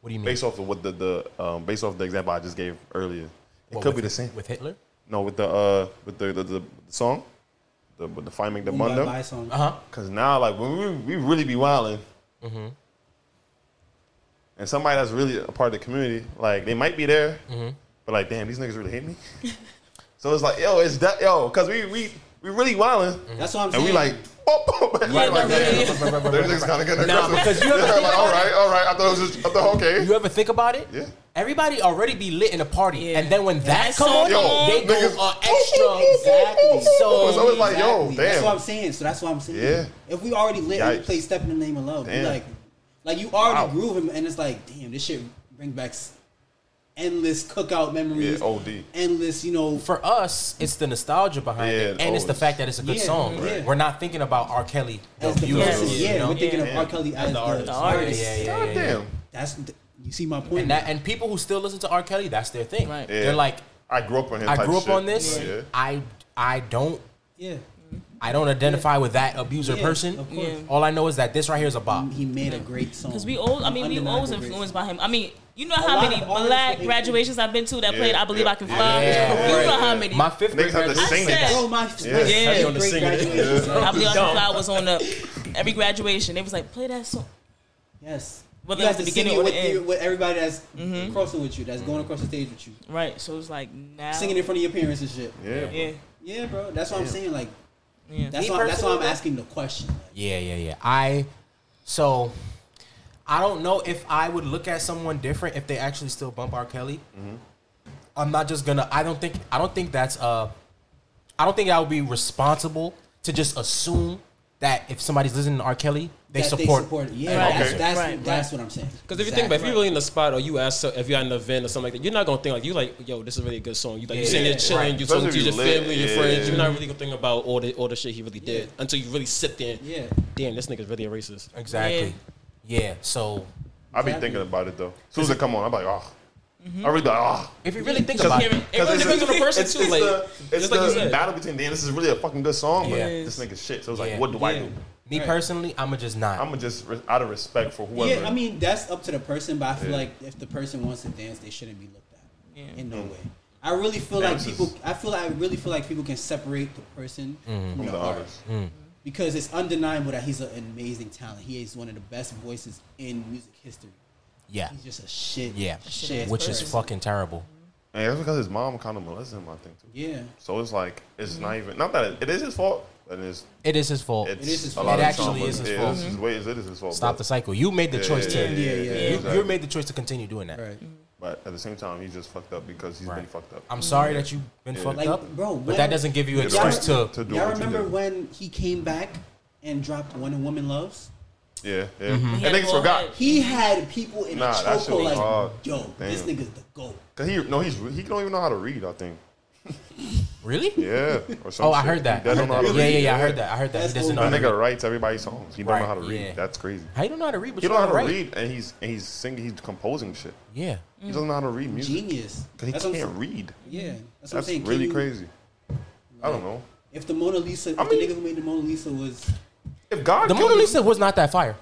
What do you mean?
Based off of what the, the um, based off the example I just gave earlier, it
What,
could
with-
be the same.
with Hitler.
no, with the uh, with the the, the, the song, the with the find make the
Owned by
bundle.
Vice on-
Uh huh.
Cause now, like when we, we really be wilding,
Mm-hmm.
and somebody that's really a part of the community, like they might be there,
Mm-hmm.
but like, damn, these niggas really hate me. *laughs* so it's like, yo, it's that, yo, cause we we we really wilding,
That's what I'm
and
saying.
we like, oh, *laughs* oh, like,
Mm-hmm. Yeah,
like,
*laughs*
no, yeah,
damn.
yeah.
Those niggas kind of getting aggressive.
because
*laughs*
you ever-
like, all right, all right. I thought it was just, I thought okay.
You ever think about it?
Yeah.
Everybody already be lit in a party,
Yeah.
and then when that
That
come
song
on,
Yo,
they go
niggas-
uh,
*laughs*
extra.
*laughs* Exactly.
So-
So it's like, yo,
Exactly.
damn.
That's what I'm saying. So that's what I'm saying.
Yeah.
If we already lit and we
Yikes.
play Step in the Name of Love, we
Damn.
like, like you already
Wow.
groove him, and it's like, damn, this shit bring back s- endless cookout memories.
Yeah, OD.
Endless, you know.
For us, it's the nostalgia behind
Yeah,
it, and it's the
always.
fact that it's a good
Yeah,
song.
yeah.
We're not thinking about R. Kelly, the
as the
abuser,
person, yeah,
you know?
we're thinking of
Yeah.
R. Kelly as, the artist.
artist.
artist.
Yeah, yeah, yeah,
God
yeah, yeah.
damn.
That's th- you see my point.
And that, and people who still listen to R. Kelly, that's their thing.
Right.
Yeah.
They're like,
I grew up on him.
I
type
grew up
shit.
on this.
Yeah.
I I don't
yeah,
I don't identify with that abuser
Yeah,
person.
Of course.
Yeah.
All I know is that this right here is a bop.
He made a great song.
Because we all, I mean,
An
we
undeniable
always
great
influenced
song.
by him. I mean, you know
A
how
lot
many
of artists
black
that they-
graduations I've been to that
Yeah,
played I Believe
yeah,
I Can
yeah.
Fly.
Yeah,
*laughs* You know
right.
how many.
My fifth grade
Niggas have to
graduation-
sing
I said-
that.
Bro, Oh, my
Yeah.
my
Yeah.
great
Yeah.
*laughs*
graduation.
I Believe I Can Fly was on the, every graduation. They was like, play that song.
Yes.
Whether
you
it's
have
the
to sing
beginning
it
or
with,
the end. Mm-hmm.
you- with everybody that's crossing with you, that's
Mm-hmm.
going across the stage with you,
Right. So it was like, now.
singing in front of your parents and shit.
Yeah. bro.
Yeah.
Yeah, bro. That's what I'm saying. Like,
Yeah.
that's
Me
why that's why I'm
personally,
asking the question. Like,
Yeah, yeah, yeah. I so I don't know if I would look at someone different if they actually still bump R. Kelly.
Mm-hmm.
I'm not just gonna. I don't think. I don't think that's. Uh, I don't think I would be responsible to just assume that if somebody's listening to R. Kelly, they
that
support.
They support yeah,
Right.
that's,
Okay.
that's,
Right.
that's what I'm saying.
Because if you think about, it, if you're really in the spot or you ask, so- if you're at an event or something like that, you're not gonna think like you like, yo, this is really a good song. You like, you sitting there chilling, you
Especially
talking to
if
your
you lit,
family, your
yeah.
friends. You're not really gonna think about all the all the shit he really did until you really sit there. and,
Yeah.
Damn, this nigga's really a racist.
Exactly. Yeah. So
I be thinking about it though. As soon as it come on, I'm like, oh. I really be like, oh.
if you really think about Mm-hmm. it,
It really depends on the person
it's,
too.
it's
like,
the, it's
just like you
the
said.
battle between damn, this is really a fucking good song, but
Yeah.
this nigga's shit. So it's like,
Yeah.
what do I do?
me personally, I'ma just not.
I'm gonna just re- out of respect for whoever.
Yeah, I mean that's up to the person, but I feel
Yeah.
like if the person wants to dance, they shouldn't be looked at
Yeah.
in no way. I really feel like
Dances.
people. I feel I really feel like people can separate the person from
Mm-hmm. from
the,
the
art
artist.
because it's undeniable that he's an amazing talent. He is one of the best voices in music history.
yeah.
He's just a shit.
Yeah.
shit.
Which is
person.
fucking terrible.
And that's because his mom kind of molested him, I think. Too.
Yeah,
So it's like it's not even not that it, it is his fault, and it's
Mm-hmm. It is his fault.
it's
is his
a
fault.
lot
It
of
actually
trauma.
is his
yeah,
fault. Mm-hmm.
It's his way, it is his fault.
Stop
but-
the cycle. You made the
Yeah,
choice
yeah,
to.
yeah,
yeah,
yeah,
yeah.
You,
exactly.
you made the choice to continue doing that.
right.
But at the same time, he's just fucked up because he's been
Right.
fucked up.
I'm sorry that you've been fucked
Like,
up,
bro,
but
when-
that doesn't give you an
Yeah,
excuse
right. *laughs*
to.
To- do
Y'all
what you
remember
do.
when he came back and dropped "When a Woman Loves"?
yeah, yeah.
He
Mm-hmm.
And
had a
niggas
full
forgot
head.
He had people in
Nah,
a
that shit
chokehold
was
like,
hard.
yo, this
Damn.
nigga's the goat.
because he no, he's he don't even know how to read. I think.
Really?
Yeah. Or
*laughs*
some
Oh, I
shit.
heard that.
He
I
don't
heard
know how to
that. Yeah,
read.
yeah, yeah. I heard that. I heard that.
That's
He doesn't know.
over.
how
That
to read.
nigga writes everybody's songs. He
Right,
don't know how to read.
yeah.
That's crazy.
How you don't know how to read, but
He
you
don't know how to
write?
read, and he's and he's singing. He's composing shit.
Yeah.
He doesn't know how to read music
Genius.
because he
That's what I'm
can't
saying.
read.
Yeah, that's, what I'm
That's
saying. Can
really
you-
crazy. I don't know.
If the Mona Lisa, if
I mean-
the nigga who made the Mona Lisa was,
If God,
The
killed
Mona
him-
Lisa was not that fire.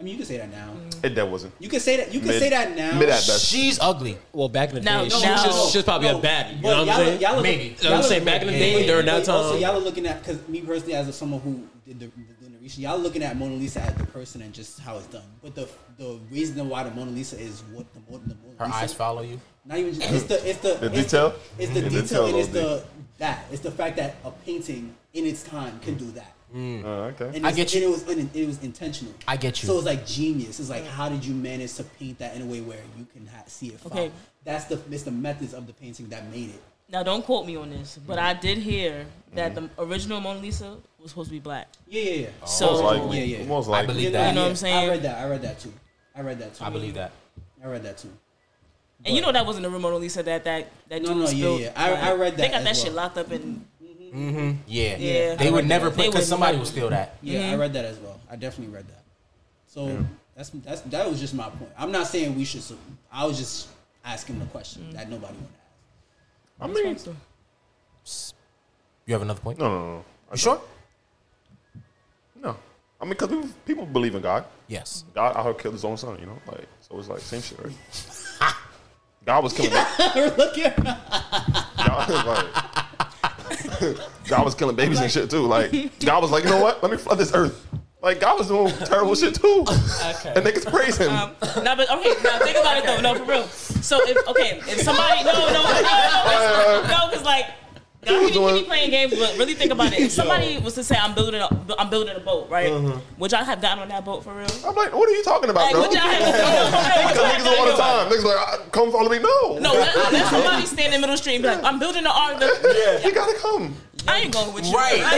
I mean, you can say that now.
It, that wasn't.
You can say that. You can
Mid-
say that now.
mid at best.
She's ugly.
Well, back in the
No, no,
day, she, was
no.
just, she was probably
No,
a baddie. You
but
know what
y'all-
I'm saying?
y'all are-
Maybe.
You
y'all
know what I'm
are-
saying? Back in the
Yeah.
day,
Wait,
during that
Wait, Also,
time.
y'all are looking at because me personally, as a, someone who did the, the generation, y'all looking at Mona Lisa as the person and just how it's done. But the the reason why the Mona Lisa is what the, Mo- the Mona
Her
Lisa,
eyes follow you.
Not even just, it's the it's the,
The
it's
detail?
The, it's the,
The
detail,
detail
and it's
of it.
the that it's the fact that a painting in its time can do that.
Uh, okay.
And
I
it's-
get you.
And it was and it, it was intentional.
I get you.
So it's like genius. It's like how did you manage to paint that in a way where you can ha- see it? Okay.
Okay.
That's the it's the methods of the painting that made it.
Now, don't quote me on this, but I did hear that the original Mona Lisa was supposed to be black.
Yeah, yeah,
Oh,
yeah.
So,
Most likely.
Yeah, yeah.
Most
I
likely.
believe
Yeah,
You
that.
know what I'm
yeah.
saying?
I read that. I read that too. I read that too.
I believe that.
I read that too.
and you know that wasn't the real Mona Lisa that that that
No,
dude
no, yeah,
spilled.
yeah. I- I read
They
that
got that
as
shit
well.
locked up in.
Yeah.
Yeah.
They
I
would
read
never
that.
put
They
because
would
somebody
never-
would steal that.
Yeah, I
Mhm.
read that as well. I definitely read that. So that's that's that was just my point. I'm not saying we should. su- I was just asking the question
Mm.
that nobody wanted. to
I mean,
You have another point?
no, no, no. I
You sure?
No. I mean, because people, people believe in God.
Yes.
God out here killed his own son, you know? Like, so it's like, same shit, right? God was killing
ask. *laughs* Look here.
God, was like, God was killing babies and shit, too. Like, God was like, you know what? Let me flood this earth. Like, God was doing terrible shit, too. And niggas praise him.
Um, no, but okay, now think about it though. No, for real. So if okay, if somebody no, no, no, no, no, because like. God, he, be- he be playing games, but really think about it. If somebody was to say, "I'm building, a, I'm building a boat," right? Would y'all have gotten on that boat for real?
I'm like, what are you talking about,
Like,
bro?
would y'all have? *laughs* no, no, for real,
Niggas all
would y'all have gotten
the time.
on-
Niggas like, "Ah, come follow me. No.
No, let, let somebody stand in middle street and be like, "I'm building an ark." No,
You gotta come.
I ain't going with you.
Right.
I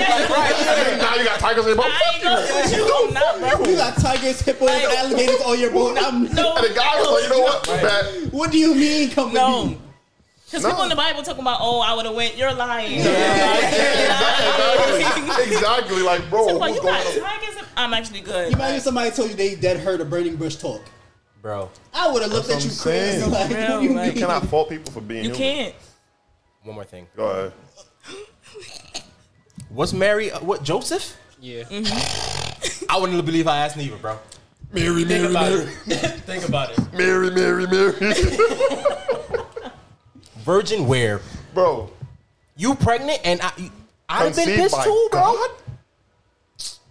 ain't,
now you got tigers in your boat.
I ain't going with *laughs* you. I'm not, bro.
You got tigers, hippos,
Like-
alligators on your boat. I'm,
*laughs* No,
And the guy was like, you know what? That-
What do you mean? Come with
no.
me.
Because
No.
people in the Bible talking about, "Oh, I would have went." You're lying.
exactly, exactly. Like, bro,
Talking
who's going
about, you
*laughs*
got
to
tigers. in-" I'm actually good.
Imagine somebody told you they dead heard a burning bush talk.
Bro,
I would have looked
That's
at you
what I'm
crazy.
saying.
Like,
Real,
what do you
like-
mean?
Can I fault people for being
You
human?
can't.
one more thing.
Go ahead.
What's Mary? Uh, what, Joseph?
Yeah.
I wouldn't believe I asked neither, bro.
Mary,
*laughs* Think about it. *laughs* Think about it.
Mary, Mary, Mary. *laughs*
Virgin where?
Bro,
You pregnant and I, you- I'd have been
Conceived
pissed
by
too, bro.
God?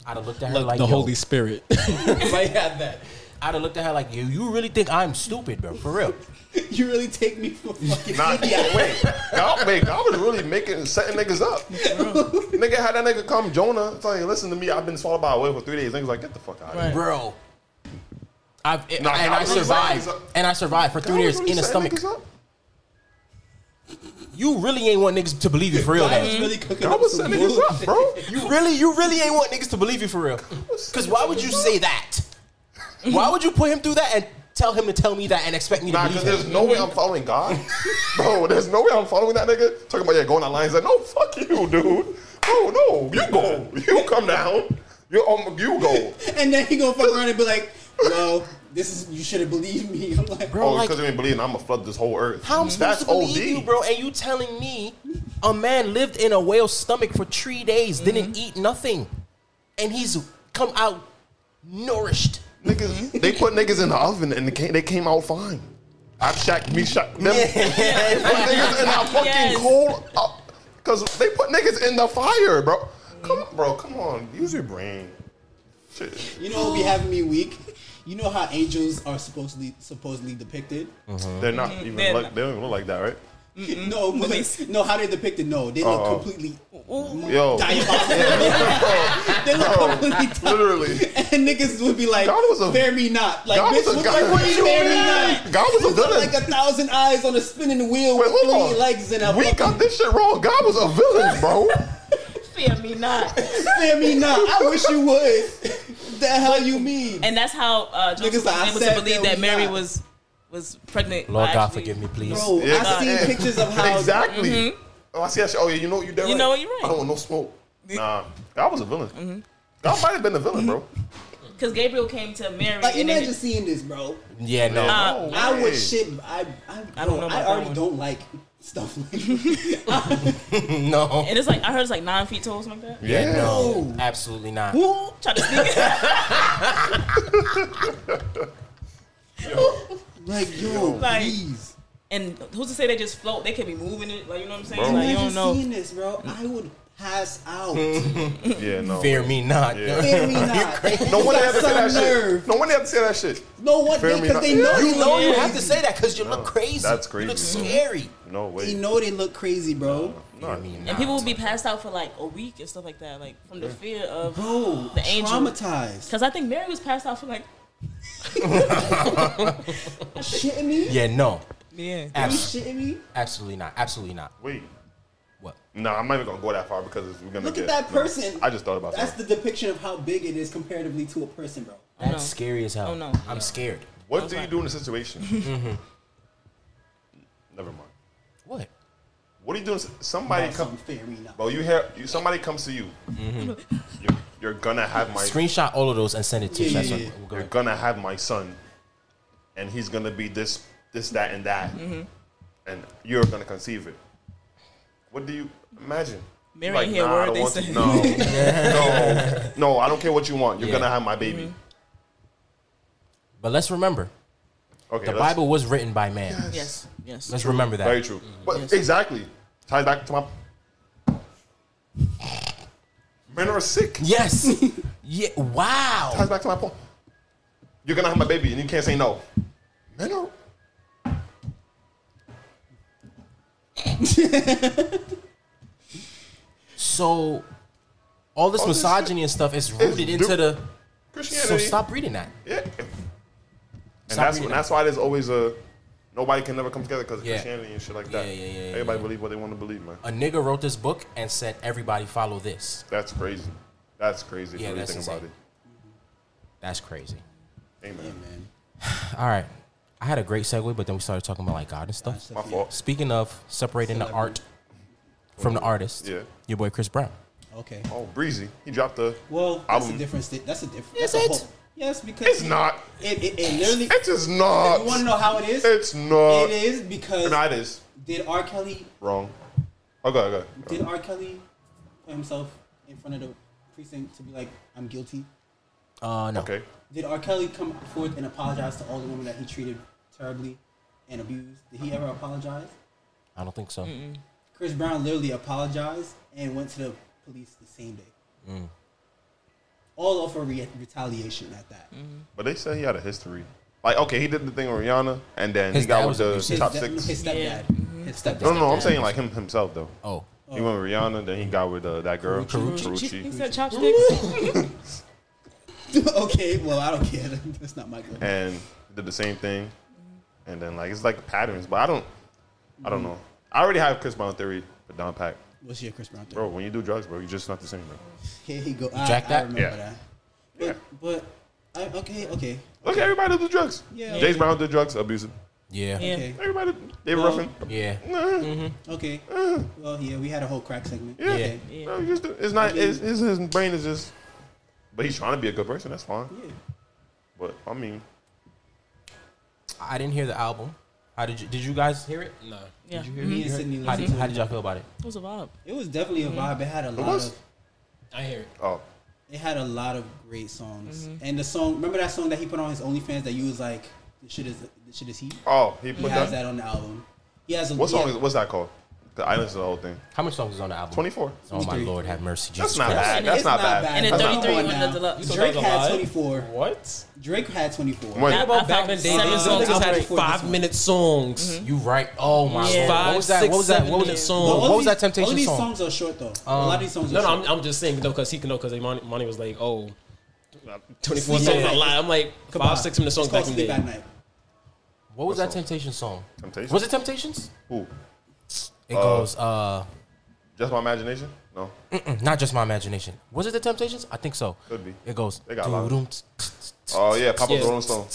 I'd have looked at her like
the
yo.
Holy Spirit.
Might have that. I'd have looked at her like you. You really think I'm stupid, bro? For real?
You really take me for fucking *laughs*
nah,
idiot.
wait. God, wait, God was really making, setting niggas up. nigga had that nigga come, Jonah. It's like, listen to me, I've been swallowed by a whale for three days. Niggas like, get the fuck out of here.
bro. I've it-
Nah,
and
God
I
really
survived,
set niggas up.
and I survived for
God
three years
really
in a
setting
stomach.
niggas up.
you really ain't want niggas to believe you for real.
I
Now.
was really cooking
I
up
was
some
setting niggas
moves.
up, bro.
You really, you really ain't want niggas to believe you for real. Because why would you say that? Why would you put him through that and tell him to tell me that and expect me to
Nah,
believe
because
him?
there's no way I'm following God. *laughs* bro, there's no way I'm following that nigga. Talking about, yeah, going on lines. Like, no, fuck you, dude. Bro, no, you go. You come down. You, um, you go.
*laughs* And then he gonna fuck around and be like, "Well, this is you should have believed me." *laughs* I'm like,
Bro,
Oh,
like,
because you ain't believing I'm going to flood this whole earth.
how am I supposed
That's
to believe
OD.
you, bro? And you telling me a man lived in a whale's stomach for three days, didn't
Mm-hmm.
eat nothing, and he's come out nourished.
Mm-hmm.
Niggas, they put niggas in the oven and they came, they came out fine. I shacked me shack them. Put niggas in the fucking
Yes.
coal up because they put niggas in the fire, bro. Come on, bro, come on. Use your brain. Shit.
oh, you know what be having me weak? You know how angels are supposedly supposedly depicted?
Mm-hmm.
They're not even
They're
look,
not.
they don't even look like that, right?
No, but- no, how they depicted? No, they look completely *laughs*
Yo, *laughs*
diabolical. they look completely diabolical. *laughs*
literally.
And niggas would be like,
God was a-
"Fear me not." Like,
God
bitch,
was a
what
God-
like, what do you
What you
fear me
mean?
not?
God was a
You look
villain.
Like a thousand eyes on a spinning wheel
Wait,
with three
hold on.
legs and a
we
fucking-
got this shit wrong. God was a villain, bro.
*laughs*
Fear me not.
Fear me not.
*laughs*
I wish you would. *laughs* the hell you mean?
And that's how uh,
Niggas
Joseph
like, I
was able to
said
believe
that
that
we
Mary
not.
was was
*laughs*
pregnant.
Lord
by
God,
actually-
forgive me, please.
Bro, I seen
Yeah.
pictures of how
exactly. Oh, I see that shit. Oh yeah, you know you. dead
Mm-hmm. You
right.
know what, you're right. Mm-hmm.
I don't want no smoke. Nah, God was a villain. God might have been a villain, bro.
Because Gabriel came to Mary.
Like,
and then-
imagine seeing this, bro.
Yeah, no.
Uh,
No
I
way.
would shit. I I,
I
don't
don't know
I
about that
already
one.
don't like
*laughs*
stuff like that.
no.
and it's like I heard it's like nine feet tall, or something like that.
Yeah,
Yeah.
no. Absolutely not.
Who tried to sneak it? *laughs*
like yo,
Like,
please.
And who's to say they just float? They could be moving it. Like you know what I'm saying?
Bro.
Like you don't
Imagine
know.
seeing this, bro. I would pass
*laughs*
out.
Yeah, no.
Fear me not.
Yeah.
Fear me not.
No one had to say that
Some nerve.
shit. No one had to say that shit.
No one
Fear me
because
not.
they know
You
they
know
look
you
crazy.
have to say that because you look crazy.
that's
You look
crazy.
scary.
No way.
They know they look crazy, bro.
Nah.
Fear me
And
not.
people would be passed out for like a week and stuff like that, like from the fear of
Bro,
the angel.
traumatized.
Because I think Mary was passed out for like
Shitting me?
Yeah, no.
yeah.
You
Abs-
shitting me?
absolutely not. Absolutely not.
Wait.
What?
Nah, I'm not even gonna go that far because it's, we're gonna
Look
get,
at that
no.
person.
I just thought about
That's
that.
the depiction of how big it is comparatively to a person, bro.
That's
no.
scary as hell.
Oh, no.
I'm scared.
what do you do in a
*laughs*
situation?
Mm-hmm.
Never mind.
What?
What do you do? If somebody
That's
comes,
something fair enough.
bro. You hear? You, somebody comes to you.
Mm-hmm.
You're, you're gonna have my.
Screenshot all of those and send it to
Yeah,
you. That's
yeah,
what-
yeah.
we'll go
You're
ahead.
gonna have my son, and he's gonna be this, this, that, and that,
Mm-hmm.
and you're gonna conceive it. What do you imagine?
Mary
Like,
ain't hear a
nah, I
word
don't
they
want
said.
to- No,
*laughs*
no, no. I don't care what you want. You're
Yeah. Mm-hmm.
gonna have my baby.
But let's remember,
Okay.
the
that's-
Bible Mm-hmm. was written by man.
Yes. Yes.
Let's remember that.
Very true. But
Yes.
exactly ties back to my. Men are sick.
Yes. yeah. Wow.
Ties back to my point. You're gonna have my baby, and you can't say no. Men are.
So, all this
All this
misogyny and stuff is
is
rooted
du-
into the. So
Christianity.
stop reading that.
Yeah. And
Stop
that's
reading.
that's why there's always a nobody can never come together because of
Yeah.
Christianity and shit like that.
Yeah, yeah, yeah, yeah,
Everybody believe what they want to believe, man.
A nigga wrote this book and said everybody follow this.
That's crazy. That's crazy.
Yeah,
if you
that's
think about it.
insane. That's crazy.
Amen.
Yeah, man.
*sighs* All right. I had a great segue, but then we started talking about like God and stuff.
My fault.
Speaking of separating the art from the artist,
Yeah.
your boy Chris Brown.
Okay.
Oh, breezy. He dropped the.
Well, that's
Album.
a different. Sti- that's a different.
Is
that's
it?
A whole, yes, because
It's not.
It, it, it literally.
It is not.
you want to know how it is?
It's not.
it is because
Nah, it is.
did R. Kelly
Wrong. Oh, Okay, okay.
did R. Kelly put himself in front of the precinct to be like, "I'm guilty."
Uh, no.
Okay.
Did R. Kelly come forth and apologize to all the women that he treated terribly and abused? Did he ever apologize?
I don't think so.
Chris Brown literally apologized and went to the police the same day.
Mm.
All over re- retaliation at that.
Mm-hmm.
But they said he had a history. Like, okay, he did the thing with Rihanna, and then
His
he got
dad
with
was
the
abusive.
top
step-
six.
His stepdad.
Yeah. Mm-hmm.
His stepdad.
no, no, no. I'm saying like him himself though.
Oh.
He went with Rihanna, then he got with uh, that girl Carucci.
He said chopsticks.
*laughs* okay, well, I don't care. *laughs* That's not my goal. Mm.
and did the same thing, and then like it's like patterns. But I don't, I don't know. I already have Chris Brown theory for Don Pack.
What's your Chris Brown theory?
Bro, when you do drugs, bro, you're just not the same, bro.
Here he go. I,
Jack
I
that?
remember
Yeah.
that.
Yeah.
But I, okay, okay,
Look, everybody do drugs.
Yeah.
James Brown did drugs, abusive.
Yeah.
Yeah.
okay,
Everybody, David
No.
Ruffin.
Yeah.
Mm.
okay. Well, yeah, we had a whole crack segment.
Yeah.
Yeah.
Bro, you just do- it's not, it's, it's- his brain is just, but he's trying to be a good person. That's fine.
Yeah.
But, I mean,
I didn't hear the album. How did you? Did you guys hear it?
Nah.
Yeah.
Did you hear
Me
it?
and Sydney
How did,
listened to
how
it.
did y'all feel about it?
It was a vibe.
It was definitely
Mm-hmm.
a vibe. It had a lot
was.
of
I hear it.
oh,
it had a lot of great songs.
Mm-hmm.
And the song, remember that song that he put on his OnlyFans that you was like, "This shit is this shit is heat."
oh, he
He
put
has
that.
that on the album. He has a
What song
yeah,
is, what's that called? The Islands of the whole thing.
How much songs is on the album?
24.
Oh my
23.
lord, have mercy, Jesus
That's not
Christ.
bad. That's
It's
not
not
bad.
bad.
And
That's
the
not
Come
33
bad.
on
one
now.
the deluxe.
So
Drake
that was a
had
lie?
24.
What?
Drake had 24.
When-
That-
About
I
back
found
in the day,
seven
these
songs
niggas
out
had
of-
five minute songs.
You right? Oh my
Yeah.
lord. what
Five,
was that?
six,
What was that?
seven
What was that
minutes.
song?
But all
What was
these-
that temptation
All these
song?
songs are short though. a lot of these songs are
Um, No, no,
short.
I'm, I'm just saying, no, because he can know, because Imani, Imani was like, oh, 24
Yeah.
songs a lot. I'm like,
Come
five,
on.
six minute
It's
songs
called
back in the
Sleep
day.
at Night.
What was
What
that
song?
temptation song?
Temptations?
Was it Temptations?
Who?
It goes, uh,
Just my imagination? No.
mm, not just my imagination. Was it the Temptations? I think so.
Could be.
It goes.
They got a lot.
doo-dum, tsk,
Oh yeah, Papa
Yeah.
Rolling Stone.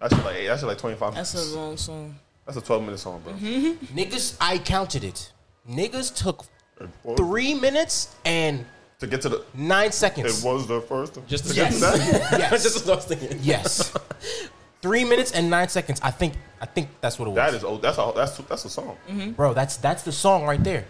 That's like hey, that's like twenty five.
That's
That's,
a Mm-hmm. wrong song.
a twelve minute song, bro.
Niggas, I counted it. Niggas took
It was-
three minutes and
To get to the,
nine
it
seconds.
was the first.
Just
to
to *laughs*
get to
yes.
that.
Yes.
*laughs*
That's what I was thinking.
yes. Three minutes and nine seconds. I think. I think that's what it was.
That is old. That's a that's that's a song.
Mm-hmm.
bro. That's that's the song right there.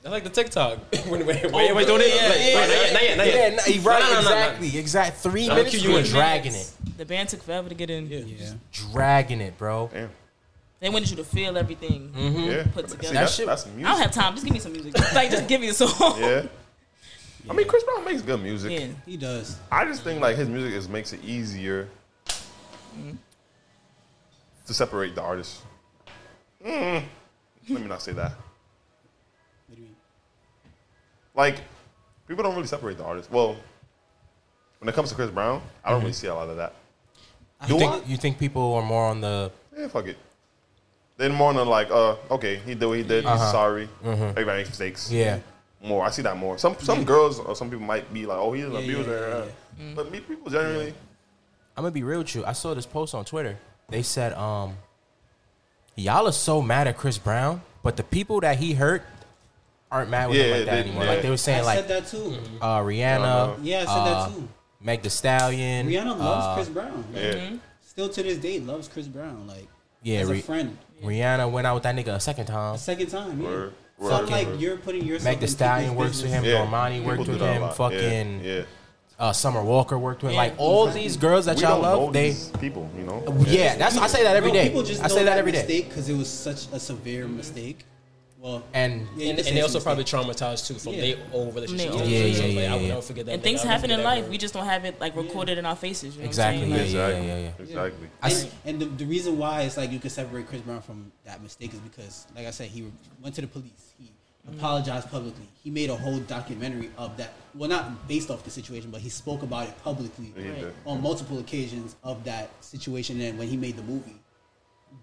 That's like the TikTok. *laughs* when, when, when everybody doing it,
yeah,
like,
yeah,
wait, not yet, not yet, not
Yeah,
yet.
no, right.
No, no, no, no, no.
exactly. Exact. Three
I'ma
minutes.
cue you
You were
in.
dragging it.
The band took forever to get in.
Yeah.
Dragging it, bro.
Damn.
They wanted you to feel everything.
Yeah.
Mm-hmm. Put
See,
together.
that's,
shit-
that's
I
music.
don't have time. Just give me some music. *laughs* like, just give me a song.
yeah. I mean, Chris Brown makes good music.
*laughs* Yeah.
He does.
I just think like his music is makes it easier
Mm-hmm.
to separate the artist. Mm. Let me not say that.
What do you mean?
like people don't really separate the artists. Well, when it comes to Chris Brown, I don't
Mm-hmm.
really see a lot of that. Do
You
I?
think, you think people are more on the
Yeah, fuck it. Then more than like, uh, okay, he did what he did. He's sorry. Everybody makes mistakes.
Uh-huh. Mm-hmm. yeah? Mm-hmm.
More, I see that more. Some some girls or some people might be like, oh, he's an abuser. But
Mm-hmm.
me, people generally,
I'm gonna be real with you. I saw this post on Twitter. They said, um, y'all are so mad at Chris Brown, but the people that he hurt aren't mad with him
Yeah,
like that
they-
anymore.
yeah.
Like they were
I
saying, like
said that too.
mm-hmm.
uh, Rihanna,
Yeah, I said
uh,
that too.
Meg The Stallion, Uh,
Rihanna loves
uh,
Chris Brown. Like,
yeah,
Mm-hmm.
Still to this day, loves Chris Brown. Like,
Yeah,
as
Ri-
a friend,
Rihanna went out with that nigga a second time.
a second time. Yeah.
Word,
so
word,
like,
word.
you're putting yourself.
Meg The
in
Stallion
people's
works with
business.
him.
yeah.
Normani worked
People do
with
that a
him.
lot.
Fucking
yeah. yeah.
Uh, Summer Walker worked with.
Yeah.
Like all these girls that
We
y'all
don't know
love, they Oh,
these people, you know.
yeah. That's I say that every
No,
day.
People just
I
know
say that
that
every day.
mistake because it was such a severe mistake. Well,
And
yeah,
And,
you could say
and they
it's a
also probably
mistake.
traumatized too from
Yeah.
their own relationship.
From their own
Yeah, yeah,
Like,
yeah,
I will
yeah.
never forget that.
And
Like,
things
I will
happen in
never
life.
forget
We just don't have it like recorded in our faces. You know
exactly.
What
Yeah,
I'm saying? Like,
yeah, yeah, yeah. yeah.
Exactly.
I s-
and, and the, the reason why it's like you can separate Chris Brown from that mistake is because, like I said, he went to the police. He apologized publicly. He made a whole documentary of that. Well, not based off the situation, but he spoke about it publicly
He did.
on multiple occasions of that situation. And when he made the movie,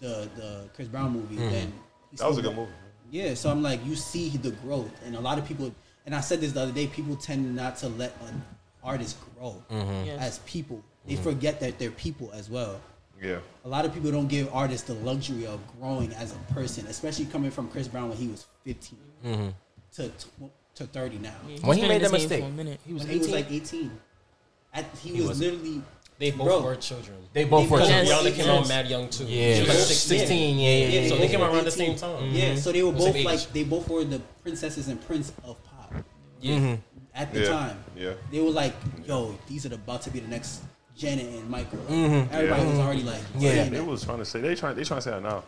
the the Chris Brown movie,
Hmm.
then he
That was a
spoke
good movie.
yeah, so I'm like, you see the growth, and a lot of people, and I said this the other day, people tend not to let an artist grow
Mm-hmm.
Yes.
as people. They forget that they're people as well.
Yeah.
A lot of people don't give artists the luxury of growing as a person, especially coming from Chris Brown when he was 15 to tw- to 30 now.
He's
When he
been in
made that
this game
mistake,
for a minute.
he was
When he was
18.
like 18, At, he, was literally
They both
Bro.
were children.
They both
They
were.
both-
Yes.
Because Rihanna
Yes.
came out mad young too.
Yeah,
She was like
Yeah.
16.
Yeah, yeah, yeah.
they
yeah.
So they
both
came
were
out around the same
18.
time.
Yeah, so they were
Same
both
age.
like they both were the princesses and prince of pop
Yeah.
at the
Yeah.
time.
Yeah.
they were like, "Yo, these are about to be the next Janet and Michael." Everybody was already like,
Yeah.
"Yeah,
They was trying to say they trying they trying to say that now.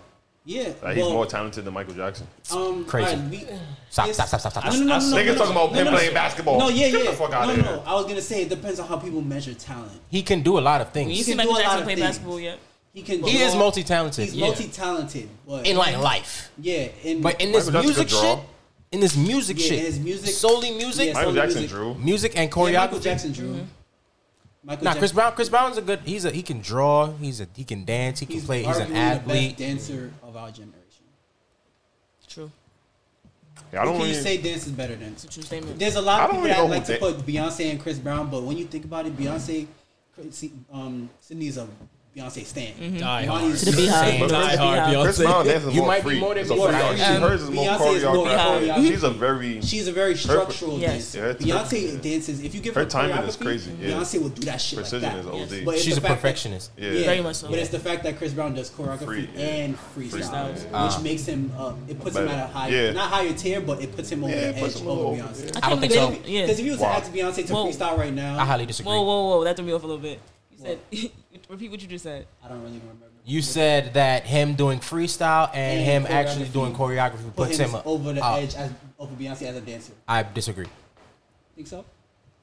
yeah."
Like, he's more talented than Michael Jackson.
um,
Crazy.
alright, we-
Stop,
it's-
stop, stop, stop, stop.
No, no, no, no, no,
Niggas
no,
talking about
no,
him
no.
playing basketball.
No, yeah,
Get
yeah.
the fuck outta
no,
here.
no. I was gonna say it depends on how people measure talent.
He can do a lot of
You
things.
see
can do
Michael
a lot
Jackson
of
play
things.
basketball yet?
He can.
He is
draw.
multi-talented.
He's
yeah.
multi-talented, but
in like life,
yeah, in
but in this
Michael Jackson
music
could draw.
shit, in this music
Yeah,
shit,
his music-
solely music,
Yeah,
Michael
Some
Jackson
music-
drew.
music and
yeah, Michael
choreography. Mm-hmm.
Jackson drew. Michael
Nah,
Jack-
Chris Brown. Chris Brown's a good. He's a. He can draw. He's a. He can dance. He can play. He's
arguably
an
the best
athlete.
dancer of our generation.
True.
I don't
Can you
even,
say dance is better than?
It's a true statement.
There's a
I
lot of
don't
people that
even know
like to
who
put Beyonce and Chris Brown, but when you think about it, Beyonce, Chris- um, Sydney's a Beyonce stan.
Mm-hmm.
Die hard.
Ronnie's-
to the beehive.
Same.
To the
Die hard,
beehive.
Chris Brown dances
You
more
might be
free.
more than
It's a
me.
free-
Um,
she- hers is more
Beyonce is more
choreographed.
choreographed.
She's a very
She's a very structural
Yes.
dancer.
Yeah, her-
Beyonce dances. If you give her,
her timing is
choreography,
crazy, yeah.
Beyonce will do that shit
precision
like
is
that.
OD.
Yes.
But it's
She's
the
a
fact that-
perfectionist.
Yeah.
Very much so.
But it's the fact that Chris Brown does choreography
Free, yeah.
and freestyle,
Freestyle.
which
Ah.
makes him uh, it puts him
Better.
at a higher,
Yeah.
not higher tier, but it puts him over
Yeah, it
the
puts
edge
him a little
over
over,
I
Beyonce. Because
can't
don't
believe
think
they- Yeah.
if you was to
Wow.
ask Beyonce to
Whoa.
freestyle right now,
I highly disagree.
Whoa, whoa, whoa! That threw me off a little bit. You said, *laughs* repeat what you just said.
I don't really remember.
You said that him doing freestyle and,
And
him actually
choreography.
doing choreography
Put
puts him,
over the
up. Uh,
edge as over Beyonce as a dancer.
I disagree.
Think so?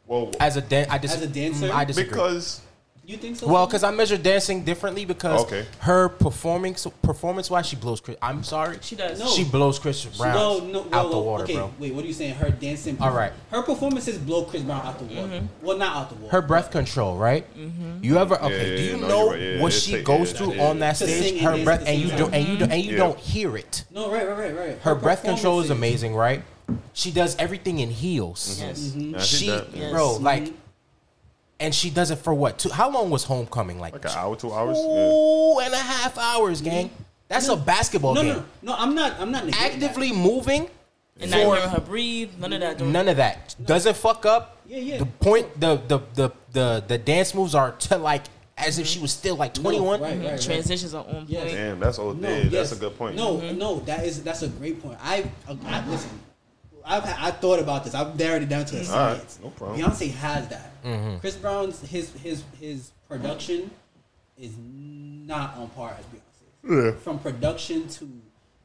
Well,
As a dan- I dis-
As a dancer?
mm, I disagree.
because
You think so?
well, because I measure dancing differently because
Okay.
her performing so performance wise, she blows. Chris- I'm sorry,
She does.
No.
she blows Christian Brown
Well, no, well,
out the
well,
water,
okay,
bro.
Wait, what are you saying? Her dancing.
All right.
Her performances blow Chris Brown out the water. Well, not out the water.
Her breath control, right? You ever okay?
yeah,
do you
no,
know
you're right. Yeah,
what
it's
she
like-
goes
yeah,
through
yeah.
on that
To sing
stage?
and
Her
dance
breath,
at the
and you
same
don't, and you don't, and you
Yeah.
don't hear it.
No, right, right, right, right.
Her breath control is
performances-
amazing, right? She does everything in heels.
Yes.
nah,
she,
done-
yeah.
bro,
Yes.
Mm-hmm.
like, and she does it for what? Two, how long was homecoming? Like,
like an hour, two hours. yeah.
two and a half hours, gang. That's a basketball
Mm-hmm. No,
game.
no, no, no. I'm not. I'm not negating that.
Actively moving,
And not hearing her breathe, none of that. during-
none of that. Doesn't fuck up.
Yeah, yeah.
The point, the the the the, the dance moves are to like as if she was still like
No,
21.
right, right, right.
transitions are on point.
Yes.
Damn, that's old.
No,
yeah,
yes.
that's a good point.
No, no, that is that's a great point. I, uh, I listen. I've had- I thought about this. I've narrowed it down to a
Mm-hmm. All right,
science.
no problem.
Beyonce has that. Chris Brown's his his his production is not on par as Beyonce's. From production to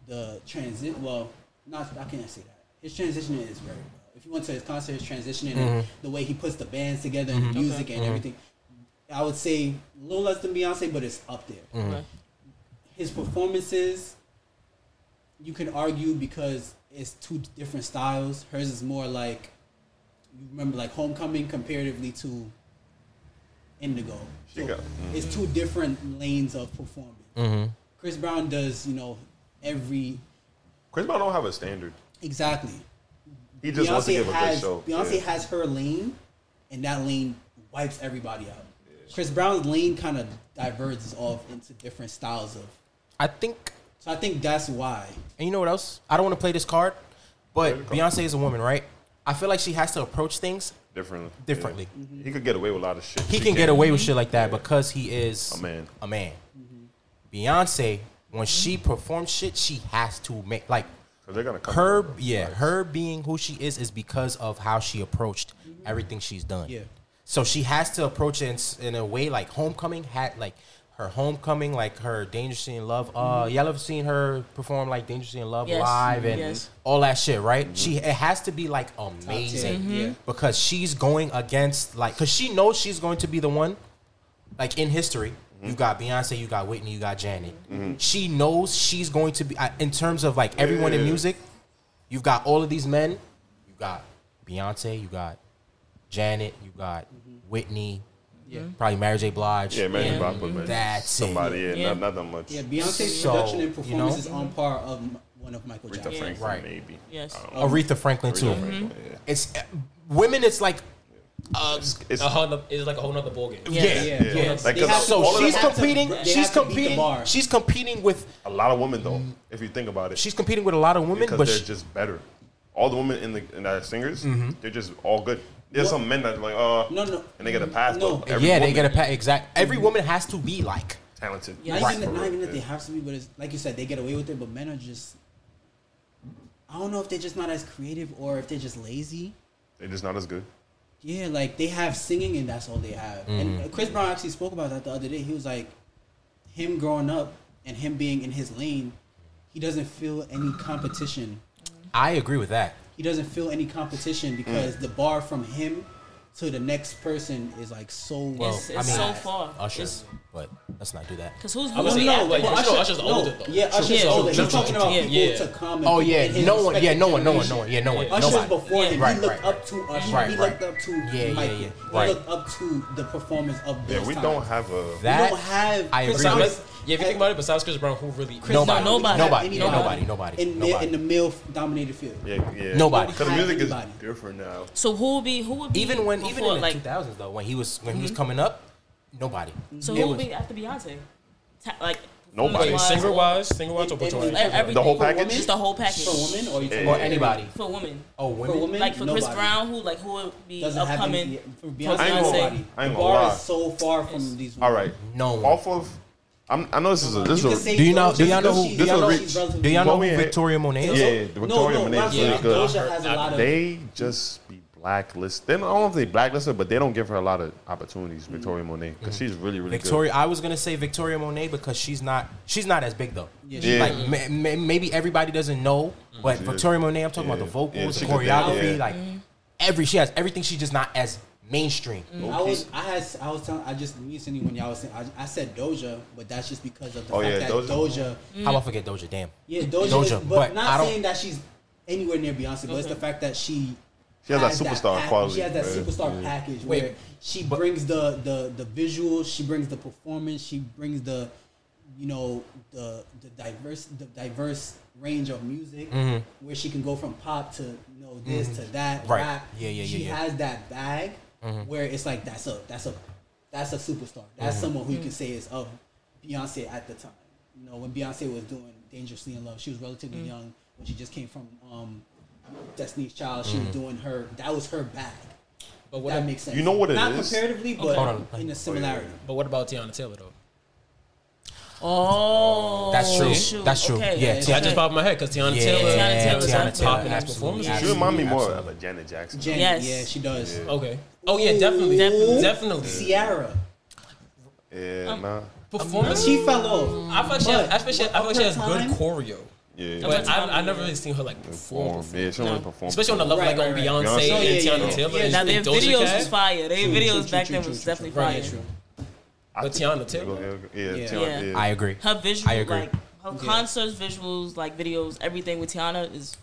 the transit, well, not I can't say that. His transition is very well. If you went to his concert, his transitioning, and the way he puts the bands together and the music and everything, I would say a little less than Beyonce, but it's up there
Right.
his performances you can argue because it's two different styles hers is more like you remember like homecoming comparatively to indigo
She got- Mm-hmm.
it's two different lanes of performance chris brown does you know every
Chris Brown don't have a standard.
exactly
He just wants to give a good
has
show.
beyonce
yeah.
has her lane and that lane wipes everybody out chris brown's lane kind of diverges off into different styles of
I think,
so i think that's why
and you know what else? I don't want to play this card, but
the card.
Beyonce is a woman, right? I feel like she has to approach things
differently.
differently.
Yeah. He could get away with a lot of shit.
he
She
can
can't.
get away with shit like that because he is
A man. Mm-hmm.
A man. Beyonce, when she performs shit, she has to make like
'Cause they're gonna come
her.
over.
Yeah, her being who she is is because of how she approached everything she's done.
Yeah.
So she has to approach it in, s- in a way like homecoming had like her homecoming, like her dangerously in love. Uh,
Mm-hmm.
y'all ever seen her perform like dangerously in love
Yes.
live and
Yes.
all that shit, right? She it has to be like
tier,
amazing
Mm-hmm. yeah.
because she's going against like because she knows she's going to be the one like in history
Mm-hmm.
you got beyonce you got whitney you got janet she knows she's going to be I- in terms of like everyone in
Yeah.
music you've got all of these men you got beyonce you got janet you got
Mm-hmm.
whitney yeah. probably mary j blige
Yeah, man,
Yeah.
Bob, but man,
That's
somebody. Yeah,
Yeah.
Not, not that much.
Yeah, Beyonce's
So,
production and
you
performance
know?
is on par of m- one of Michael
Aretha
Jackson.
Franklin,
Right.
maybe.
Yes.
I don't know.
it. aretha franklin too
Aretha Franklin, yeah.
it's eh, women it's like
It's
Uh, A whole noth- It's like a whole nother ballgame.
yeah,
Yeah.
Yeah,
Yeah.
yeah.
Like,
They
cause
have to-
so
all of
she's
they have to-
competing
they have
she's
to beat the
competing
bar.
she's competing with
a lot of women though.
Mm.
If you think about it,
she's competing with a lot of women
because
but
they're
she-
just better. All the women in the in the singers,
Mm-hmm.
they're just all good. There's some men that are like, uh,
No, no.
and they get a pass.
No.
but every
yeah, they
woman
get a pat. Exact. Every
Mm-hmm.
woman has to be like.
talented.
Yeah.
Not
Right.
even, not even that
Yeah.
they have to be, but it's like you said, they get away with it. But men are just, I don't know if they're just not as creative or if they're just lazy.
They're just not as good.
Yeah, like they have singing and that's all they have.
Mm-hmm.
And Chris Brown actually spoke about that the other day. He was like, him growing up and him being in his lane, he doesn't feel any competition
I agree with that.
he doesn't feel any
Mm.
competition because the bar from him to the next person is like so
Well,
it's
Oh, I
it's
mean,
so far.
Usher.
It's,
But let's not do that.
Because who's
I was
really
saying,
after
like,
that?
you know, Usher's older, though.
Yeah,
True.
Usher's
Yeah,
older.
true,
You're
true,
talking
true.
about
Yeah,
people
yeah.
to come. and
Oh
people
yeah,
in his
no one. Yeah,
respective
no one. No one. No one.
generation.
Yeah, no one.
Usher was
Nobody.
before him.
Right,
he looked
right,
up to Usher.
Right,
he
right.
looked up to
yeah,
Michael.
yeah,
He
right.
looked up to the performance of
Yeah,
those
we
times.
don't have a.
We
That,
don't have
I agree
Chris
with.
Brown.
Besides, yeah, if you think about it, besides Chris Brown, who really?
Chris
Nobody.
Brown. We don't have
Nobody.
any-
Yeah, nobody, nobody,
In,
nobody.
in the male dominated field.
Yeah, yeah.
Nobody.
Because music is
Nobody.
different now.
So who would be who would be
even when even
before,
in the
like
2000s though, when he was when he was coming up, nobody.
so
It
who
was-
would be after Beyonce? Ta- like
Nobody.
performance-wise,
Singer wise, singer wise, or
It- it-
performance?
e- everything
The whole
for
package?
women? Just the whole package
For women, or you talking
Yeah.
or
about
anybody.
For women.
Oh,
For
women.
women,
Like for
nobody.
Chris Brown, who like who would be
doesn't
upcoming?
have any, for Beyonce,
I ain't gonna
nobody.
lie. I ain't
the
gonna
bar
lie.
is so far from these. Women.
All right.
No one.
Off of. I'm, I know this is a. This
You
is
can
a
say
Do you know-
Doja
do y'all know who-
she's
do y'all know-
relatively-
Do y'all know
Women-
who Victoria Monet? is?
yeah, Victoria
no, no,
Monet is
Roxy
really good.
Doja has a lot of.
they just be blacklisted. They don't, I don't know if they blacklisted, but they don't give her a lot of opportunities, Victoria Monet, because she's really, really
Mm. Victoria. I was gonna say Victoria Monet because she's not she's not as big though.
Yeah.
Yeah.
Like ma- ma- maybe everybody doesn't know, but Victoria Monet. I'm talking about
Yeah.
the vocals,
Yeah,
the
she could dance.
choreography,
Yeah.
like every she has everything. She's just not as mainstream.
good.
I was, I had, I was telling, I just recently when y'all was saying, I, I said Doja, but that's just because of the
Oh,
fact
yeah,
that
Doja.
Doja,
How about forget Doja? Damn.
yeah, Doja,
Doja,
is, but,
but I
not
don't-
saying that she's anywhere near Beyonce, but it's the fact that she.
Mm-hmm. She has that superstar
pack-
quality,
She has that
yeah.
superstar package
Wait,
where she brings the the the visuals, she brings the performance, she brings the, you know, the the diverse the diverse range of music
Mm-hmm.
where she can go from pop to you know this to that
Right.
rap.
Yeah, yeah, yeah,
She
yeah.
has that bag
Mm-hmm.
where it's like that's a that's a that's a superstar. That's
Mm-hmm.
someone who you can
Mm.
say is of Beyonce at the time. You know, when Beyonce was doing Dangerously in Love, she was relatively
Mm.
young when she just came from um, Destiny's Child. She was doing her that was her bag.
But what,
that
ab-
makes sense.
You know Mm-hmm. what it
Not
is?
comparatively,
Hold on.
but in a similarity.
but what about Tiana Taylor though?
Oh,
That's true.
shoot.
That's true.
Okay.
Yeah,
See, I just
Okay.
popped in my head because Tiana
Yeah,
Taylor,
Tiana Taylor's
Taylor,
Tiana
popping
Taylor,
as performance.
good. She
absolutely.
remind me more of
Absolutely.
a Janet Jackson.
Janet,
Yes.
yeah, she does.
Okay. Oh yeah, definitely,
Ooh.
definitely.
Ciara,
yeah, nah.
Performance.
she fell off.
I feel like she has, I
But-
feel she, I
but
feel like she
her
has good
time-
choreo,
Yeah.
but
time,
I've, I've never
yeah.
really seen her like perform,
Perform. Yeah, she don't really perform.
especially on the level
Right,
like on
right, right.
Beyonce
Beyonce.
and
Yeah,
yeah,
Tiana
yeah.
Taylor.
Yeah,
and
now their
shit. Doja
videos
Cat,
was fire. Their
True,
videos
true,
back
true,
then
true,
was
true,
definitely
true.
fire.
Right, true.
but Tiana Taylor.
Yeah,
Yeah.
Tiana, yeah.
I agree.
Her visual,
I agree.
like her concerts, visuals, like videos, everything with Tiana is.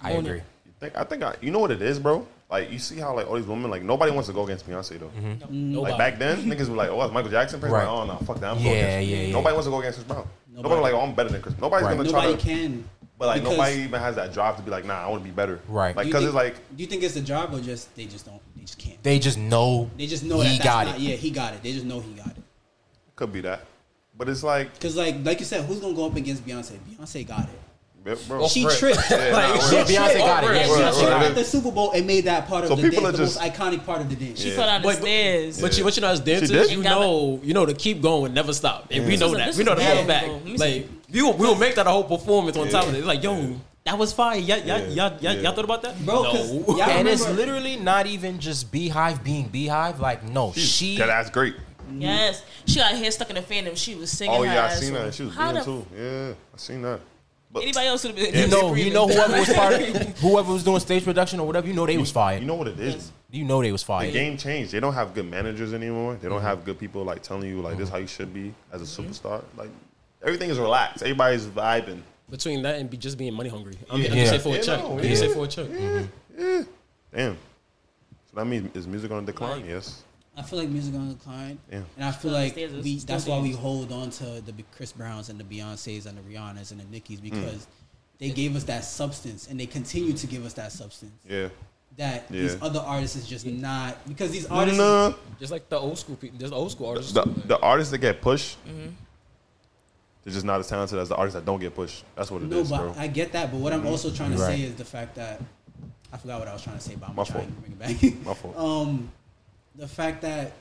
I
on it.
agree.
You think- I think I, you know what it is, bro. Like you see how like all these women like nobody wants to go against Beyonce though.
Nobody.
Like back then, niggas were like, "Oh, that's Michael Jackson." Right. Like,
Mm-hmm. Right.
oh no, fuck that. I'm
Yeah,
going against.
yeah, yeah.
Nobody wants to go against Chris Brown. Nobody,
Nobody.
like, "Oh, I'm better than Chris." Nobody's
Right.
gonna
Nobody
try to.
can.
But like
because-
nobody even has that drive to be like, "Nah, I want to be better."
Right.
Like
Do you
because
think-
it's like
Do you think it's the job or just they just don't? They just can't.
They just know.
They just know
he
that that's
got
not,
it.
Yeah, he got it. They just know he got it.
could be that, but it's like,
Cause like like you said, who's gonna go up against Beyonce? Beyonce got it.
bro.
She
Frick.
tripped.
Oh, Yeah, nah,
Like,
we're-
Yeah, Beyonce got it. Yeah,
Right,
she-
right,
She
she-
got
right.
the Super Bowl and made that part of
So
the
people
dance,
are
the
just-
most iconic part of the dance.
She
Yeah.
fell down the
But- but-
stairs.
But you, what you know as dancers,
did?
you know, you know to keep going, never stop, and we know
This
that.
is-
We know the
this is
battle back.
bad, bro. Let me
Like we will, we will make that a whole performance on top of it. Like yo, that was fire. Y'all, y'all,
Yeah.
y'all, y'all,
Yeah.
y'all thought about that,
Bro, 'cause
No.
y'all
And it's
remember-
literally not even just Beehive being Beehive. Like no, she
Yeah, that's great.
Yes, she got her hair stuck in the phantom. She was singing.
Oh
her
yeah, I
ass
seen
off.
that. She was
How
good
the
too. Yeah, I seen that. But
Anybody else would have been?
You know,
screaming.
you know whoever was part
*laughs*
of, whoever was doing stage production or whatever, you know they was fired.
you know what it is.
You know they was
The
fired.
game changed. They don't have good managers anymore. They
Mm-hmm.
don't have good people like telling you like this is how you should be as a superstar. Like everything is relaxed. Everybody's vibing.
Between that and be just being money hungry, I'm, I'm
Yeah.
just here for
Yeah,
a check.
no,
I'm
yeah.
just here for a check.
Damn. So that means is music on decline? yes.
I feel like music on the decline,
Yeah.
and I feel
Well,
like
there's-
we,
there's
that's
still
why we
things.
hold on to the B- Chris Browns and the Beyonces and the Rihannas and the Nickies
Mm.
because they gave us that substance, and they continue to give us that substance
Yeah.
that these
Yeah.
other artists is just not because these artists.
Nah.
Just like the old school people, just old school artists.
The,
too, like-
the artists that get pushed,
Mm-hmm.
they're just not as talented as the artists that don't get pushed. That's what it
No,
is,
but
bro. Mm-hmm.
I get that. But what I'm also trying to
You're right.
say is the fact that I forgot what I was trying to say, but I'm
My
trying
fault.
to bring it back.
My fault.
Um, *laughs* the fact that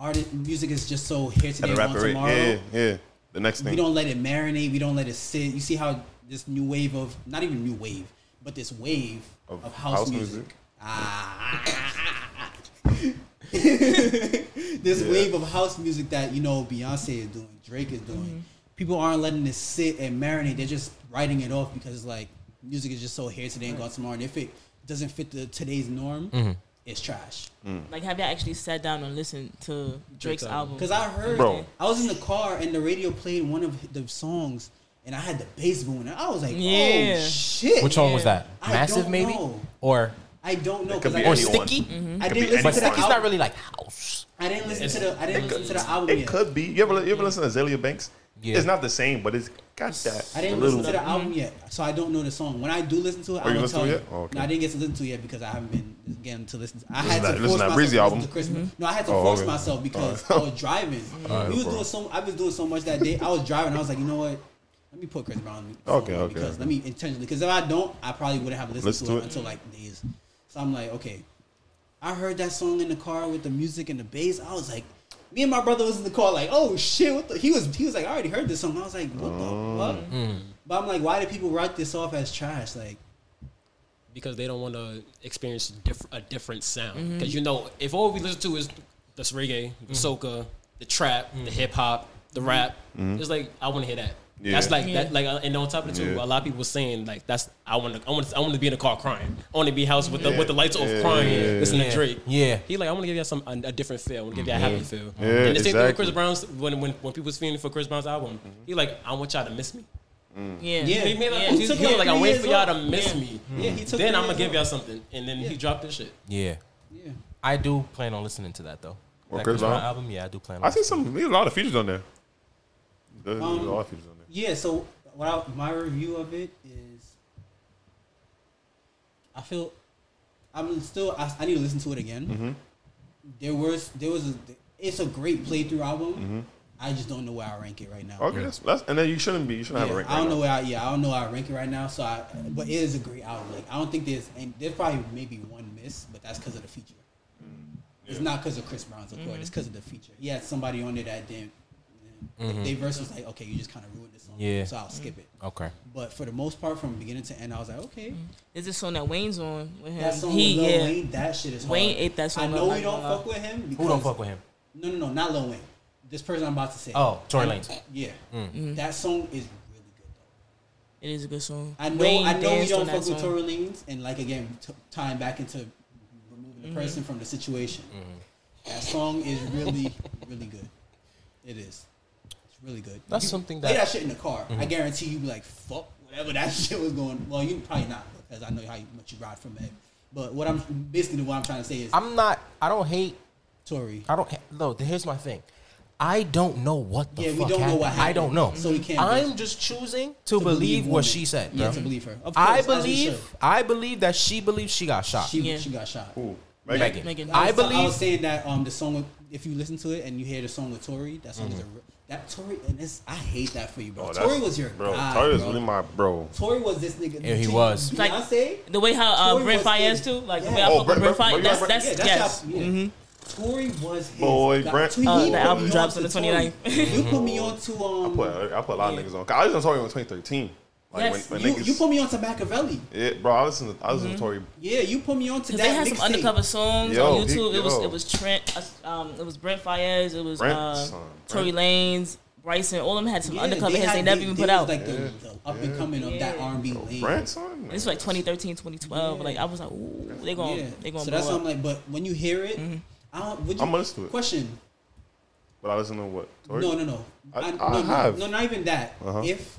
art music is just so here
At
today,
a
and
rapid
gone
rate.
tomorrow.
Yeah, yeah. The next
We
thing.
don't let it marinate. We don't let it sit. You see how this new wave of not even new wave, but this wave
Of
of, house,
house
music.
music?
Ah. *laughs* this wave of house music that you know Beyonce is doing, Drake is doing. People aren't letting it sit and marinate. They're just writing it off because it's like music is just so here today and gone tomorrow. And if it doesn't fit the today's norm, is trash.
Like, have y'all actually sat down and listened to Drake's album?
Because I heard,
Bro.
I was in the car and the radio played one of the songs, and I had the bass booming. I was like,
Yeah.
oh shit!
Which one was that?
I
Massive,
don't
maybe,
know.
or
I don't know
It could
because
be
I,
or
Anyone.
Sticky?
I
could be
didn't listen
But
to the
Sticky's not
album.
really like house.
I didn't listen to the. I didn't listen to the album
It
yet.
could be. You ever you ever listen to Azalea Banks?
Yeah.
It's not the same, but it's got that
I didn't
little.
listen to the album yet, so I don't know the song. When I do listen to it,
you
I will
listening to
tell
it yet?
you.
Oh, okay.
No, I didn't get to listen to it yet because I haven't been getting to listen. To, I
Listen
had
to that- listen
to force
to that
myself
Breezy
to listen
album.
to Christmas.
Mm-hmm.
No, I had to
Oh,
force
okay.
myself because I
*laughs*
was driving.
Alright,
we was
bro.
doing so. I was doing so much that day. I was driving. I was like, you know what? Let me put Chris Brown. on
Okay, okay,
Because
okay.
let me intentionally. Because if I don't, I probably wouldn't have listened
Listen
to,
to
it,
it.
until like days. So I'm like, okay. I heard that song in the car with the music and the bass. I was like. Me and my brother was in the car, like, "Oh shit!" What the? He was, he was like, "I already heard this song." I was like, "What
Oh.
the fuck?"
Mm.
But I'm like, why do people write this off as trash? Like,
because they don't want to experience diff- a different sound. Because you know, if all we listen to is the reggae, the soca, the trap, the hip hop, the rap, it's like I want to hear that.
Mm-hmm. Yeah.
That's like
Yeah.
that, like, uh, and on top of the two,
Yeah.
a lot of people saying like, "That's I want to, I want to, I want to be in the car crying. I want to be house with the with the lights off crying, listening
Yeah.
to Drake.
Yeah.
he like I want to give you some a, a different feel. I want to give you a happy feel.
Yeah,
and the
exactly.
same thing
Mm-hmm.
with Chris Brown's when when when people was feeling for Chris Brown's album, he like I want y'all to miss me.
yeah.
Yeah.
He made
Yeah.
like,
He
he's
took,
he was
like,
like I'm
three
waiting for
years
y'all to
off.
miss me
yeah, he took.
then
three
I'm gonna
years
give
off.
y'all something, and then he dropped this shit.
Yeah,
Yeah.
I do plan on listening to that though.
What,
That
Chris Brown?
album, yeah, I do plan. on
I see
listening.
some. There's a lot of features on there. There's a
Um,
lot of features on there.
Yeah. So, what I, my review of it is, I feel, I'm still. I, I need to listen to it again.
Mm-hmm.
There was there was a. It's a great playthrough album. I just don't know where I rank it right now.
Mm-hmm. Okay, that's, that's and then you shouldn't be. You shouldn't have a
Yeah,
rank.
I don't
right
know
now.
where I yeah I don't know where I rank it right now. So I but it is a great album. Like I don't think there's and there's probably maybe one miss, but that's because of the feature.
Mm,
It's not because of Chris Brown's accord.
Mm-hmm.
It's because of the feature. He had somebody on there that didn't. They verse was like okay, you just kind of ruined this song.
Mm-hmm. Yeah.
So I'll skip it.
Okay. Mm-hmm.
But for the most part, from beginning to end, I was like okay.
Is this song that Wayne's on with him?
That song
he,
with Lil
yeah.
Wayne, that shit is hard.
Wayne ate that song
I
up
know
like
we don't
wild.
fuck with him. Because,
Who don't fuck with him?
No, no, no, not Lil Wayne. This person I'm about to say.
Oh, Tory Lanez. Mm.
Yeah, that song is really good though.
It is a good song.
I know,
Wayne
I know we
danced
don't
on that
fuck with
song.
Tory Lanez, and like again, t- tying back into removing
Mm-hmm.
the person from the situation. That song is really, really good. It is. It's really good.
That's
You
something
play
that- Mm-hmm.
that shit in the car. I guarantee you, be like, fuck whatever that *laughs* shit was going. Well, you probably not because I know how much you ride from it. But what I'm basically what I'm trying to say is
I'm not. I don't hate.
Tory.
I don't. ha- No. Here's my thing. I don't know what the
Yeah, we
fuck
don't know
happened.
what
I don't
happened,
know.
so we can't
I'm
base-
just choosing to,
To
believe,
believe
what
women.
she said.
Yeah,
bro.
to believe her. Of
I
course, as we
believe.
should.
I believe that she believes she got shot.
she
Yeah.
she got shot.
Ooh,
Megan.
Megan.
I
was- I
believe.
was saying that um the song with, if you listen to it and you hear the song with Tori, that song is
Mm-hmm.
a re- that Tori and it's I hate that for you, bro.
Oh, that's-
Tori was your
bro.
god,
Tori is
bro.
really my bro.
Tory was this nigga.
Yeah, he
Did
was.
Beyonce,
Like, The way how
Tory
uh, Brent
was
Fayez
his-
too, like the
yeah.
way I
Oh,
fuck with
Brent-
Brent
Brent-
Fayez. That's
Brent-
that's
yeah, that's
yes. Mm-hmm.
how, yeah. Tory was his
Boy,
god.
Brent-
Tweet
Uh,
me
the
on
album drops
to
on the
Tory.
29th.
you put
Mm-hmm.
me on to
I put uh,
um.
I put a lot of niggas on. I was on Tory in 2013. Like
Yes.
when, when
You,
niggas,
you put Mm-hmm. me on to Machiavelli.
yeah, bro. I listened. To, I listened to Tory.
Yeah, you put me on to that.
Cause they had some
mixtape.
undercover songs
Yo,
on YouTube.
he-
it was
yo.
it was Trent, uh, um, it was Brent Fayez, it was
Brent,
uh,
son,
Tory Lanez, Bryson. All of them had some
Yeah,
undercover hits they
had-
never even
they
put
was
out.
Like the, the up and coming of that R&B lane.
Brand son.
This was like 2013, 2012. Like I was like, ooh, they going
Yeah.
to they going.
so
to
that's
blow
what I'm
up.
like. But when you hear it,
Mm-hmm.
I don't, would you,
I'm listening to it.
Question?
But I listened to what Tory.
No, no, no.
I-
I,
I
no,
have.
no, no, not even that.
Uh-huh.
If,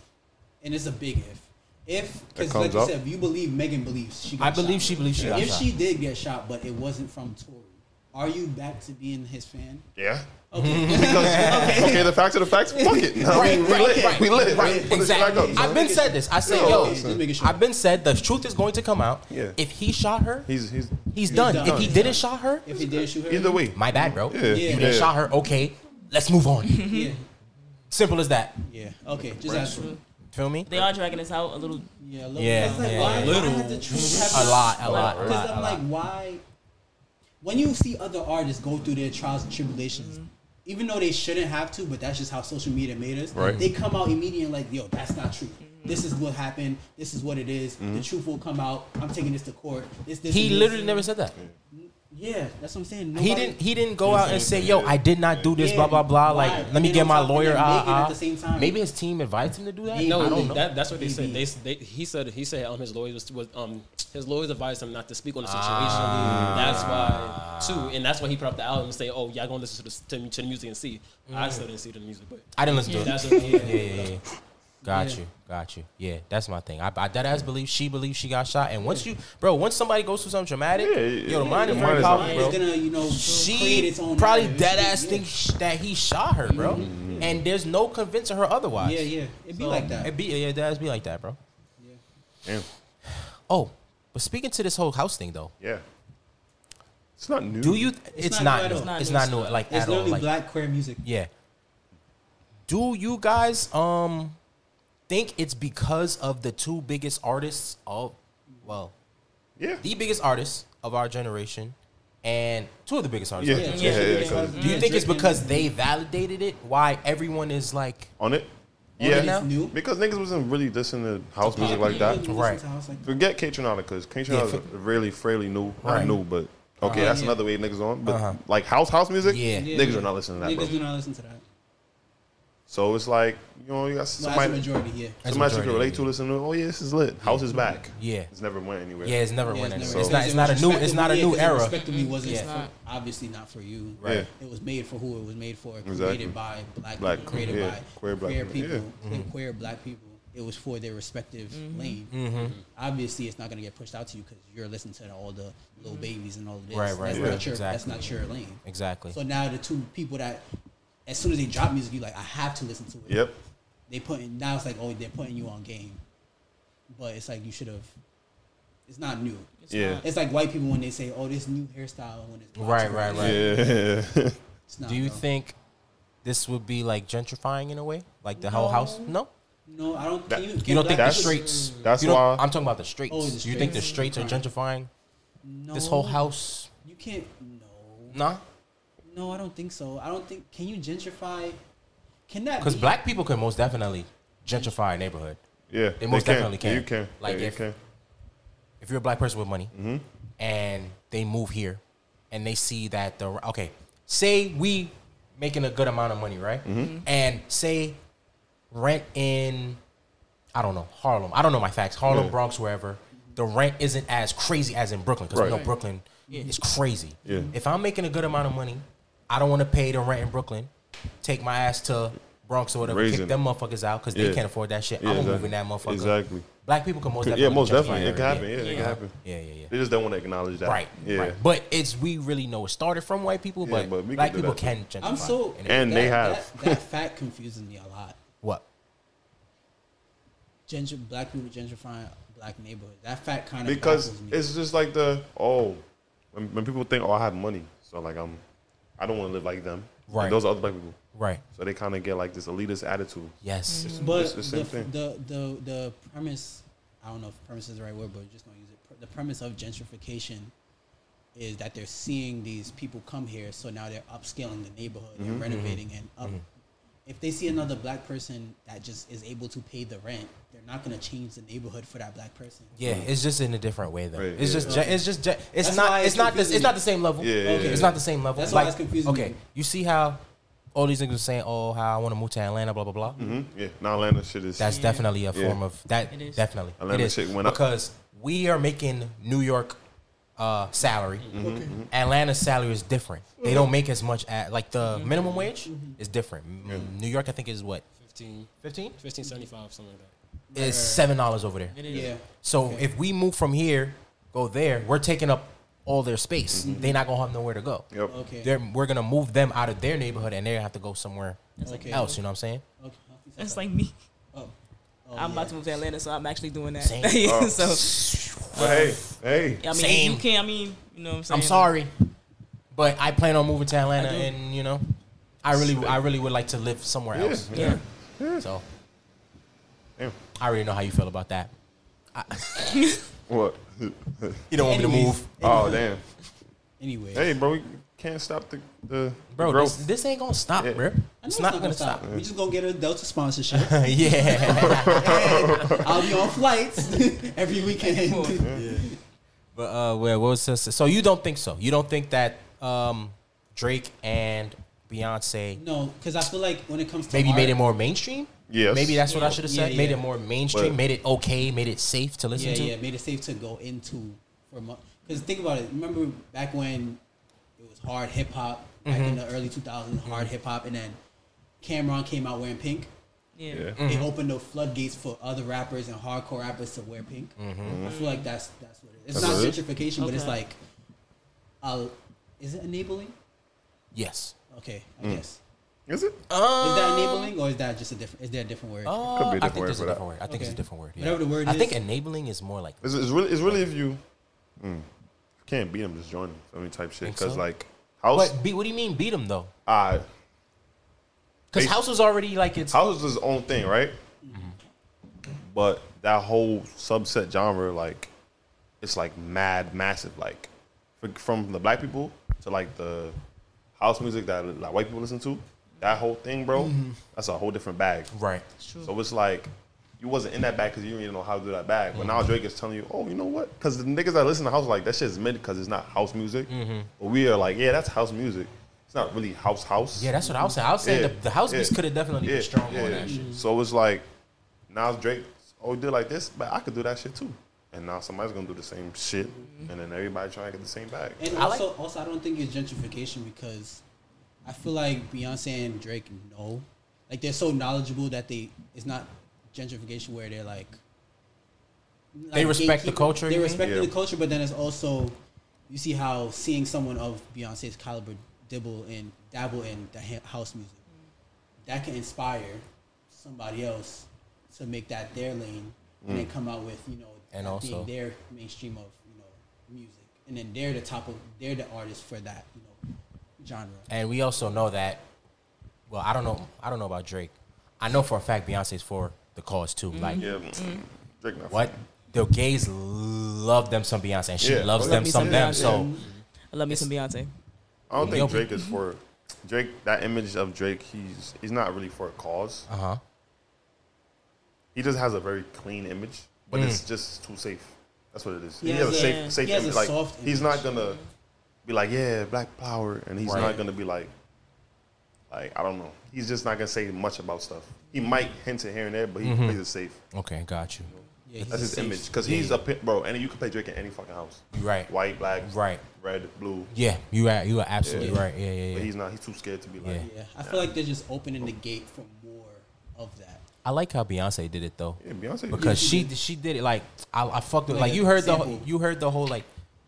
and it's a big if. If
That
because
comes
like you
up.
said, if you believe Megan believes she. Got
I believe
shot.
she believes she got
If
shot.
she did get shot, but it wasn't from Tory, are you back to being his fan? *laughs*
Yeah. *laughs*
Okay.
okay. the facts are the facts. Fuck
*laughs*
it. No,
Right,
we, we
right,
lit.
right.
we lit.
Right,
Put this shit back
Exactly.
up, son.
I've been said this. I said,
Yo,
yo,
Okay, just making sure.
I've been said the truth is going to come out.
Yeah.
If he shot her, he's,
He's he's
done.
done.
If he
He's
didn't
done.
shot her,
if he did shoot her,
either way.
my bad, bro.
Yeah.
You
Yeah.
didn't shot her. Okay, let's move
*laughs*
on.
Yeah.
Simple as that.
Yeah. Okay. Just ask.
Feel me?
They are dragging this out a little.
Yeah. A little.
Yeah,
It's like,
yeah,
why,
yeah.
Why had the truth
A
happen?
lot, a lot, a
Because
lot,
I'm
a
like,
lot.
why? When you see other artists go through their trials and tribulations,
Mm-hmm.
even though they shouldn't have to, but that's just how social media made us.
Right. Mm-hmm.
They come out immediately and like, yo, that's not true. This is what happened. This is what it is. The truth will come out. I'm taking this to court. This, this,
He
and this.
literally never said that.
Yeah, that's what I'm saying.
He
Nobody-
didn't. He didn't go out and say, "Yo, I did not do this."
Yeah,
blah blah blah. Like,
why?
let me
They
get
don't
my
talk and
lawyer.
then make it
Uh,
at the same
uh.
time.
Maybe his team invites him to do that.
Maybe.
No, I
No,
don't know.
that, that's what they said.
Maybe.
They, they he said he said um his lawyers was, was um his lawyers advised him not to speak
Ah.
on the situation. That's why too, and that's why he put up the album and say, "Oh, y'all gonna listen to the to, to the music and see."
Mm.
I still didn't see the music, but
I didn't listen to it.
that's what he
yeah, yeah, yeah. Got you, got you. Yeah, that's my thing. I, I dead ass believe she believes she got shot. And once you, bro, once somebody goes through something traumatic,
Yeah,
yo, the
yeah,
mind
the
is
mind
very
is
powerful,
out,
It's
bro.
gonna, you know, create
She
its own
probably
narrative.
dead ass
Yeah. Mm-hmm.
thinks sh- that he shot her, bro. And there's no convincing her otherwise.
Yeah, yeah. It'd be like that.
It be yeah, dead ass be like that, bro.
Damn.
Oh, but speaking to this whole house thing though,
Yeah. It's not new.
do you? It's,
not
not,
new at
new.
all. It's not
It's
new.
not new. Like
It's
at all.
literally
Like
black queer music.
Yeah. Do you guys um think it's because of the two biggest artists of well,
Yeah.
the biggest artists of our generation and two of the biggest artists.
Yeah.
of our
Yeah.
generation.
yeah, yeah,
Yeah.
cause
Do you
Yeah,
think it's
Drake
because
and-
they validated it? Why everyone is like
On it.
All
Yeah.
that is new.
Because niggas wasn't really dissing the house music like
Yeah,
that.
you listen
Right.
to house like that.
Forget K Tronada because K
Yeah,
Tronada's
for-
really fairly new.
Right.
Not new, but okay, that's another way niggas on. But
Uh-huh.
like house house music,
Yeah.
Yeah,
niggas
yeah.
are not listening to that,
Niggas
bro.
do not listen to that.
So it's like you know you got
No, that's the
somebody
majority. Yeah.
That's
somebody you can
majority,
relate to,
yeah.
listen to. Oh yeah, this is lit. House is back.
Yeah.
it's never went anywhere.
yeah, it's never
Yeah,
winning.
it's
It's,
never-
not. It's not a new. It's not a
yeah,
new
'cause it
era.
Respectively, wasn't
Yeah.
not.
for, obviously not for you.
Right.
It was made for who it was made for. Created
Exactly.
by black,
Black
people, created
people,
by
yeah. Queer black people,
people,
yeah.
queer-
Mm-hmm.
queer black people. It was for their respective lane.
Mm-hmm.
Obviously, it's not going to get pushed out to you because you're listening to all the little babies and all of this.
Right, right,
That's
right,
not your.
exactly.
That's not your lane.
Exactly.
So now the two people that, as soon as they drop music, you like, I have to listen to it.
Yep.
They put in, now it's like, oh, they're putting you on game, but it's like you should have. It's not new.
It's
Yeah.
not.
It's like white people when they say, "Oh, this new hairstyle." When it's
Right, right, right.
Yeah.
It's not,
Do you
bro.
think this would be like gentrifying in a way, like the whole house? No.
No, I don't.
That-
can you,
You don't think the
That's-
streets?
that's
you don't-
why-
I'm talking about the streets.
Oh, the
Do you think the
streets. Oh.
streets are gentrifying
no,
this whole house?
You can't. No,
Nah,
no, I don't think so. I don't think. Can you gentrify? Can that?
because
be-
black people can most definitely gentrify a neighborhood.
Yeah,
They most definitely can.
You can.
Like,
yeah,
if-
you can.
If you're a black person with money
Mm-hmm.
and they move here and they see that the okay, say we making a good amount of money, right?
Mm-hmm.
And say rent in I don't know Harlem. I don't know my facts. Harlem,
Yeah.
Bronx, wherever. The rent isn't as crazy as in Brooklyn because
Right.
we know
Right.
Brooklyn is crazy.
Yeah.
If I'm making a good amount of money, I don't want to pay the rent in Brooklyn. Take my ass to Bronx or whatever.
Raisin.
Kick them motherfuckers out because
Yeah.
they can't afford that shit.
Yeah,
I'm
exactly.
moving that motherfucker.
Exactly.
Black people can most
Could-
definitely.
yeah, most
gentrify
definitely. It can
area.
happen. Yeah, it can happen.
Yeah, yeah, yeah.
They just don't want to acknowledge that.
Right.
Yeah.
Right. But it's we really know it started from white people,
Yeah,
but,
but we can
black
do
people
that.
can gentrify.
I'm so.
And it-
And they have. *laughs*
that, that fact confuses me a lot.
what?
Gentr black people gentrifying black neighborhoods. That fact kind of
because
baffles me.
it's just like the oh when, when people think oh i have money so like i'm i don't want to live like them
Right.
And those are other black people
Right.
so they kind of get like this elitist attitude
Yes.
But
It's the same
the,
thing.
the the the premise, I don't know if premise is the right word, but just gonna use it. Pre- The premise of gentrification is that they're seeing these people come here, so now they're upscaling the neighborhood, they're
Mm-hmm.
renovating and up. If they see another black person that just is able to pay the rent, they're not gonna change the neighborhood for that black person.
Yeah, it's just in a different way though.
Right,
it's,
yeah.
just ge- it's just ge- it's
That's why
not
it's
it's not this,
confusing
it's not
me.
the same level.
Yeah, yeah,
Okay.
It's not the same level.
That's why it's confusing
Okay,
me.
you see how all these niggas are saying, "Oh, how I want to move to Atlanta," blah blah blah.
hmm yeah now atlanta shit is
That's definitely a form of that.
It is.
Definitely,
Atlanta
it is
shit went up.
because we are making New York uh, salary.
Mm-hmm.
Atlanta's salary is different. They don't make as much at like the minimum wage is different. M- New York, I think, is what
15,
fifteen.
1575, something like that.
Is seven dollars over there.
Yeah,
So if we move from here, go there, we're taking up all their space. They're not gonna have nowhere to go.
*laughs* Mm-hmm. yep
Okay.
They're, we're gonna move them out of their neighborhood, and they have to go somewhere
Okay.
else. You know what I'm saying?
Okay.
That's like me.
Oh. Oh,
I'm about
yeah.
to move to Atlanta, so I'm actually doing that.
Same.
*laughs*
Oh.
Yeah, so
but hey hey
I mean,
Same.
you can't. I mean, you know what I'm saying.
I'm sorry, but I plan on moving to Atlanta, and you know, I really, I really would like to live somewhere
yeah,
else.
Yeah.
So
Damn.
I already know how you feel about that.
what *laughs*
You don't want me to
Anyways,
move,
oh damn
Anyway,
hey bro we can't stop the the
bro.
growth.
This, this ain't gonna stop,
Yeah.
bro.
I know
It's not gonna stop.
We just gonna get a Delta sponsorship.
*laughs*
*laughs* yeah,
*laughs* I'll be on flights every weekend.
But uh, where what was this? So you don't think so? You don't think that um, Drake and Beyonce
No, because I feel like when it comes to
maybe made
art-
it more mainstream?
Yes.
Maybe that's what I
Yeah.
should have
Yeah,
said. Made
yeah.
it more mainstream.
But-
made it okay. Made it safe to listen
Yeah,
to.
yeah, made it safe to go into for month. Because think about it. Remember back when it was hard hip hop back in the early 2000s, hard hip hop, and then Cameron came out wearing pink.
Yeah.
Yeah.
It opened the floodgates for other rappers and hardcore rappers to wear pink. I feel like that's that's what it is. It's
That's
not
what it is.
gentrification, but it's
Okay.
like, uh, is it enabling?
Yes.
Okay, I guess.
Is it?
Is that enabling or is that just a different? Is there a different word?
Uh,
Could be a
I
different
think
word
there's
for
a
that.
different word. I think it's a
Okay.
different word. Yeah.
Whatever the word
I
is.
think enabling is more like
It's, it's really, it's really if you mm, can't beat them, just join them. I mean, type shit.
Think
Because
so?
like house,
But be, what do you mean beat him though?
uh,
Because
They-
House was already like it's
house is his own thing, right? But that whole subset genre, like, it's like mad massive. Like, fr- from the black people to like the house music that like white people listen to, that whole thing, bro. That's a whole different bag.
right.
So it's like you wasn't in that bag because you didn't even know how to do that bag. But now Drake is telling you, oh, you know what? Because the niggas that listen to house like that shit is mid because it's not house music. But we are like, yeah, that's house music. It's not really house house.
Yeah, that's what I was saying. I was saying the, the house beats could have definitely been strong on that shit.
So it's like now Drake, oh, he did like this, but I could do that shit too. And now somebody's gonna do the same shit,
Mm-hmm.
and then everybody trying to get the same bag.
And
I like-
also, also, I don't think it's gentrification because I feel like Beyonce and Drake know, like they're so knowledgeable that they it's not gentrification where they're like,
They respect the
gatekeep-
culture,
They
you mean?
respect
Yeah.
the culture, but then it's also you see how seeing someone of Beyonce's caliber dibble and dabble in the ha- house music that can inspire somebody else to make that their lane and then come out with you know
And
that
also-
being their mainstream of you know music and then they're the top of they're the artist for that you know genre
And we also know that. Well, I don't know. I don't know about Drake. I know for a fact Beyonce's for the cause too. Like
Yeah,
Mm-hmm.
Drake not.
what the gays love them some Beyonce, and she
Yeah.
loves
Love
them
me
some
some
them.
Beyonce.
So
I love me some Beyonce.
I don't
Yo.
think Drake is for Drake. That image of Drake, he's he's not really for a cause.
uh huh.
He just has a very clean image, but it's
Mm.
just too safe. That's what it is. He,
He
has,
has
a
a-
safe, safe
he has a
image. like
soft
he's
image.
not gonna be like, yeah, black power, and he's
Right.
not gonna be like, like I don't know. He's just not gonna say much about stuff. He might hint it here and there, but he
Mm-hmm.
plays it safe.
Okay, got you.
yeah, he's
That's
a
his
safe-
image because he's a pit, bro. And you can play Drake in any fucking house,
You right.
white, black,
Right.
red, blue.
Yeah, you are. You are absolutely
Yeah.
right. Yeah, yeah,
But
yeah.
he's not. He's too scared to be like.
Yeah.
yeah i feel like they're just opening the gate for more of that
I like how Beyonce did it though.
Yeah, Beyonce
because
Yeah,
she
she
she, did it like I, I fucked with
Like
like
a
you heard the whole,
sample.
you heard the whole like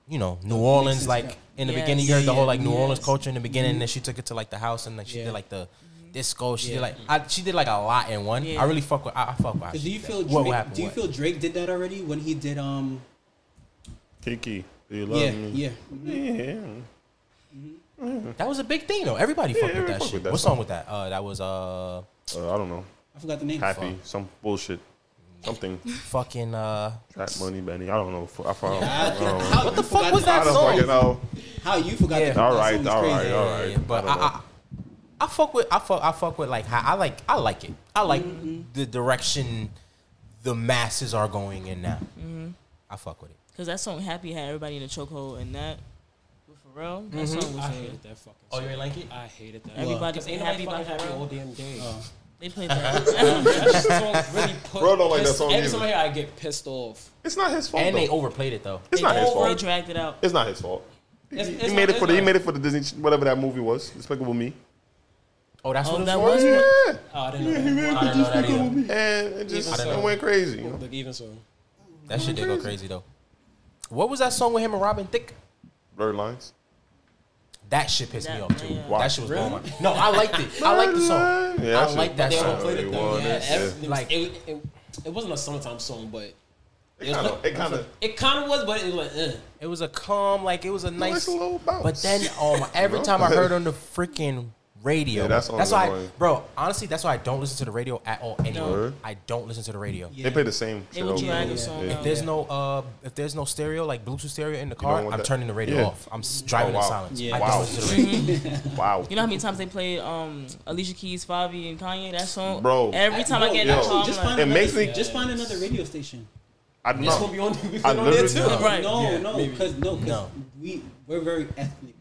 you know New Orleans
sense,
like
yeah.
in the
Yes.
beginning you heard the
Yeah,
whole
yeah,
like New Orleans
yes.
culture in the beginning and then she took it to like the house and like she
Yeah. Mm-hmm.
did like the disco she did
Yeah.
like I, she did like a lot in one
Yeah.
I really fuck with I, I fuck with how
'Cause
she
do you
did
feel
that. what
drake,
happened
do you
what?
feel drake did that already when he did um
Kiki. Do you love
yeah
me?
yeah
Yeah.
that was a big thing though everybody fucked with
everybody
that
fuck
shit
with that
what
song.
song was that uh that was uh
Uh, I don't know.
i forgot the name
Happy. Some bullshit. Something.
fucking uh
Trap money, Benny. I don't know. Fu- I found.
I-
I don't know.
how what the
fuck was that
I don't
song?
fucking know.
how you forgot
Yeah.
that
All
that
right,
song is
all right,
crazy.
all
yeah,
right.
yeah, but
I
I,
don't
I, I fuck with I fuck I fuck with like how I like I like it I like
Mm-hmm.
the direction the masses are going in now
Mm-hmm.
I fuck with it.
Because that song Happy had everybody in a chokehold and that, with Pharrell, that song
Mm-hmm.
was
I
good.
hated that fucking. Song.
ain't like it?
I hated that.
Everybody's
Because ain't nobody
happy by
fucking happy all
Pharrell.
damn day.
They played that.
that song really put.
Bro don't like that
pissed-
song
Every
either.
time I hear, it, I get pissed off.
It's not his fault.
And
though.
they overplayed it though.
it's not his
They
fault.
dragged it out.
It's not his fault.
It's-
he,
it's
he
not-
made it
it's
for the. He
not-
made it for the Disney, ch- whatever that movie was. Despicable Me.
Oh, that's
Oh,
what it
that
was.
was-
Yeah.
Oh, I didn't know. that.
I didn't know that either.
And it
I
just
don't
it
know.
went crazy. You know?
Look, even so,
That shit did go crazy though. What was that song with him and Robin Thicke?
Blurred lines.
That shit pissed me
That-
off too.
yeah.
That shit was blowing my. No, I liked it. I liked the song.
Yeah, that
I
shit-
liked that
They
song.
overplayed it, though.
yeah,
Yeah.
every,
Like-
like it, it, it wasn't a summertime song, but
It kind of. It kind of.
it kind of was. But it was like, eh.
It was a calm, like it was a nice.
it's a little bounce.
But then,
*laughs*
oh my! Every
know?
time I heard on the freaking radio,
Yeah,
that's,
that's on the
why, I,
line.
bro. Honestly, that's why I don't listen to the radio at all. Anymore.
Word.
I don't listen to the radio.
They play the same.
They
shit
would
over
drag
and
the
over.
song
Yeah.
out.
There's no uh, if there's no stereo like Bluetooth stereo in the car,
don't want
I'm
that.
turning the radio
Yeah. Oh,
off. I'm s- driving
wow.
in silence.
Yeah.
I
Wow.
don't listen to the radio.
Wow.
You know how many times they played um, Alicia Keys, Favi, and Kanye that song?
Bro.
Every time I
No,
get
yo.
that song,
just
I'm
find
like,
It
another-
makes me-
just find another radio station.
I don't
It's gonna
know.
be on, it's
I
on there *laughs*
literally-
too.
no.
Right.
No,
Yeah,
no,
maybe.
because no, 'cause
No. Mm.
we we're very ethnic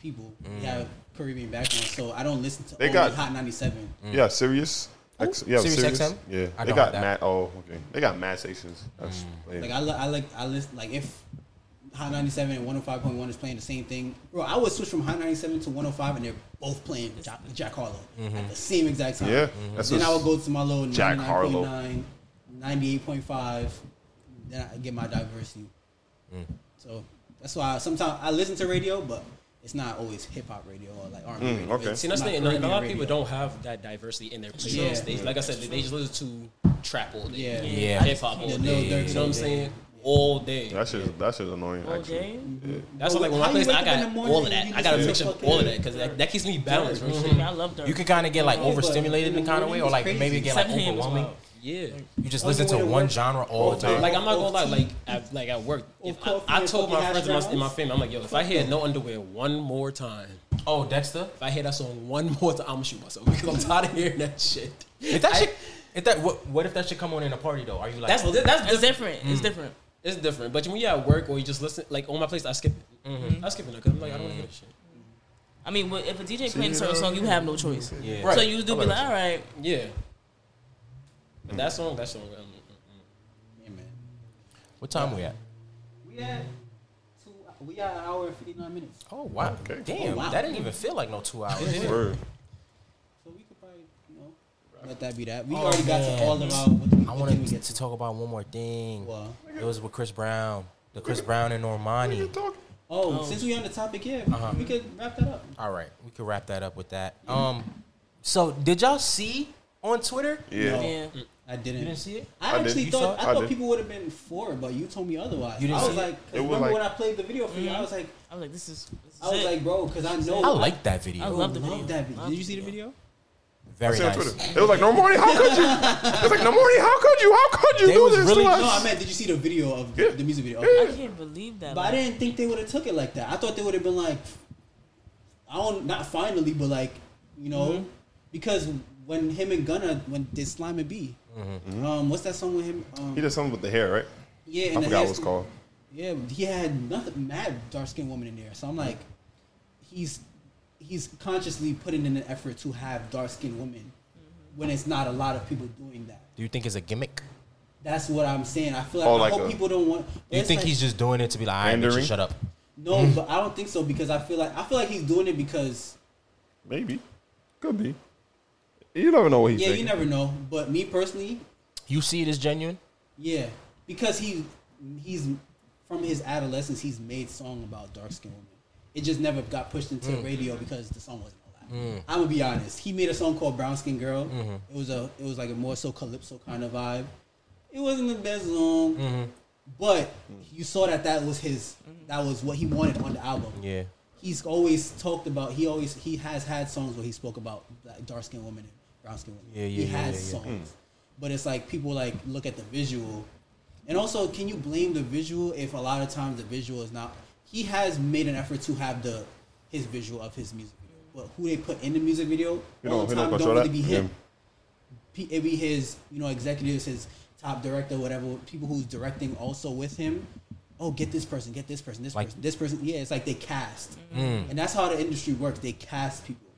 people. We have Caribbean background, so I don't listen to
They
only
got-
Hot 97.
Yeah, Sirius. X, yeah,
Sirius
Sirius.
XM?
Yeah,
I
they
don't have
got mad.
that.
Oh, okay. They got mad stations. That's yeah.
Like I, li- I like I listen like if Hot 97 and 105.1 is playing the same thing, bro. I would switch from Hot 97 to 105, and they're both playing Jack, Jack Harlow at the same exact time.
Mm-hmm. Yeah, Mhm. that's
Then I
what's-
would go to my little
Jack Harlow.
99.9, 98.5. Then I get my diversity.
Mm.
So that's why I, sometimes I listen to radio, but it's not always hip hop radio or like R&B. radio.
Mm, okay.
It's
See, that's the
my
thing. Like, a
Caribbean
lot of people
radio.
don't have that diversity in their playlists.
Yeah.
They, like I said, they just listen to trap all
Yeah.
day,
Yeah.
hip hop all
The
day.
Lil Durk
You know what I'm
shit.
saying? All day.
That shit. That shit annoying.
Oh,
Actually.
James?
That's what,
But
like when
how
I
you
play,
wake
I
up in the
got
morning
all of
and
that.
you
I gotta
just
mix up
fucking-
all of that because that, that keeps me balanced. bro.
Shit, I love Dirk.
You can kind of get like
Yeah, but
overstimulated
in
in
the
kind of way,
morning
or
it's
like
crazy.
maybe get like
7 a.m. is
Mm-hmm.
overwhelming.
wild.
Yeah.
You just
On
listen
your
to
way to
one
work.
genre all
Or
day.
Like I'm not gonna lie,
Off
like
key.
at, like at work, if
Off
I,
coffee
I
and
told my
fucking
friends in my, in my
hash browns.
family, I'm like, yo, if I hear no underwear one more time,
oh, Dexter,
if I hear that song one *laughs* more time, I'm gonna shoot myself because I'm tired of hearing that shit.
if that
I-
shit, if that what, what if that shit come on in a party though? Are you like
That's that's
It's different.
Mm.
It's different.
It's different, but when you at work or you just listen, like on my place, I skip it. I skip it because I'm like, I don't want to hear this shit.
I mean, wh- if a DJ playing a certain song, you have no choice.
yeah.
So you do be like, all right,
Yeah. But that song, that song, um,
Yeah, man.
What time we at?
We had two. We had an hour and fifty nine minutes.
Oh wow,
Okay.
damn,
Oh, wow.
that didn't even feel like no two hours.
Word.
So we could probably, you know, let that be that. We
Oh,
already got
man.
to all of our. What the,
I
what
wanted
did we get
to talk about one more thing.
What?
It was with Chris Brown, the Chris Brown and Normani.
Oh, since we on the topic, yeah,
Uh-huh.
we could wrap that up.
All right, we can wrap that up with that. Um, so did y'all see on Twitter?
Yeah.
No.
yeah.
I didn't.
You didn't see it?
I,
I did.
actually
You
saw
thought
it?
I
I
thought
did.
people would have been for, it, but you told me otherwise.
You didn't
I was
see it? Mm-hmm.
like, 'cause
It was
remember
like-
when I played the video for you? I was like,
I was like, this is. This is
I was
it.
like, bro, because I know
I like that video.
I love the video.
that video.
Love
Did you see the video?
Very
Say on
nice.
Twitter. It was like, no morning, how could you? It was like, no morning, how could you? How could you
They
do
was
this
really-
to us?
No, I meant, did you see the video of
Yeah.
the music video?
I
Okay.
can't believe that.
But I
like,
didn't think they would have took it like that. I thought they would have been like, I don't not finally, but like you know,
Mm-hmm.
because when him and Gunna when did Slime and B, um, what's that song with him? Um,
Mm-hmm. He did something with the hair, right?
yeah,
I
and the
forgot what
hairst-
it's called.
Yeah, he had nothing mad dark skinned woman in there. So I'm like, he's he's consciously putting in an effort to have dark skinned women
Mm-hmm.
when it's not a lot of people doing that.
Do you think it's a gimmick?
That's what I'm saying. I feel like
Oh,
I
like
hope
a-
people don't want.
Do you
it's
think
like-
he's just doing it to be like, all right, bitch, you
Pandering?
shut up? *laughs*
no? But I don't think so because I feel like I feel like he's doing it because
Maybe. Could be. You never know what he's
Yeah,
thinking.
you never know. But me personally,
You see it as genuine?
yeah, because he he's from his adolescence, he's made song about dark skinned women. It just never got pushed into radio because the song wasn't all that. I'm gonna be honest. He made a song called Brown Skin Girl. It was a it was like a more so calypso kind of vibe. It wasn't the best song,
Mm-hmm.
but you saw that that was his that was what he wanted on the album.
Yeah.
He's always talked about. He always he has had songs where he spoke about dark skinned women and brown skinned women.
Yeah, yeah,
He
yeah,
has
yeah, yeah.
songs,
Hmm.
but it's like people like look at the visual, and also can you blame the visual if a lot of times the visual is not? He has made an effort to have the his visual of his music video, but who they put in the music video
You
all
don't-
the
you don't
time
control
don't really
that?
be him.
Yeah.
P- it be his you know executives, his top director, whatever people who's directing also with him. Oh, get this person, get this person, this
Like- Mm.
person, this person. Yeah, it's like they cast, and that's how the industry works. They cast people.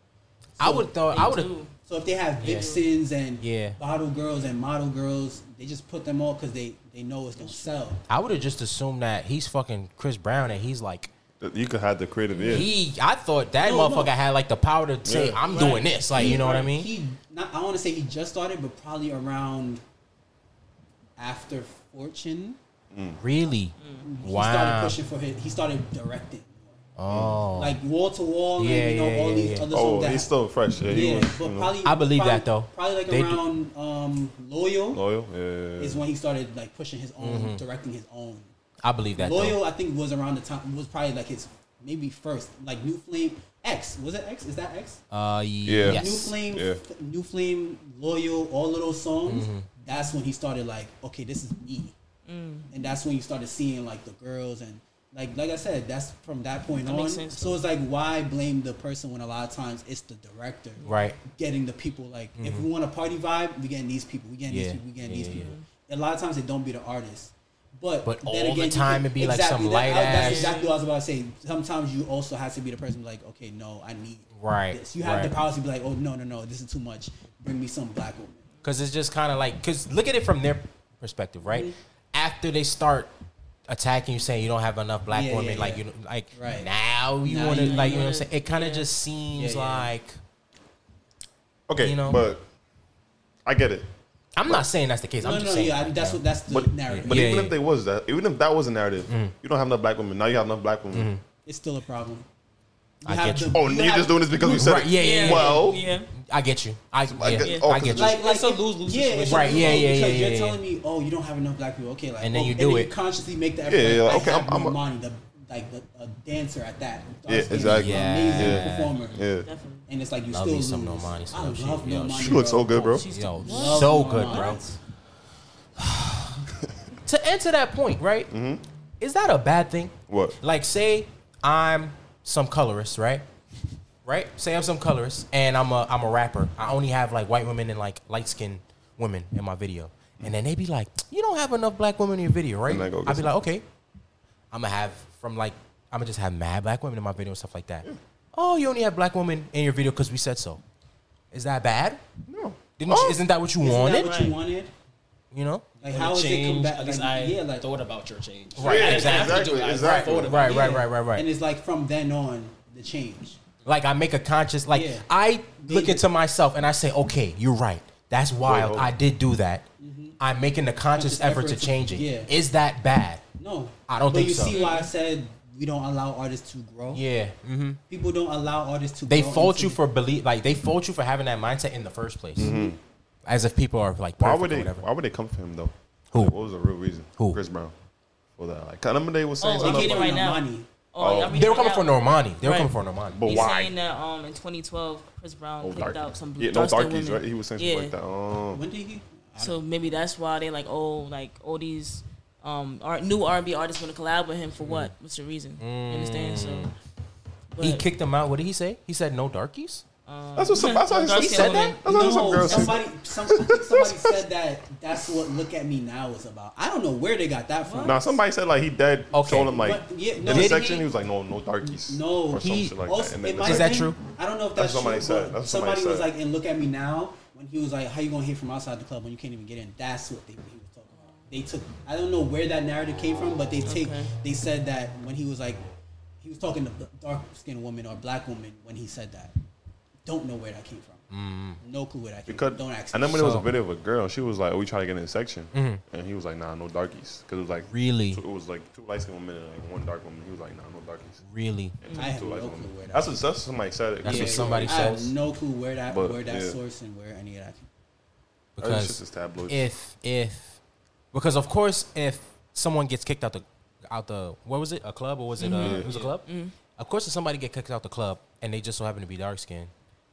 I would though. I would have.
dude,
So if they have vixens and
Yeah.
bottle girls and model girls, they just put them all because they they know it's gonna sell.
I would have just assumed that he's fucking Chris Brown and he's like
You could have the creative ear.
he. I thought that
No, no.
motherfucker had like the power to say,
Yeah.
"I'm doing this." Like you know what I mean?
He, not, I want to say he just started, but probably around after Fortune,
really?
he started
Wow.
pushing for his. He started directing,
Oh,
like wall to wall,
Yeah,
and you know
yeah,
all
yeah,
these
yeah.
other songs
oh,
that
he's still fresh. Yeah, he
Yeah,
was, you
but
know,
probably
I believe
probably-
that, though.
Probably like
They do-
around um, loyal
loyal. Yeah.
is when he started like pushing his own, directing his own.
I believe Mm-hmm. that.
loyal,
Though.
I think, was around the time was probably like his maybe first like New Flame X was it X? Is that X?
Uh,
Yeah.
New
Yes.
Flame,
Yeah. Mm-hmm.
New Flame, loyal, all of those songs. That's when he started like, okay, this is me, and that's when you started seeing like the girls and. Like, like I said, that's from that point on.
makes sense.
So it's like, why blame the person when a lot of times it's the director?
Right.
getting the people. Like if we want a party vibe, we getting these people. We getting
Mm-hmm. Yeah.
these people. We getting
Yeah,
these
yeah,
people. A lot of times it don't be the artist. But,
But
then
all the
again, you
time
can-
it'd be like some
that-
light
I-
ass-
That's exactly what I was about to say. Sometimes you also have to be the person like, okay, no, I need
Right,
this. You have
right.
the power to be like, oh no, no, no, this is too much. Bring me some black woman.
Because it's just kind of like, because look at it from their perspective, right?
Mm-hmm.
After they start attacking you, saying you don't have enough black
Yeah,
women,
yeah,
like
yeah.
you, know, like
Right.
now you
Now
want to,
you
like you know what I'm
wanna-
saying? It kind of just seems
Yeah, yeah, yeah.
like
Okay,
You know?
but I get it.
I'm not saying that's the case.
No,
I'm
no,
just saying
yeah, I-
like,
that's
you
what that's the
But,
narrative.
but
Yeah,
even
yeah.
if they was that, even if that was a narrative, you don't have enough black women. Now you have enough black women.
it's still a problem. You
I get you.
Oh, and you're just doing this because you said
Right,
it.
yeah, yeah, yeah.
Well,
yeah.
know, I get you. I yeah,
get- oh,
I
'cause
get
it's
you.
just-
like, like
It's a lose-lose
yeah,
situation.
it's
Right,
a
yeah,
lose-lose
yeah,
because
yeah,
You're
yeah,
telling me, oh, you don't have enough black people. Okay, like,
And then
oh,
you do
You
it.
consciously make the effort.
Yeah, yeah,
like,
okay,
I have
I'm- I'm a-
Normani, the like the, a dancer at that.
Yeah,
Austin,
exactly.
Amazing
Yeah.
performer.
yeah,
Definitely.
And it's like you
Love
still
me some
lose.
Normani, so
I
she-
love
yo,
Normani.
she
she looks so
bro.
good, bro.
She's
Yo,
Love
so good,
Normani.
bro. To answer that point, right?
Mm-hmm.
Is that a bad thing?
What?
Like, say I'm some colorist, right? Right? Say I'm some colorist, and I'm a I'm a rapper. I only have like white women and like light skinned women in my video, and then they be like, "You don't have enough black women in your video, right?"
And I go get
I'd be
some.
like, "Okay, I'm gonna have from like I'm gonna just have mad black women in my video and stuff like that." Oh, you only have black women in your video because we said so. Is that bad?
No. Oh.
Didn't you, isn't that what you
Isn't that
wanted?
what you wanted?
You know?
Like, how is it
change,
combat?
at least
like,
I
yeah, like,
thought about your change.
Right,
I didn't
exactly,
have to do it. I
exactly.
thought about
Right, right,
yeah.
right, right, right.
And it's like from then on, the change.
Like I make a conscious like
Yeah.
I look
Maybe.
into myself and I say, okay, you're right. That's wild.
hold
I
on.
did do that. I'm making the conscious
Mm-hmm. Conscious
effort,
effort
to
to-
change it. Is
yeah.
that bad?
No,
I don't
but
think
you
so.
see why I said we don't allow artists to grow.
Yeah.
Mm-hmm.
hmm
people don't allow artists to.
They
grow
fault
into-
you for believe like they fault you for having that mindset in the first place. As if people are like perfect
Mm-hmm. Why would
or
they?
whatever.
Why would they come for him though?
Who?
Like, what was the real reason?
Who?
Chris Brown. For that, like, remember they was saying
Oh,
something
I get it
about-
right now.
Normani.
Oh,
Oh.
I mean,
they were
right
coming for
now,
Normani. They were
Right.
coming for Normani.
But
He's
why?
saying that um in 2012, Chris Brown
Oh,
picked
dark-
out some
yeah, no
dark-skinned
darkies,
women.
right? He was saying something
Yeah.
like that. Um,
When did he?
So maybe that's why they like oh like all these um art, new R&B artists want to collab with him
Mm-hmm.
for what? What's the reason? You understand? So but,
Mm. he kicked them out. What did he say? He said no darkies?
that's what some. That's what
Dark
he
skin
said.
woman.
That's what some
no,
girls said.
somebody, some, I think somebody said that. That's what "Look at Me Now" was about. I don't know where they got that from.
Nah, somebody said like he dead.
Okay.
Told him like
But, yeah,
in
no,
the
did
section
he?
he was like no no darkies.
No,
or some
he
shit like
Also,
that. And
it
then
might
they
Is
have
that
said,
been-
true?
I don't know if
That's
that's,
what somebody
true,
said.
but
That's what
somebody,
somebody
was
said.
like, "And look at me now." When he was like, "How you gonna hear from outside the club when you can't even get in?" That's what they, he was talking about. They took. I don't know where that narrative came from, but they take.
Okay.
They said that when he was like, he was talking to dark skinned woman or black woman when he said that. Don't know where that came from. No clue where that came
Mm. because
from. Don't ask.
I
me.
remember there was a
So-
video of a girl. She was like, "Oh, "We trying to get in the section," and he was like, "Nah, no darkies," because it was like
Really?
two, it was like two light skinned women and like one dark woman. He was like, "Nah, no darkies."
Really?
And
I
two
have no
light-skinned
clue
women.
where that
That's what that's what somebody said.
That's
Yeah.
what somebody
I have
says.
no clue where that
But,
where that
yeah.
source and where any of that. Came.
That was just
Because
his tabloid.
if if because of course if someone gets kicked out the out the what was it a club or was it
Mm-hmm.
uh it was a club of course if somebody get kicked out the club and they just so happen to be dark skinned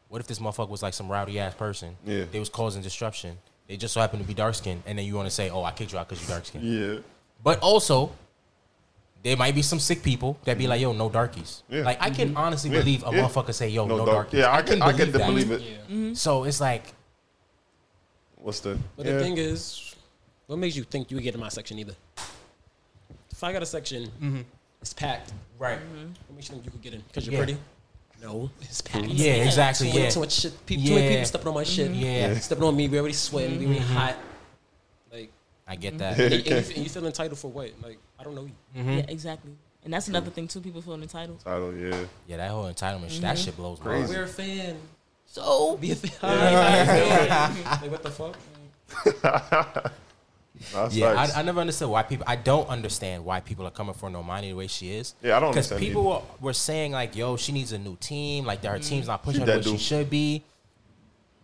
what if this motherfucker was like some rowdy ass person
Yeah.
they was causing disruption they just so happen to be dark skinned and then you want to say oh I kicked you out because you dark skinned
yeah,
but also there might be some sick people that be like yo no darkies
Mm-hmm. Yeah. Mm-hmm.
like I can honestly
Yeah.
believe a
Yeah.
motherfucker say yo Oh, no,
no, dark.
darkies
Yeah, I can I can
that.
believe it.
Yeah.
so it's like
What's the?
But
yeah.
the thing is, what makes you think you would get in my section either? If I got a section, it's packed.
right
What makes you think you could get in? Because you're
Yeah.
pretty? No, it's packed.
Yeah, exactly,
Too many-
yeah.
Too much shit. People, Too many
Yeah. Mm-hmm.
people stepping on my shit.
Yeah. Mm-hmm. Yeah.
Stepping on me. We already sweating. We already hot. Like,
I get that
and, and you, and you feel entitled for what? Like, I don't know you.
Yeah, exactly. And that's another thing too. People feel entitled.
Title, yeah.
Yeah, that whole entitlement shit,
Mm-hmm.
that shit blows my
Crazy.
mind.
We're a fan.
So
Be
*laughs*
a fan. like, what the fuck?
That's
Yeah,
facts.
I, I never understood why people. I don't understand why people are coming for Normani the way she is.
Yeah, I don't
Because
understand
people were, were saying like, "Yo, she needs a new team. Like, that
Mm-hmm.
her team's not pushing her the
that
way she
dude.
should be."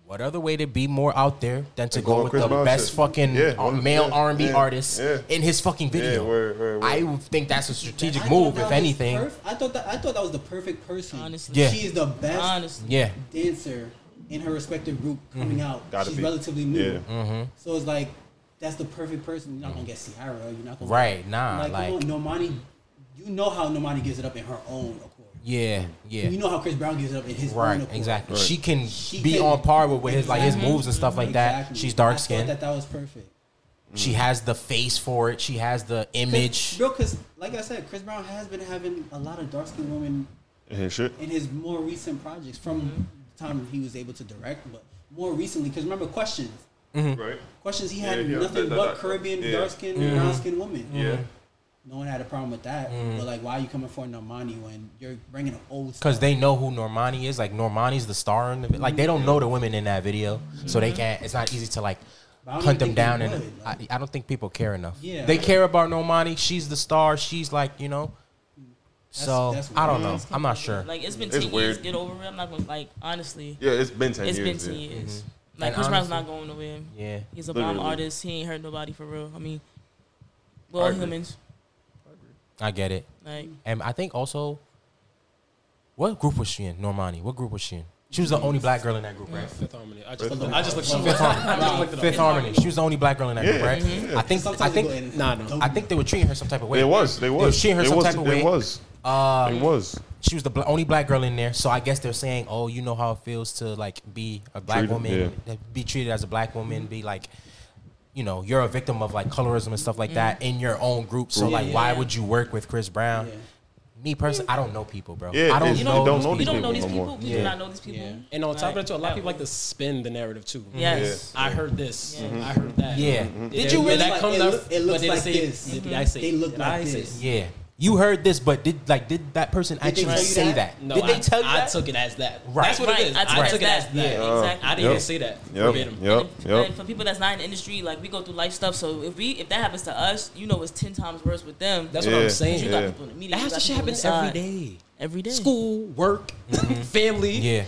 What other way to be more out there than to
And go
go
on
with
Chris
the
Brown
best
shit.
fucking
Yeah,
uh,
on-
male
yeah,
R and B
yeah,
artist
yeah.
in his fucking video?
word, word, word.
I would think that's a strategic
I thought
move,
that
if
was
anything.
perf- I thought that I thought that was the perfect person.
Honestly.
Yeah.
she is the best.
honestly,
Yeah,
dancer in her respective group
Mm-hmm.
coming out.
Gotta
She's
be.
relatively new.
Yeah.
So it's like that's the perfect person. You're not gonna get Ciara. You're not gonna
Right, nah, like-
come on, Normani. You know how Normani gives it up in her own accord.
yeah, yeah.
You know how Chris Brown gives it up in his own
right,
accord.
exactly.
Right.
She can
She
be
can-
on par with, with his like his
Exactly.
moves and stuff like that.
Exactly.
She's
I
dark
thought
skinned.
That that was perfect.
She has the face for it. She has the image.
Bro, because like I said, Chris Brown has been having a lot of dark skinned women
And shit.
in his more recent projects from
Mm-hmm.
the time he was able to direct, but more recently, because remember questions.
Mm-hmm.
Right.
Questions he
Yeah,
had
yeah,
nothing
that- that-
but
that-
Caribbean
yeah.
dark skinned and brown skinned women.
Yeah.
No one had a problem with that. But like, why are you coming for an Armani when you're bringing an old?
Mm-hmm. Cause they know who Normani is. Like Normani's the star in the vi- like. They don't know the women in that video, so they can't. It's not easy to like
Mm-hmm. But I don't
hunt
even
them
think they
down. And
would,
I,
like-
I don't think people care enough.
Yeah.
they care about Normani. She's the star. She's like you know. So
that's
I don't
weird.
know. I'm not sure.
Like it's been
It's
ten years.
weird.
Get over it. I'm not gonna like honestly.
Yeah, it's been 10
It's
years.
been ten
yeah.
years. Like
And
Chris Brown's not
Mm-hmm. honestly-
going nowhere.
Yeah.
He's a bomb
Literally.
artist. He ain't hurt nobody for real. I mean, we're all
I agree.
humans.
I get it.
Like
And I think also, what group was she in? Normani. What group was she in? She was the only black girl in that group, right?
Fifth Harmony. I just, I just looked. Fifth
Fifth Harmony. She was the only black girl in that group,
Yeah. Mm-hmm.
right? I think.
Sometimes
I
they go
think.
in-
Nah, no.
Dope.
I think they were treating her some type of way.
It was. They was.
She and her
It
some
was,
type of
it
way.
was.
Uh,
It was.
she was the bl- only black girl in there, so I guess they're saying, "Oh, you know how it feels to like be a black
Treated-
woman, be treated as a black woman, be like, you know, you're a victim of like colorism and stuff like that
Mm-hmm.
in your own group. So like, why would you work with Chris Brown?
Yeah.
Me personally, I don't know people, bro.
Yeah,
I don't
it's- you
know.
don't
those
know
we
these
don't know
people
these
no
people.
more.
We
Yeah.
do not know these people.
Yeah.
And on top of that, too, a lot of people like to spin the narrative too.
Yes.
I heard this. I heard that.
Yeah.
Mm-hmm.
Did
you
you really?
really-
That comes
It
out,
look- Mm-hmm. it looks
but did
like
say,
this.
Did I say?
They look
did
like
I say-
this.
Yeah, you heard this, but did like did that person
they
actually
tell you
say
that?
that?
No,
did
I,
they tell you
I
that?
took it as that.
Right.
That's what
Right,
it is. Uh,
I
I
took
took,
it as
it as
that.
that.
Yeah. Exactly.
I didn't
Yep.
say that
Yep.
verbatim.
Yep.
And,
Yep.
and for people that's not in the industry, like we go through life stuff. So if we if that happens to us, you know it's ten times worse with them.
That's
Yeah.
what I'm
because you
saying.
got
Yeah.
people in the media.
That has
you
to
got
shit
people
happen
inside.
every day.
Every day.
School, work, *laughs* family,
Mm-hmm. yeah,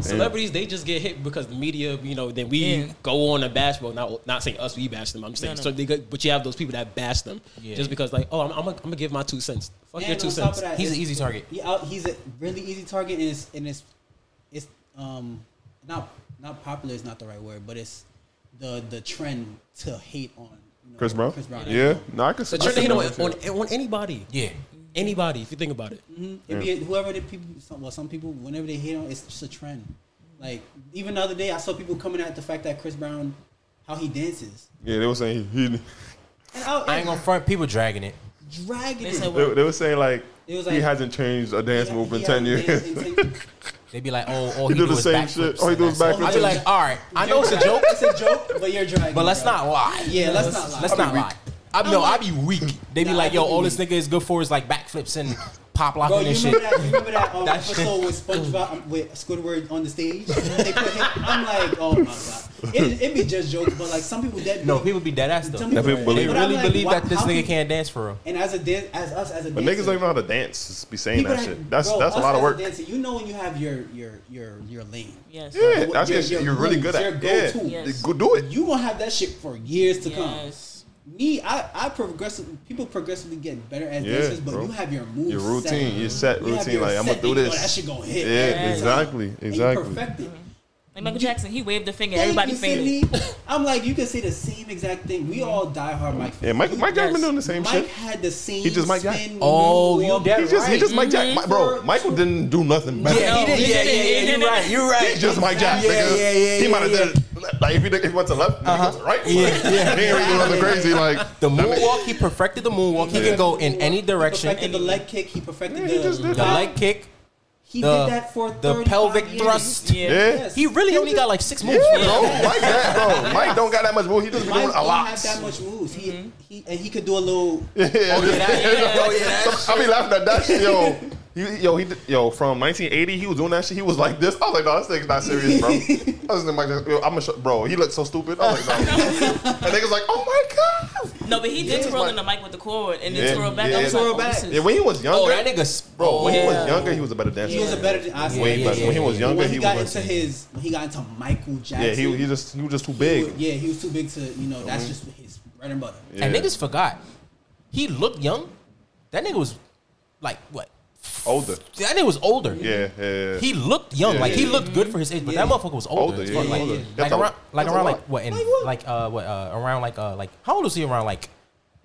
celebrities. They just get hit because the media. You know, then we
Yeah.
go on and bash. Well, not not saying us. We bash them. I'm saying
No, no.
so. They go, but you have those people that bash them
Yeah.
just because like, oh, I'm, I'm, gonna, I'm gonna give my two cents. Fuck
And
your two
on top of
cents.
that,
he's an
it's-
easy target.
He out, he's a really easy target, and it's and it's it's um not not popular is not the right word, but it's the the trend to hate on you know,
Chris Brown.
Chris Brown.
Yeah. No, I can
So
see
you're
I can
hating on,
see that.
on on anybody.
Yeah,
Anybody, if you think about it.
Mm-hmm. It be whoever the people. Some, well, some people whenever they hate on, it's just a trend. Like even the other day, I saw people coming at the fact that Chris Brown, how he dances.
Yeah, they were saying he. he-
And I,
I ain't gonna front. People dragging it.
dragging
They
it.
said,
They,
well,
they were saying like,
It was
he
like-
hasn't changed a dance move in
He
ten
hasn't
years. *laughs*
danced in 10
They be like, oh, oh,
He
he,
do the
his
same
backflips
shit. All he
and
do is
that's-
backflips
I be
and-
like, all right, I know it's a joke,
it's a joke, but you're dragging.
but let's
bro.
not lie.
Yeah, let's not lie.
Let's not lie. I no, I be
*laughs*
weak. They be
Nah,
like,
I
yo,
be
all this
weak.
nigga is good for is like backflips and pop locking
Bro, Oh, you
and
remember
shit.
that? You remember that um,
*laughs* That shit.
episode with SpongeBob um, with Squidward on the stage? They put him, I'm like, oh my god, it, it be just jokes, but like some people dead.
No, people be dead ass though.
Some
They
That people believe
but
it.
I'm
really
like,
believe
why-
that this
how
nigga
people-
can't dance for real.
And as a dan- as us as a
But niggas
dancer,
don't even know how to dance. Just be saying
people
that
that-
shit. That's
bro,
that's a
us
lot
as
of work.
dancer, you know when you have your your your your lane.
yes.
Yeah,
Your-
that's
your-
your,
your
you're really
moves,
good
your
at. Yeah,
go-to.
Yes.
go do it.
You gonna have that shit for years to come.
Yes.
Me, I, I progressively people progressively get better as
Yeah,
dancers, but
bro.
you have your moves,
Your
set.
routine, your set
You have
routine.
your
Like I'm gonna
set
do
that you know
this.
that shit gonna hit
Yeah,
every time.
exactly,
And you
exactly.
perfect it.
Like Michael Jackson, he waved a finger.
Thank
Everybody
you,
fainted.
Sydney. I'm like, you can say the same exact thing.
Mm-hmm.
We all die hard Mike.
Yeah, Mike Mike Jackson been
Yes.
doing the same
Mike
shit.
had the same.
He just Mike Jack-
spin
Oh,
when he
you
walked-
dead
He just he
right.
just Mike Jack, Mi- bro.
For-
Michael didn't do nothing better.
Yeah, he
No,
did.
he
Yeah,
didn't.
yeah,
He
yeah.
didn't.
You're right. You're right.
He's just Mike Jack.
Yeah,
nigga.
yeah, yeah,
He
yeah,
might have
yeah.
did it. like if he, did- if he went to left, uh he went to right.
Yeah,
like,
yeah.
He ain't really doing nothing crazy. Like
The moonwalk, he perfected the moonwalk. He can go in any
He
direction.
perfected the leg kick. He perfected
Yeah,
the,
he just did
The
that.
leg kick,
He
the-
did that for
the
35
pelvic
years.
thrust.
Yeah.
yeah.
Yes.
He really only got like six moves. bro.
Yeah, bro. Mike Jack, bro. Mike don't got that much move. He just be
Mike
doing a
don't
lot.
have that much moves. He
Mm-hmm.
he and he could do a little.
Oh, I be laughing at that shit, yo. He, yo, he, did- yo, from 1980, he was doing that shit. He was like this. I was like, no, this thing's not serious, bro. I was like, Mike, Jackson, yo, I'm a sh- bro. He looked so stupid. I was like, no. and niggas like, oh my god.
No, but he did
Yeah.
twirl in the mic with the cord and then
Yeah.
twirl back.
Yeah,
I was
yeah.
like,
Twirl
oh,
back.
this is-
Yeah, when he was younger,
Oh, that nigga's
bro. When he
Yeah.
was younger, he was a better dancer.
He was a better. I said,
way
Yeah,
better.
yeah,
when he was
yeah.
younger,
when
he,
he, got
was.
into his when he got into Michael Jackson.
yeah, he, he just he was just too
he
big.
was- yeah, he was too big to you know. That's just his bread and butter.
Yeah.
And niggas forgot. He looked young. That nigga was like what?
older.
That nigga was older.
Yeah, yeah. yeah.
He looked young.
Yeah,
like he
yeah.
looked good for his age, but
Yeah.
that motherfucker was older.
Older,
as
yeah,
fuck.
yeah,
like,
yeah.
Like
That's a-
around, like
that's a
around,
lot.
like what? In,
Like what?
like uh, what? Uh, around like uh, like how old was he? Around like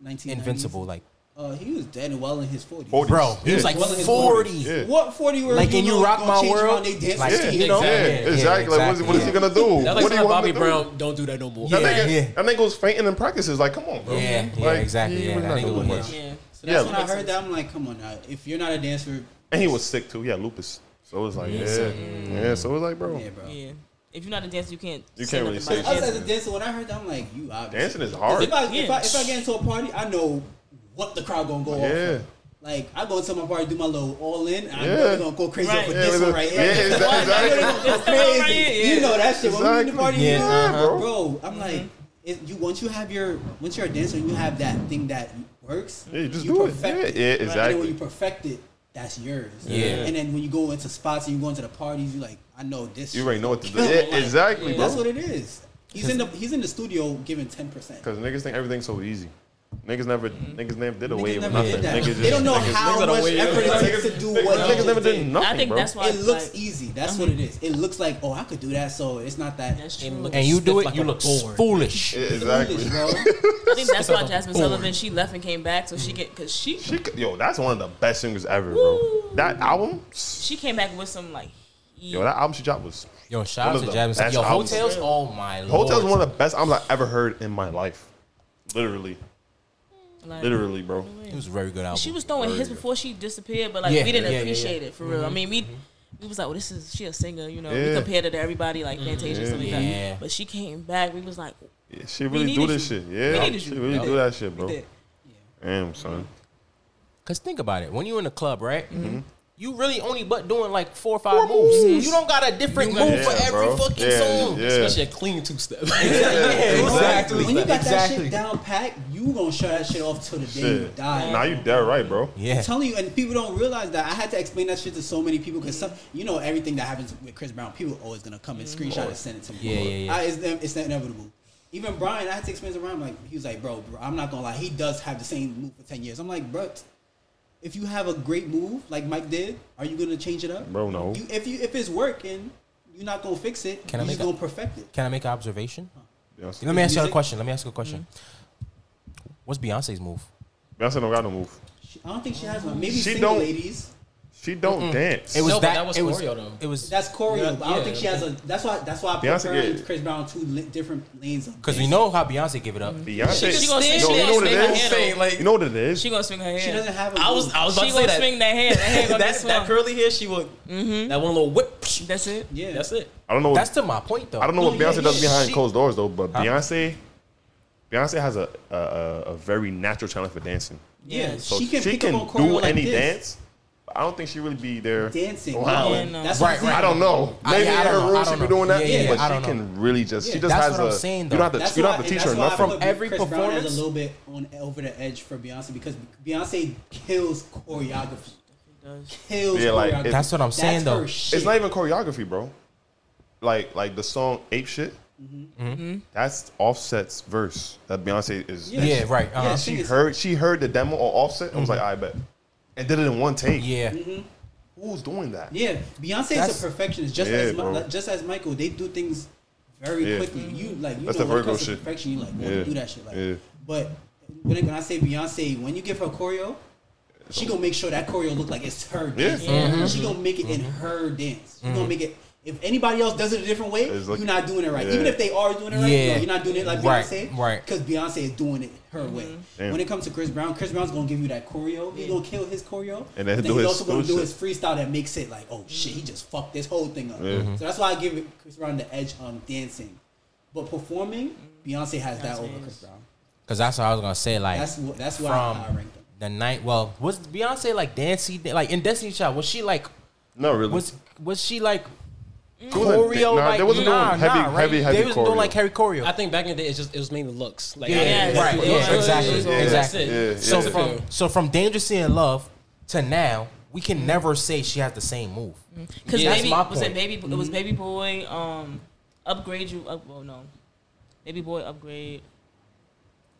1990s.
Invincible, like
Uh, he was dead and well in his 40s.
40s.
Bro, he
Yeah.
was like
Well, it's
40.
Yeah.
What 40 year old
Like,
you
and you
know
rock
gonna
my
change around
world?
they dance
Like,
to
Yeah,
you?
you know,
Yeah,
yeah,
yeah,
exactly. Like, what is, what is he gonna do?
That's like
what do you
something
want
like Bobby
him to do?
Brown. Don't do that no more.
That
Yeah,
nigga,
yeah.
that nigga was fainting in practices. Like, come on, bro.
Yeah, yeah,
Like,
exactly.
he
Yeah,
was
that
not
nigga
doing
was-
much.
Yeah.
So that's
Yeah.
when I heard that. I'm like, come on now. If you're not a dancer,
And he was sick too. He had lupus. So it was like, yeah. Yeah, so it was like, bro.
yeah, bro.
Yeah. If you're not a dancer, you can't.
You
say
can't really
nothing
say
about
Us
it.
as a dancer, when I heard that, I'm like, you obviously.
Dancing is
'Cause
hard.
If I, if, I,
Yeah.
if I get into a party, I know what the crowd gonna go off.
Yeah.
on. Like I go to my party, do my little all in, and
Yeah.
I'm really gonna go crazy
Right.
for
Yeah,
this
we
one
go-
right here.
yeah,
*laughs* This one,
exactly.
I know they gonna go
This one right
crazy.
here, yeah.
You know that shit. When we in the
Exactly.
party,
Yeah,
you know,
uh-huh.
bro. I'm like, it, you once you have your once you're a dancer, you have that thing that works.
Yeah, you just do it. Yeah,
perfect
yeah,
And then when
exactly.
you perfect it, that's yours.
Yeah.
And then when you go into spots and you go into the parties, you like, I know this.
You
shit
already know what to do.
gonna *laughs* kill.
Yeah, exactly,
That's
bro.
what it is. He's in the he's in the studio giving ten percent.
Because niggas think everything's so easy. Niggas never, niggas never did a
Niggas
wave or
never
nothing.
did that.
Niggas just,
they don't know
niggas,
how
niggas
much
don't
effort
wait.
it takes to do what
Niggas
you
never
did.
did nothing,
I think
bro.
that's why
It
it's
looks e-
like-
easy. That's what it is. It looks like oh I could do that, so it's not that.
That's
And
true.
look-
And you do
Stiff
it,
like
you
a
look
board.
foolish.
Yeah,
foolish,
exactly. *laughs*
bro.
I think that's why
Boom.
Jasmine Sullivan she left and came back, so she
Mm.
get because she
She, could- yo, that's one of the best singers ever, bro. That album,
she came back with some like.
yo, that album she dropped was
Yo, shout out
One
to
of the
Jasmine.
best
Yo,
albums.
hotels. Oh my lord.
Hotel's one of the best albums I ever heard in my life. Literally.
like-
Literally, bro.
It was a very good album.
She was throwing hits before she disappeared, but like
Yeah,
we didn't
yeah, Mm-hmm. yeah,
appreciate it for real. I mean, we we was like, well, this is she a singer, you know?
Yeah.
We compared her to everybody like Fantasia, and stuff like
Mm-hmm. Yeah.
that. But she came back. We was like,
Yeah, she really do
needed
this
you.
shit. Yeah.
needed
She
you.
really
Yeah.
do that shit, bro.
we did.
Damn, son.
Cause think about it, when you in the club, right? You really only but doing like four or five moves. You don't got a different
You got-
move
Yeah,
for every
bro.
fucking
yeah,
song.
Yeah.
Especially a clean two step.
exactly.
When you got that
Exactly.
shit down pat, you gonna shut that shit off till the day you
Shit.
die.
Nah, you dead right, bro.
Yeah.
I'm telling you, and people don't realize that. I had to explain that shit to so many people because you know everything that happens with Chris Brown, people always gonna come and screenshot and send it to me.
Mm. Yeah, yeah, yeah.
I, it's, it's inevitable. Even Brian, I had to explain to Brian, like he was like, bro, bro, I'm not gonna lie, he does have the same move for ten years. I'm like, bro, if you have a great move like Mike did, are you gonna change it up,
Bro, no.
You, if you if it's working, you're not gonna fix it.
Can I
you're
make
just
a-
gonna perfect it.
Can I make an observation?
Beyonce,
Let me ask you a
Music?
question. Let me ask you a question.
Mm-hmm.
What's Beyonce's move?
Beyonce don't got no move.
She, I don't think she has one. Maybe
She
single
don't-
ladies.
She don't dance.
It was
No, but
that.
that was
it was.
choreo, though.
It was
That's choreo.
Yeah,
but I don't
yeah.
think she has a. That's why. That's why I put
Beyonce,
her and
yeah.
Chris Brown two li- different lanes. of
because we
dance.
know how Beyonce give it up.
Beyonce.
She gonna
yo,
sing.
you
she
know
gonna
what it
swing her
is?
hand. over.
You know what it is?
She gonna swing her hair.
she doesn't have. A
I was I was about
She
to say
gonna
that.
swing that hair. That hair
*laughs*
gonna
that,
be
that
swung.
curly hair, she would. That one little whip.
That's it.
Yeah,
That's it.
I don't know.
That's to my point though.
I don't know what
No, yeah,
Beyonce does
yeah,
behind
she-
closed doors though, but Beyonce, Beyonce has a, a a- a very natural talent for dancing.
Yeah,
Yeah.
So
she can, pick up on choreo
do
like
any
this.
dance. But I don't think she really be there
dancing.
Wow.
Yeah, no.
That's
Right,
what I'm
I don't know.
I-
Maybe
yeah, I
in
don't know.
her
I
room she
don't
be
know.
doing that,
Yeah, yeah, I
but
don't
she can really just. She
Yeah.
just
That's
has
what
a.
I'm saying,
you
though.
don't have to.
That's
you don't
why,
have to
and
teach
that's
her
why I
nothing.
put
every
Chris Brown is
performance?
a little bit on over the edge for Beyonce because Beyonce kills choreography. Kills
Yeah, like,
choreography.
it-
That's what I'm saying
That's her
though.
shit.
It's not even choreography, bro. Like like the song "Ape Shit."
Mm-hmm.
That's Offset's verse that Beyonce is.
Yeah.
Yeah. Right.
Yeah,
Uh-huh.
she-
She
Thing is-
heard she heard the demo on Offset and was like, "I bet," and did it in one take.
Yeah.
Who's doing that?
Yeah, Beyonce
That's-
is a perfectionist, just
Yeah,
as Mi-
bro.
like, just as Michael. They do things very
Yeah.
quickly. You like you
That's
know
the
when it
Virgo
comes to
shit.
perfection, you like want
Yeah.
to do that shit. Like,
Yeah.
but when, when I say Beyonce, when you give her choreo, she gonna make sure that choreo look like it's her.
Yeah.
Dance.
Mm-hmm.
She gonna make it in her dance. She
Mm.
gonna make it. If anybody else does it a different way,
It's like-
you're not doing it right.
Yeah.
Even if they are doing it right,
Yeah.
no, you're not doing it like
Right,
Beyonce.
right.
Because Beyonce is doing it her way.
Damn.
When it comes to Chris Brown, Chris Brown's gonna give you that choreo. He's gonna kill his choreo.
And then
but
do
he's
his
also gonna
school
do
shit.
his freestyle that makes it like, oh shit, he just fucked this whole thing up. So that's why I give it Chris Brown the edge on dancing, but performing, Beyonce has that over Chris Brown.
Because that's what I was gonna say. Like
That's what that's why
from
I rank them.
the night. Well, was Beyonce like dancing? Like in Destiny Child, was she like?
No, really.
Was was she like?
It wasn't-
Choreo,
nah,
like
they wasn't
nah,
doing heavy,
nah, right?
heavy, heavy
They was
choreo.
doing like heavy choreo.
I think back in the day, it's just it was mainly looks. Like,
Yeah,
I-
yeah,
that's
right,
what-
yeah, exactly,
that's it.
exactly.
Yeah, yeah.
So from so from Dangerously in Love to now, we can never say she has the same move.
Because
Yeah. That's
baby
my
was
point. Mm-hmm.
it baby it was baby boy um upgrade you up well no baby boy upgrade.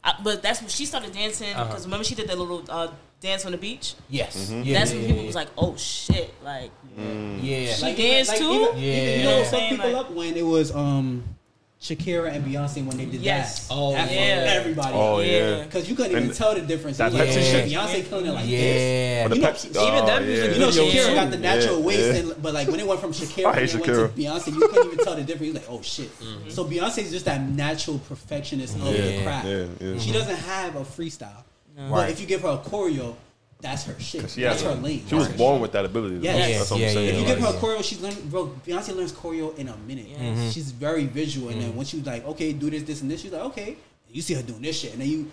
I, but that's when she started dancing
Uh-huh.
because remember she did that little uh, dance on the beach.
Yes,
Mm-hmm.
yeah,
that's
yeah,
when
yeah,
people was like, "Oh shit!" Like
yeah.
danced too?
even-
Yeah.
you know, what fucked
Saying,
people
like-
up when it was um Shakira and Beyonce when they did
Yes.
that.
Oh,
that fucked
yeah.
everybody.
Oh,
yeah.
yeah.
Because you couldn't even
And
tell the difference.
that
It was
Pepsi shit.
like, Beyonce killing it like this.
Yeah.
When the
You know,
Pepsi-
even that
oh,
music
yeah.
You know,
Yo,
Shakira
too.
got the natural
Yeah,
waist,
yeah.
and, but like when it went from
*laughs*
Shakira
I
and
hate
it
Shakira.
went to Beyonce, you couldn't even tell the difference. You're like, oh shit. So Beyonce's just that natural perfectionist of
Yeah,
the craft.
yeah, yeah.
She doesn't have a freestyle, but
Right.
if you give her a choreo, that's her shit.
She,
that's
had-
her lane.
she was
That's her
born with that ability.
Yes.
That's- That's what
Yeah,
I'm
yeah,
saying.
if you
yeah.
give her a choreo, she's learning. Bro, Beyonce learns choreo in a minute. She's very visual,
Mm-hmm.
and then once you like, okay, do this, this, and this, she's like, okay. You see her doing this shit, and then you,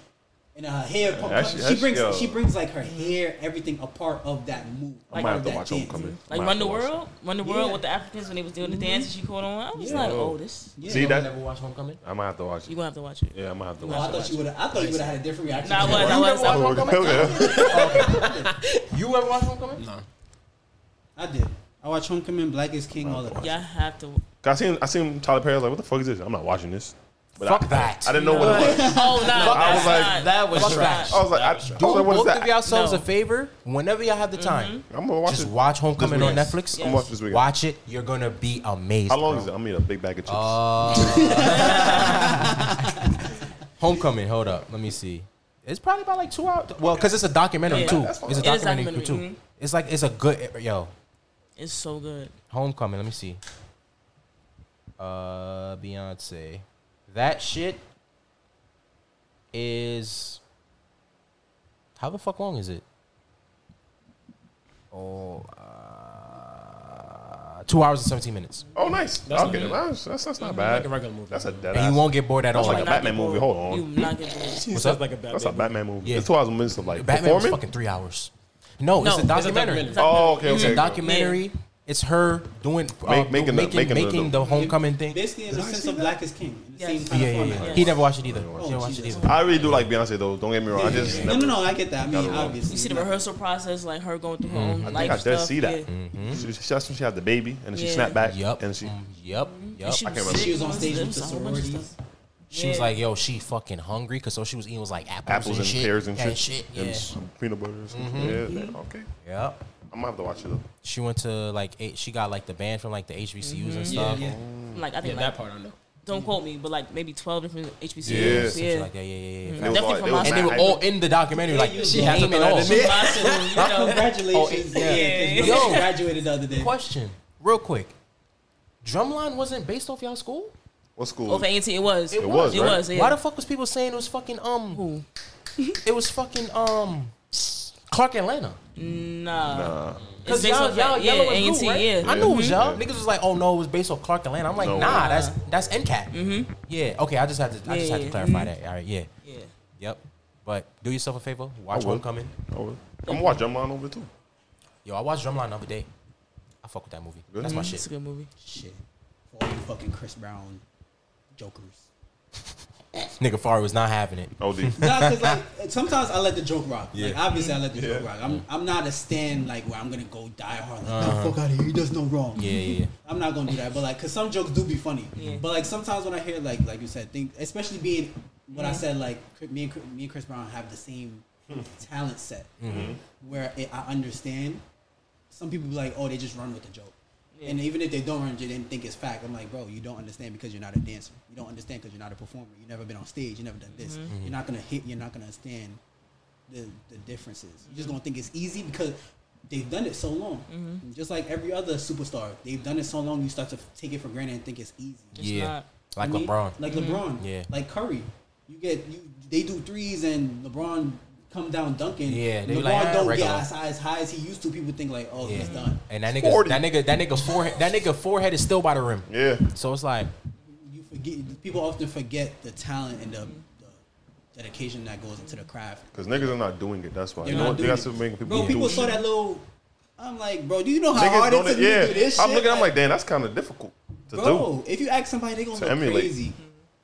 and her hair. pop-
that shit-
she
that
brings,
shit, yo.
she brings like her hair, everything a part of that move.
I
part
might have
of
to
that
watch
dance.
Homecoming.
Like
Might
Run
have
the
to watch that.
World, Run the World
Yeah.
with the Africans when they was doing the dance and she caught on. I was
Yeah.
like, oh, this
Yeah.
See
I
that?
never watched Homecoming.
I might have to watch
you
it.
gonna have to watch it.
Yeah, I might have to
Oh, I
watch
thought you would. I thought you would have had a different reaction.
No, I
to
was, I was, I was.
*laughs* it.
You ever watch Homecoming?
No.
I did. I watched Homecoming, Black is King, all of that.
Y'all have to.
I seen I seen Tyler Perry. I was like, what the fuck is this? I'm not watching this. But
Fuck
I,
that.
I didn't know what it was.
Oh no,
I was like,
that was trash.
I was like, I, dude,
Do
like, what is
Oh, both of
that?
yourselves
No. Mm-hmm.
a favor whenever y'all have the time.
I'm gonna watch
Just
it.
watch Homecoming on
weekend.
Netflix.
I'm watching this weekend.
Watch it. You're gonna be amazed.
How long
bro.
is it? I'm eating a big bag of chips.
Homecoming. Hold up. Let me see. It's probably about like two hours. Well, because it's a documentary
Yeah.
too.
That's
It's a
It is
documentary,
documentary,
too.
mhm.
It's like it's a good yo.
it's so good.
Homecoming. Let me see. Uh, Beyonce. That shit is. How the fuck long is it? Oh, uh, two hours and seventeen minutes,
oh, nice.
That's
I'll
not
get it.
bad.
That's, that's, that's not
Like
bad.
a regular movie.
That's a dead
and
ass.
you won't get bored at all.
That's like
Like,
a Batman movie. Hold on.
You not get
*laughs*
bored.
What's
up?
Like a Batman
That's a Batman movie.
Yeah.
It's two hours and minutes of like
Batman was
performing.
fucking three hours. No,
No,
it's a
it's a
documentary.
documentary.
oh, okay, okay.
It's a
okay.
documentary. It's her doing uh,
Make- making the-
making,
making the-
making the, homecoming thing. Yeah,
Basically, in the sense of Black is King. in the
Yes.
same kind
yeah,
of
yeah.
format.
He never watched it either.
Oh,
he never watched it
Jesus.
either.
I really do like Beyonce though. Don't get me wrong. I just
No,
never,
no, no. I get that. I mean,
Gotta roll.
obviously,
You see the
like,
rehearsal process, like her going through her own
Mm-hmm. I
life
think I did
stuff.
see that.
Yeah.
She, she, that's when she had the baby and then she
Yeah.
snapped back.
Yep.
And she.
mm, yep. Yep.
And she,
I can't
was
remember.
She was on
sick.
stage
It
with the
a whole bunch of
sororities.
stuff.
She was
Yeah.
like, "Yo, she fucking hungry because all she was eating was like apples,
Apples and
shit,
pears and shit.
Yeah.
And some peanut butter and some shit. Yeah, man, okay.
Yep.
I'm gonna have to watch it though.
She went to like eight, she got like the band from like the HBCUs
Mm-hmm.
and
Yeah,
stuff.
yeah.
mm,
Like I
yeah,
think,
that
like,
part I know.
don't quote me, but like maybe twelve different
Yeah.
HBCUs.
Some
Yeah, Mm-hmm.
shit like that. Yeah, yeah, yeah. yeah.
They was
Definitely
all-
from
they
my
was
side.
And they
mad
were
hyped
all
up.
in the documentary. Like
you
she
ain't
had to
gonna
know
let
all.
me-
*laughs*
Awesome, you know.
Congratulations.
Oh,
yeah.
yeah.
Yo.
Yo.
graduated the other day.
Question, real quick. Drumline wasn't based off y'all school.
What school?
Over A&T, it was.
It was,
It
right?
was. Yeah.
Why the fuck was people saying it was fucking um?
Who?
It was fucking um. Clark Atlanta.
Nah.
Nah.
It's
Cause
based
y'all,
off
y'all,
that. yeah,
yellow and blue,
A&T,
right?
yeah. Mm-hmm.
I knew it was
Mhm.
y'all.
Yeah.
Niggas was like, oh no, it was based off Clark Atlanta. I'm like,
No
nah,
way.
that's that's NCAP. Yeah. Okay, I just had to, I just
Yeah,
had to
yeah.
clarify that. All right, yeah,
yeah.
Oh,
yep. But do yourself a favor, watch
will.
Homecoming.
Oh, I'm gonna watch Drumline over too.
Yo, I watched Drumline the other day. I fuck with that movie.
Good?
That's my
Mm-hmm. It's
shit.
a good movie.
Shit. For all you fucking Chris Brown jokers.
Nigga Fari was not having it.
OD.
Nah, 'cause, like sometimes I let the joke rock. Like
Yeah.
obviously I let the joke rock. I'm I'm not a stand like where I'm gonna go die hard. Like, nah, fuck out of here. He does no wrong.
Yeah, yeah, yeah.
I'm not gonna do that. But like, cause some jokes do be funny.
Yeah.
But like sometimes when I hear like like you said, think especially being what I said like Chri- me and Chri- me and Chris Brown have the same talent set where it, I understand. Some people be like, oh, they just run with the joke. And even if they don't run, they didn't think it's fact. I'm like, bro, you don't understand because you're not a dancer. You don't understand because you're not a performer. You've never been on stage. You never done this. You're not gonna hit. You're not gonna understand the, the differences. You're just gonna think it's easy because they've done it so long. Just like every other superstar, they've done it so long. You start to f- take it for granted and think it's easy.
yeah,
not-
like
I mean,
LeBron.
like
Mm-hmm.
LeBron,
Yeah.
like Curry. You get you. They do threes and LeBron come down dunking.
Yeah, they be
LeBron
like, "Ah,
don't
regular."
get as high, as high as he used to. People think like, oh, he's
Yeah.
done.
And that nigga,
40.
that nigga, that nigga forehead, that nigga forehead is still by the rim.
Yeah.
So it's like,
You forget. People often forget the talent and the, the dedication that goes into the craft.
Because niggas are not doing it. That's why.
They're
You know
not
what? They
doing
got to
it.
make people
Bro,
do
people
shit.
saw that little. I'm like, bro, do you know how
Niggas
hard it
don't. e-
took me
yeah.
to do this
I'm
shit?
looking. I'm like, damn, that's kind of difficult to do.
Bro, if you ask somebody, they gonna
To
go
emulate. Mm-hmm.
crazy.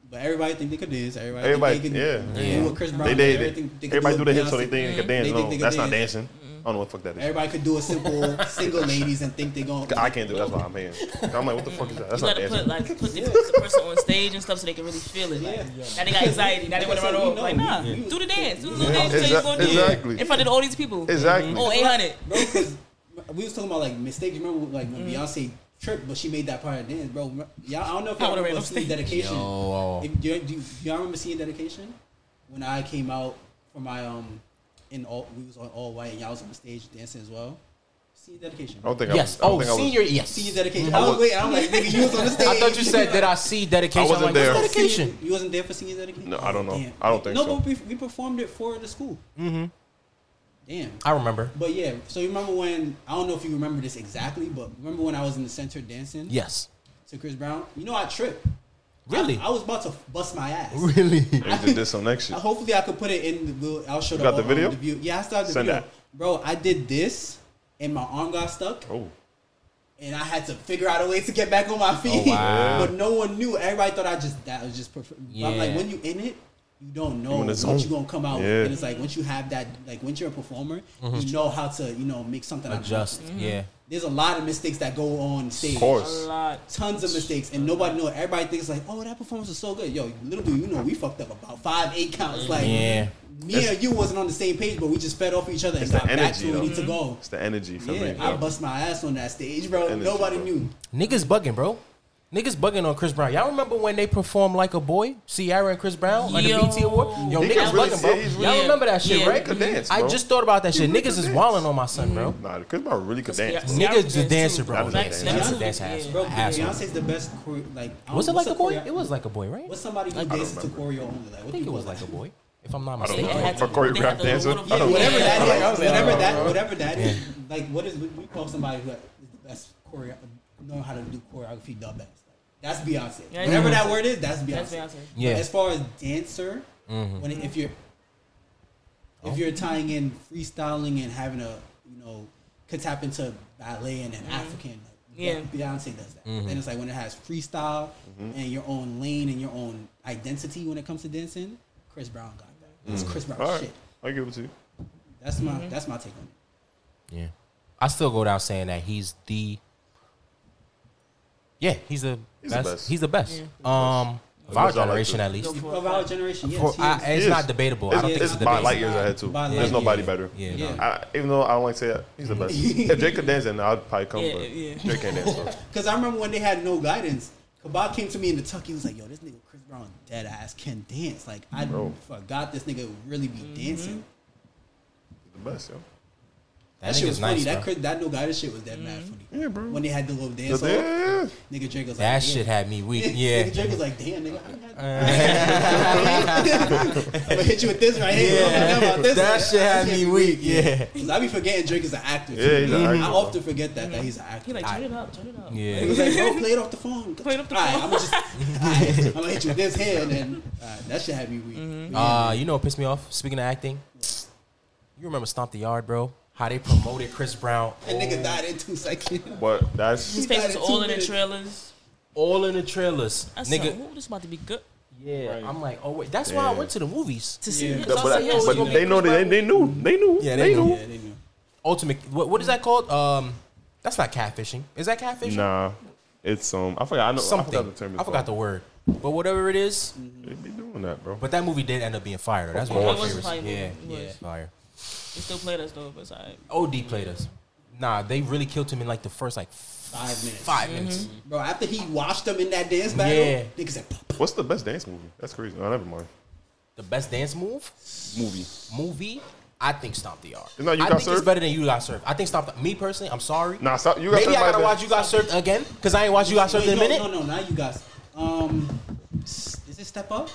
But everybody think they could dance. Everybody,
Everybody,
think they
yeah.
can do
Yeah.
what Chris Brown.
They,
did.
they, they,
Everything- they could
everybody do
what
the hip so they think
Beyonce
they can
did.
dance.
They
No,
think they could
that's not
dance.
dancing. I don't know what the fuck that is.
Everybody could do a simple single ladies and think they gonna.
I can't do it. That's why I'm here. I'm like, what the fuck is that? That's
you
not
gotta
dancing.
put like put the, put the person on stage and stuff so they can really feel it. Like,
Yeah.
Now they got anxiety. Now they want to
Like
run
I said,
off.
we
Like
know.
nah,
Yeah.
do the dance. Do the little
Yeah.
dance. that you're
Exa-
gonna do.
exactly.
In front of all these people.
Exactly.
Oh, 800.
bro. Because we was talking about like mistakes. Remember, like when Beyonce Tripped, but she made that part of the dance, bro. Y'all, I don't know if
I would've
y'all
ran
remember
off
seeing
stage.
dedication.
Yo.
If, do, y- do, y- do y'all remember seeing dedication when I came out for my um in all we was on all white and y'all was on stage dancing as well. Seeing dedication.
I don't think
Yes.
I was. I don't
Oh,
think I was-
senior. Yes.
Seeing dedication. I was waiting. I'm like, nigga, you was on the stage.
I thought you
*laughs*
said, "Did I see dedication?"
I wasn't
I'm like,
there.
What's dedication?
You wasn't there for senior dedication.
No, I don't know.
Damn.
I don't think
no,
so.
but we, we performed it for the school. Mm-hmm. Damn.
I remember.
But yeah, so you remember when I don't know if you remember this exactly, but remember when I was in the center dancing
Yes.
to Chris Brown? You know I tripped.
Really.
I was about to bust my ass.
*laughs* really.
They did this some next
Uh, *laughs*
year.
Hopefully, I could put it in the. We'll, I'll show
You got the
um,
video?
view. Yeah, I still have the
Send
video,
that.
bro. I did this, and my arm got stuck,
Oh,
and I had to figure out a way to get back on my feet.
wow.
*laughs* but no one knew. Everybody thought I just that was just. Perfect. I'm
Yeah.
like, when you in it, you don't know
in the zone.
what you gonna come out.
Yeah. Mm-hmm.
with. And it's like once you have that, like once you're a performer, you know how to you know make something out of
Adjust.
nothing.
Yeah.
There's a lot of mistakes that go on stage
of
A
course.
lot.
tons of mistakes, and nobody know. Everybody thinks like, "Oh, that performance was so good." Yo, little do you know, we fucked up about five, eight counts. Like,
Yeah.
me and you wasn't on the same page, but we just fed off each other and
the
got back
energy,
to where we
though. Mm-hmm.
need to go.
It's the energy for
Yeah,
me.
I
bro.
bust my ass on that stage, bro.
Energy,
nobody
bro.
knew.
Niggas bugging, bro. Niggas bugging on Chris Brown. Y'all remember when they performed like a boy, Ciara and Chris Brown on the
Yo.
BT Award? Yo,
He could
niggas
really-
bugging, bro.
yeah, he's really-
Y'all remember that shit,
Yeah.
right?
He could dance,
I
bro.
just thought about that shit.
really
Niggas is
could
walling on my son, bro.
Nah, Chris Brown really could dance.
Yeah, I was
Niggas just dancing,
dancing
bro.
too.
I was
Niggas
dancing.
is dancing ass.
Yeah.
Bro,
Asshole.
Beyonce's the best choreo. Like, I don't-
Was it
what's
like a
the
boy?
choreo-
It was like a boy, right?
What's somebody who
don't
dances to
remember.
choreo only? Like, what
I
do you
think it
call
was
that?
like a boy, if I'm not
I don't
mistaken.
They
know.
had
For
to- they had
choreographed
to do a
dancer.
little
I don't
video.
know.
Whatever
Yeah.
that
I was
is,
like,
whatever
oh,
that,
bro.
whatever that is, like what is we, we call somebody who is the best choreo, knowing how to do choreography the best. That's Beyonce.
Yeah,
whatever
yeah.
that word is, that's Beyonce.
That's Beyonce.
Yeah.
But as far as dancer, when if you're if you're tying in freestyling and having a you know could tap into ballet and an African. Like,
Yeah.
Beyonce does that. Then it's like when it has freestyle
Mm-hmm.
and your own lane and your own identity when it comes to dancing. Chris Brown got that. That's Chris Brown
All right,
shit.
I give it to you.
That's my
Mm-hmm.
that's my take on it.
Yeah. I still go down saying that he's the Yeah, he's the
He's the
best.
best.
He's the best. Um of our
Much I like
generation
to-
at least.
Go for it.
of our generation. Yes,
For-
he
I,
is.
it's
He
not
is.
debatable. I
It's,
don't think
it's
it's
by
debatable.
light years ahead too.
By
There's
light
nobody
years.
better.
Yeah,
Yeah.
no.
I, even though I don't like to say that, he's the best. if Jake could dance, then I'd probably come.
Yeah,
but
yeah.
Jake can't dance. So.
Because I remember when they had no guidance. Kabak came to me in the tuck. He was like, "Yo, this nigga Chris Brown dead ass can dance. Like I
Bro.
forgot this nigga really be
Mm-hmm.
dancing.
The best, yo.
That,
That, shit
nigga's
was funny.
nice.
that
bro.
Chris, that no guidance shit was that
Mm-hmm.
mad funny.
Yeah, bro.
When they had the little dance,
The
off,
dance.
nigga Drake was like,
That
"Damn."
shit had me weak.
*laughs* nigga
Yeah.
Drake was like, "Damn, nigga, I'm *laughs* gonna hit you with this right here.
Uh. Yeah.
Don't forget about this
That
right
shit
here.
had
This
me
shit-
weak. Yeah.
'Cause I be forgetting Drake is an actor.
Yeah,
too.
he's an
I
actor.
often forget that that he's an actor.
He like turn it up, turn it up.
He
Yeah.
was like, bro, play it off the phone.
Play it off the
All right,
phone.
I'm gonna just, all right, I'm gonna hit you with this here, and then all right, that should have me weak.
Uh, you know what pissed me off? Speaking of acting, you remember Stomp the Yard, bro? How they promoted Chris Brown
that nigga died in two seconds.
*laughs* But that's
His face was
Two
all in the
minutes.
trailers.
all in the trailers.
I said,
Nigga,
"Ooh, this about to be good
yeah. I'm like, oh wait, that's why I
Yeah.
went to the movies.
to see."
Yeah.
this."
but,
I said,
but,
"Yo, it's gonna be
they know
Chris
that
Brown."
they, they knew they knew
Yeah, they
they,
knew.
knew.
Yeah, they knew.
ultimate what, what is that called um that's not catfishing is that catfishing
Nah, it's um I forgot I know
something
I forgot the term. it's called.
word but whatever it is
They be doing that, bro.
but that movie did end up being fire though. that's one of
It
my
was
favorites
fire movie.
yeah
It was.
yeah fire
They still played us though, but it's alright.
od played us nah they really killed him in like the first like
Five minutes,
five minutes
bro. After he watched them in that dance battle,
Yeah.
nigga said, "Pop, pop."
What's the best dance movie? That's crazy. No, never mind.
the best dance move
Movie.
movie I think Stomp the Yard.
It's not You
I
Got
think it's
Served?
better than You Got Served. I think Stomp the, Me personally, I'm sorry.
Nah, stop. You got
Maybe I
somebody
gotta
that-
watch You Got Served again because I ain't watched You Got Served
Wait,
in a
no,
minute.
No, no, not you guys. Um, s- is it step up?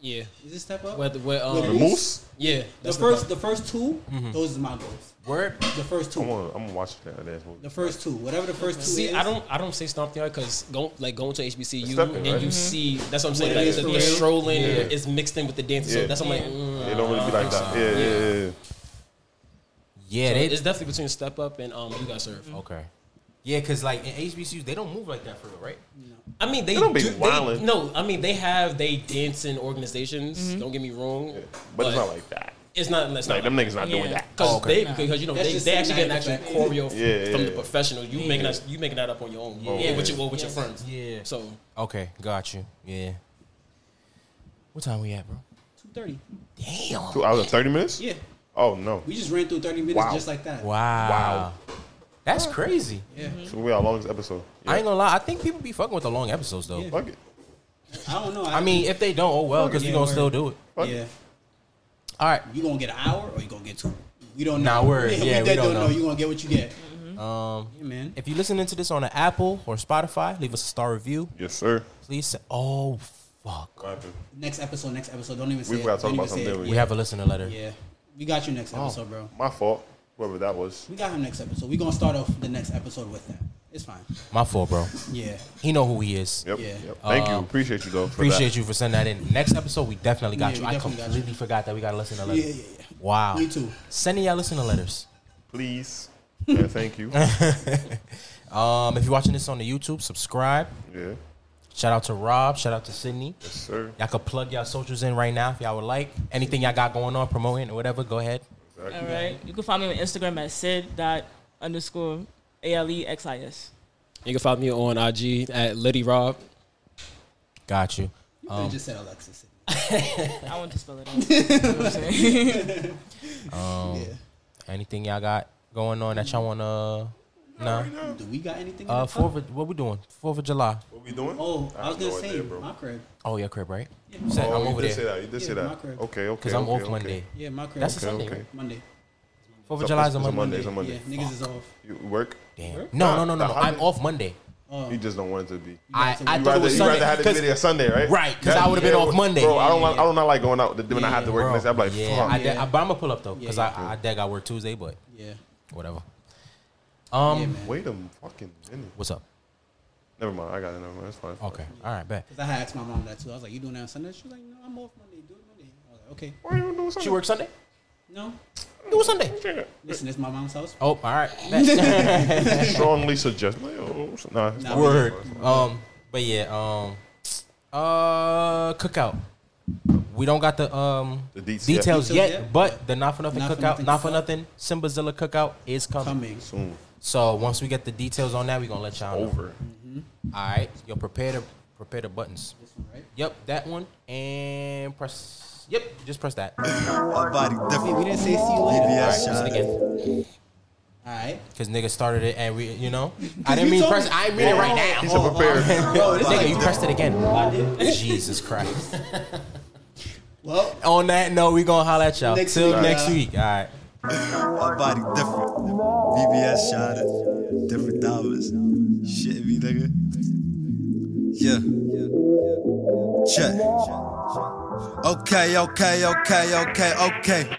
Yeah.
Is it step up?
With, with, um,
With
The Moose.
Yeah.
the
that's
first, the first two, those are my goals.
Word.
The first
I'm
two,
gonna, I'm gonna watch that dance movie.
the first two, whatever the first two
See,
is.
I don't, I don't say stomp the yard because going, like going to HBCU
It's
and
stepping, right?
you see, that's what I'm saying.
What it
Like
is
the,
for
the
real.
strolling
Yeah.
is mixed in with the dancing, so
Yeah.
that's I'm like,
Yeah.
mm.
They don't really be like that. Yeah, yeah, yeah. yeah.
Yeah,
So
they,
it's definitely between step up and um, you got serve.
Okay. Yeah, because like in HBCUs, they don't move like that for real, right?
I mean, they,
don't be
do,
wildin'.
they, No, I mean they have they dancing organizations. Don't get me wrong,
But, it's not like that.
it's not unless
Like
not
them niggas not doing
Yeah.
that.
because
Oh, okay.
they because you know
That's
they,
just
they actually get an
something
actual
like
choreo
Yeah, yeah,
from the
yeah.
professional. You making that you making that up on your own, yeah,
Yeah.
with your well, with your
Yeah.
friends.
Yeah.
So
Okay, got you. Yeah. What time we at, bro?
Two thirty.
Damn.
Two hours and thirty minutes.
Yeah,
Oh no.
we just ran through thirty minutes
Wow. Mm-hmm.
just like that.
Wow. Wow. That's crazy.
So we our longest episode.
I ain't gonna lie. I think people be fucking with the long episodes though.
Fuck it.
I don't know.
I mean, if they don't, oh well, because we
Yeah,
gonna
word.
still do it.
yeah,
All right.
you gonna get an hour or you gonna get two? We don't know.
Nah, word. Yeah, we
dead
don't know. Mm-hmm.
You gonna get what you get. Um, yeah, man.
If you're listening to this on an Apple or Spotify, leave us a star review.
Yes, sir.
Please. Say, oh fuck.
Next episode, next episode. Don't even say.
We
it.
gotta talk
Don't even
about
say
something.
it.
We have a listener letter.
Yeah, we got you
Oh.
next episode, bro.
My fault. Whoever that was.
We got him next episode. We gonna start off the next episode with that. It's fine.
My fault, bro.
Yeah.
He know who he is.
Yep.
Yeah.
yep. Thank you.
Um,
Appreciate you though. For
Appreciate you for sending that in. Next episode, we definitely got
Yeah,
you.
we
I
definitely got you.
completely forgot that we got a listener letter.
Yeah, yeah, yeah.
Wow.
Me too.
Sending y'all listener letters.
Please. Yeah,
*laughs*
thank you.
Um, if you're watching this on the YouTube, subscribe.
Yeah.
Shout out to Rob. Shout out to Sydney.
Yes, sir.
Y'all could plug y'all socials in right now if y'all would like. Anything y'all got going on, promoting or whatever, go ahead.
All right. You can find me on Instagram at sid dot underscore a l e x i s.
You can find me on IG at Liddy Rob.
Got you.
You
Um,
could've just said Alexis.
I want to spell it out. You know what I'm saying?
yeah.
Anything y'all got going on that y'all wanna? Nah.
Do we got anything?
Uh,
in the
fourth. Of, what we doing? Fourth of July.
What we doing?
Oh, I, was
have
gonna
no
say
idea, bro.
my crib.
Oh yeah, crib right?
Yeah,
Said
Oh,
I'm
you
over
did
there
say that. You did say
Yeah, my
that.
crib.
Okay, okay.
because I'm
okay,
off
okay.
Monday.
Yeah, my crib.
That's a
Okay,
Sunday.
okay.
right?
Monday.
Fourth of July is a
It's
Monday.
It's a Monday.
Yeah, niggas is off.
You work.
Damn.
Sure.
No,
Nah,
no, no, no.
nah,
no.
how
I'm
did-
off Monday.
Oh.
You just don't want it to be.
I,
so
I
You
thought it
rather,
was
you rather
Sunday.
had it to be
'cause-
there Sunday, right?
Right, 'cause I would've been off Monday.
Bro, I don't
Yeah,
like I don't like going out. Then I have to work
Bro,
next. I'm like,
yeah,
fuck.
I, did,
Yeah.
I, but I'm gonna pull up though, cause
Yeah,
I, I did got work Tuesday, but
Yeah.
whatever.
yeah,
Um,
man.
Wait a fucking minute.
what's up?
Never mind. I got it. Never mind. It's fine.
Okay, all right, bet.
'Cause I had asked my mom that too. I was like, "You doing that on Sunday?" She was like, "No, I'm off Monday. Do it Monday." I was like, "Okay."
Why you doing
She
something?
worked Sunday.
No,
Do it Sunday.
listen, it's my mom's house.
Oh, all right. bet.
Strongly suggest. Like, oh, so- nah, it's
Nah,
fine.
Word. Um, but yeah. Um, uh, cookout. We don't got the um
The deets yet.
details
Details
yet,
yet?
but the not for nothing
Not for
cookout,
nothing
not for
cookout.
nothing Simbazilla cookout is coming.
Coming.
Soon.
So once we get the details on that, we gonna let y'all know.
Over.
All right, yo, prepare to prepare the buttons.
This one, right?
Yep, that one and press. Yep, just press that.
Our body
Wait, we
different.
didn't say see you later.
Yes,
Press it
shine.
again,
All right.
cause nigga started it and we, you
*laughs*
know, I didn't
You
mean
told
press.
me-
I mean it right now.
He
*laughs*
said prepare.
Bro, this
Nigga,
like,
you pressed it again. Jesus Christ.
well,
On that note, we gonna holla at y'all.
Next
Till
week,
next
y'all.
week. All right.
Our body different. VBS shot it. Different dollars. Shit me, nigga. Yeah. Check. Okay, okay, okay, okay, okay.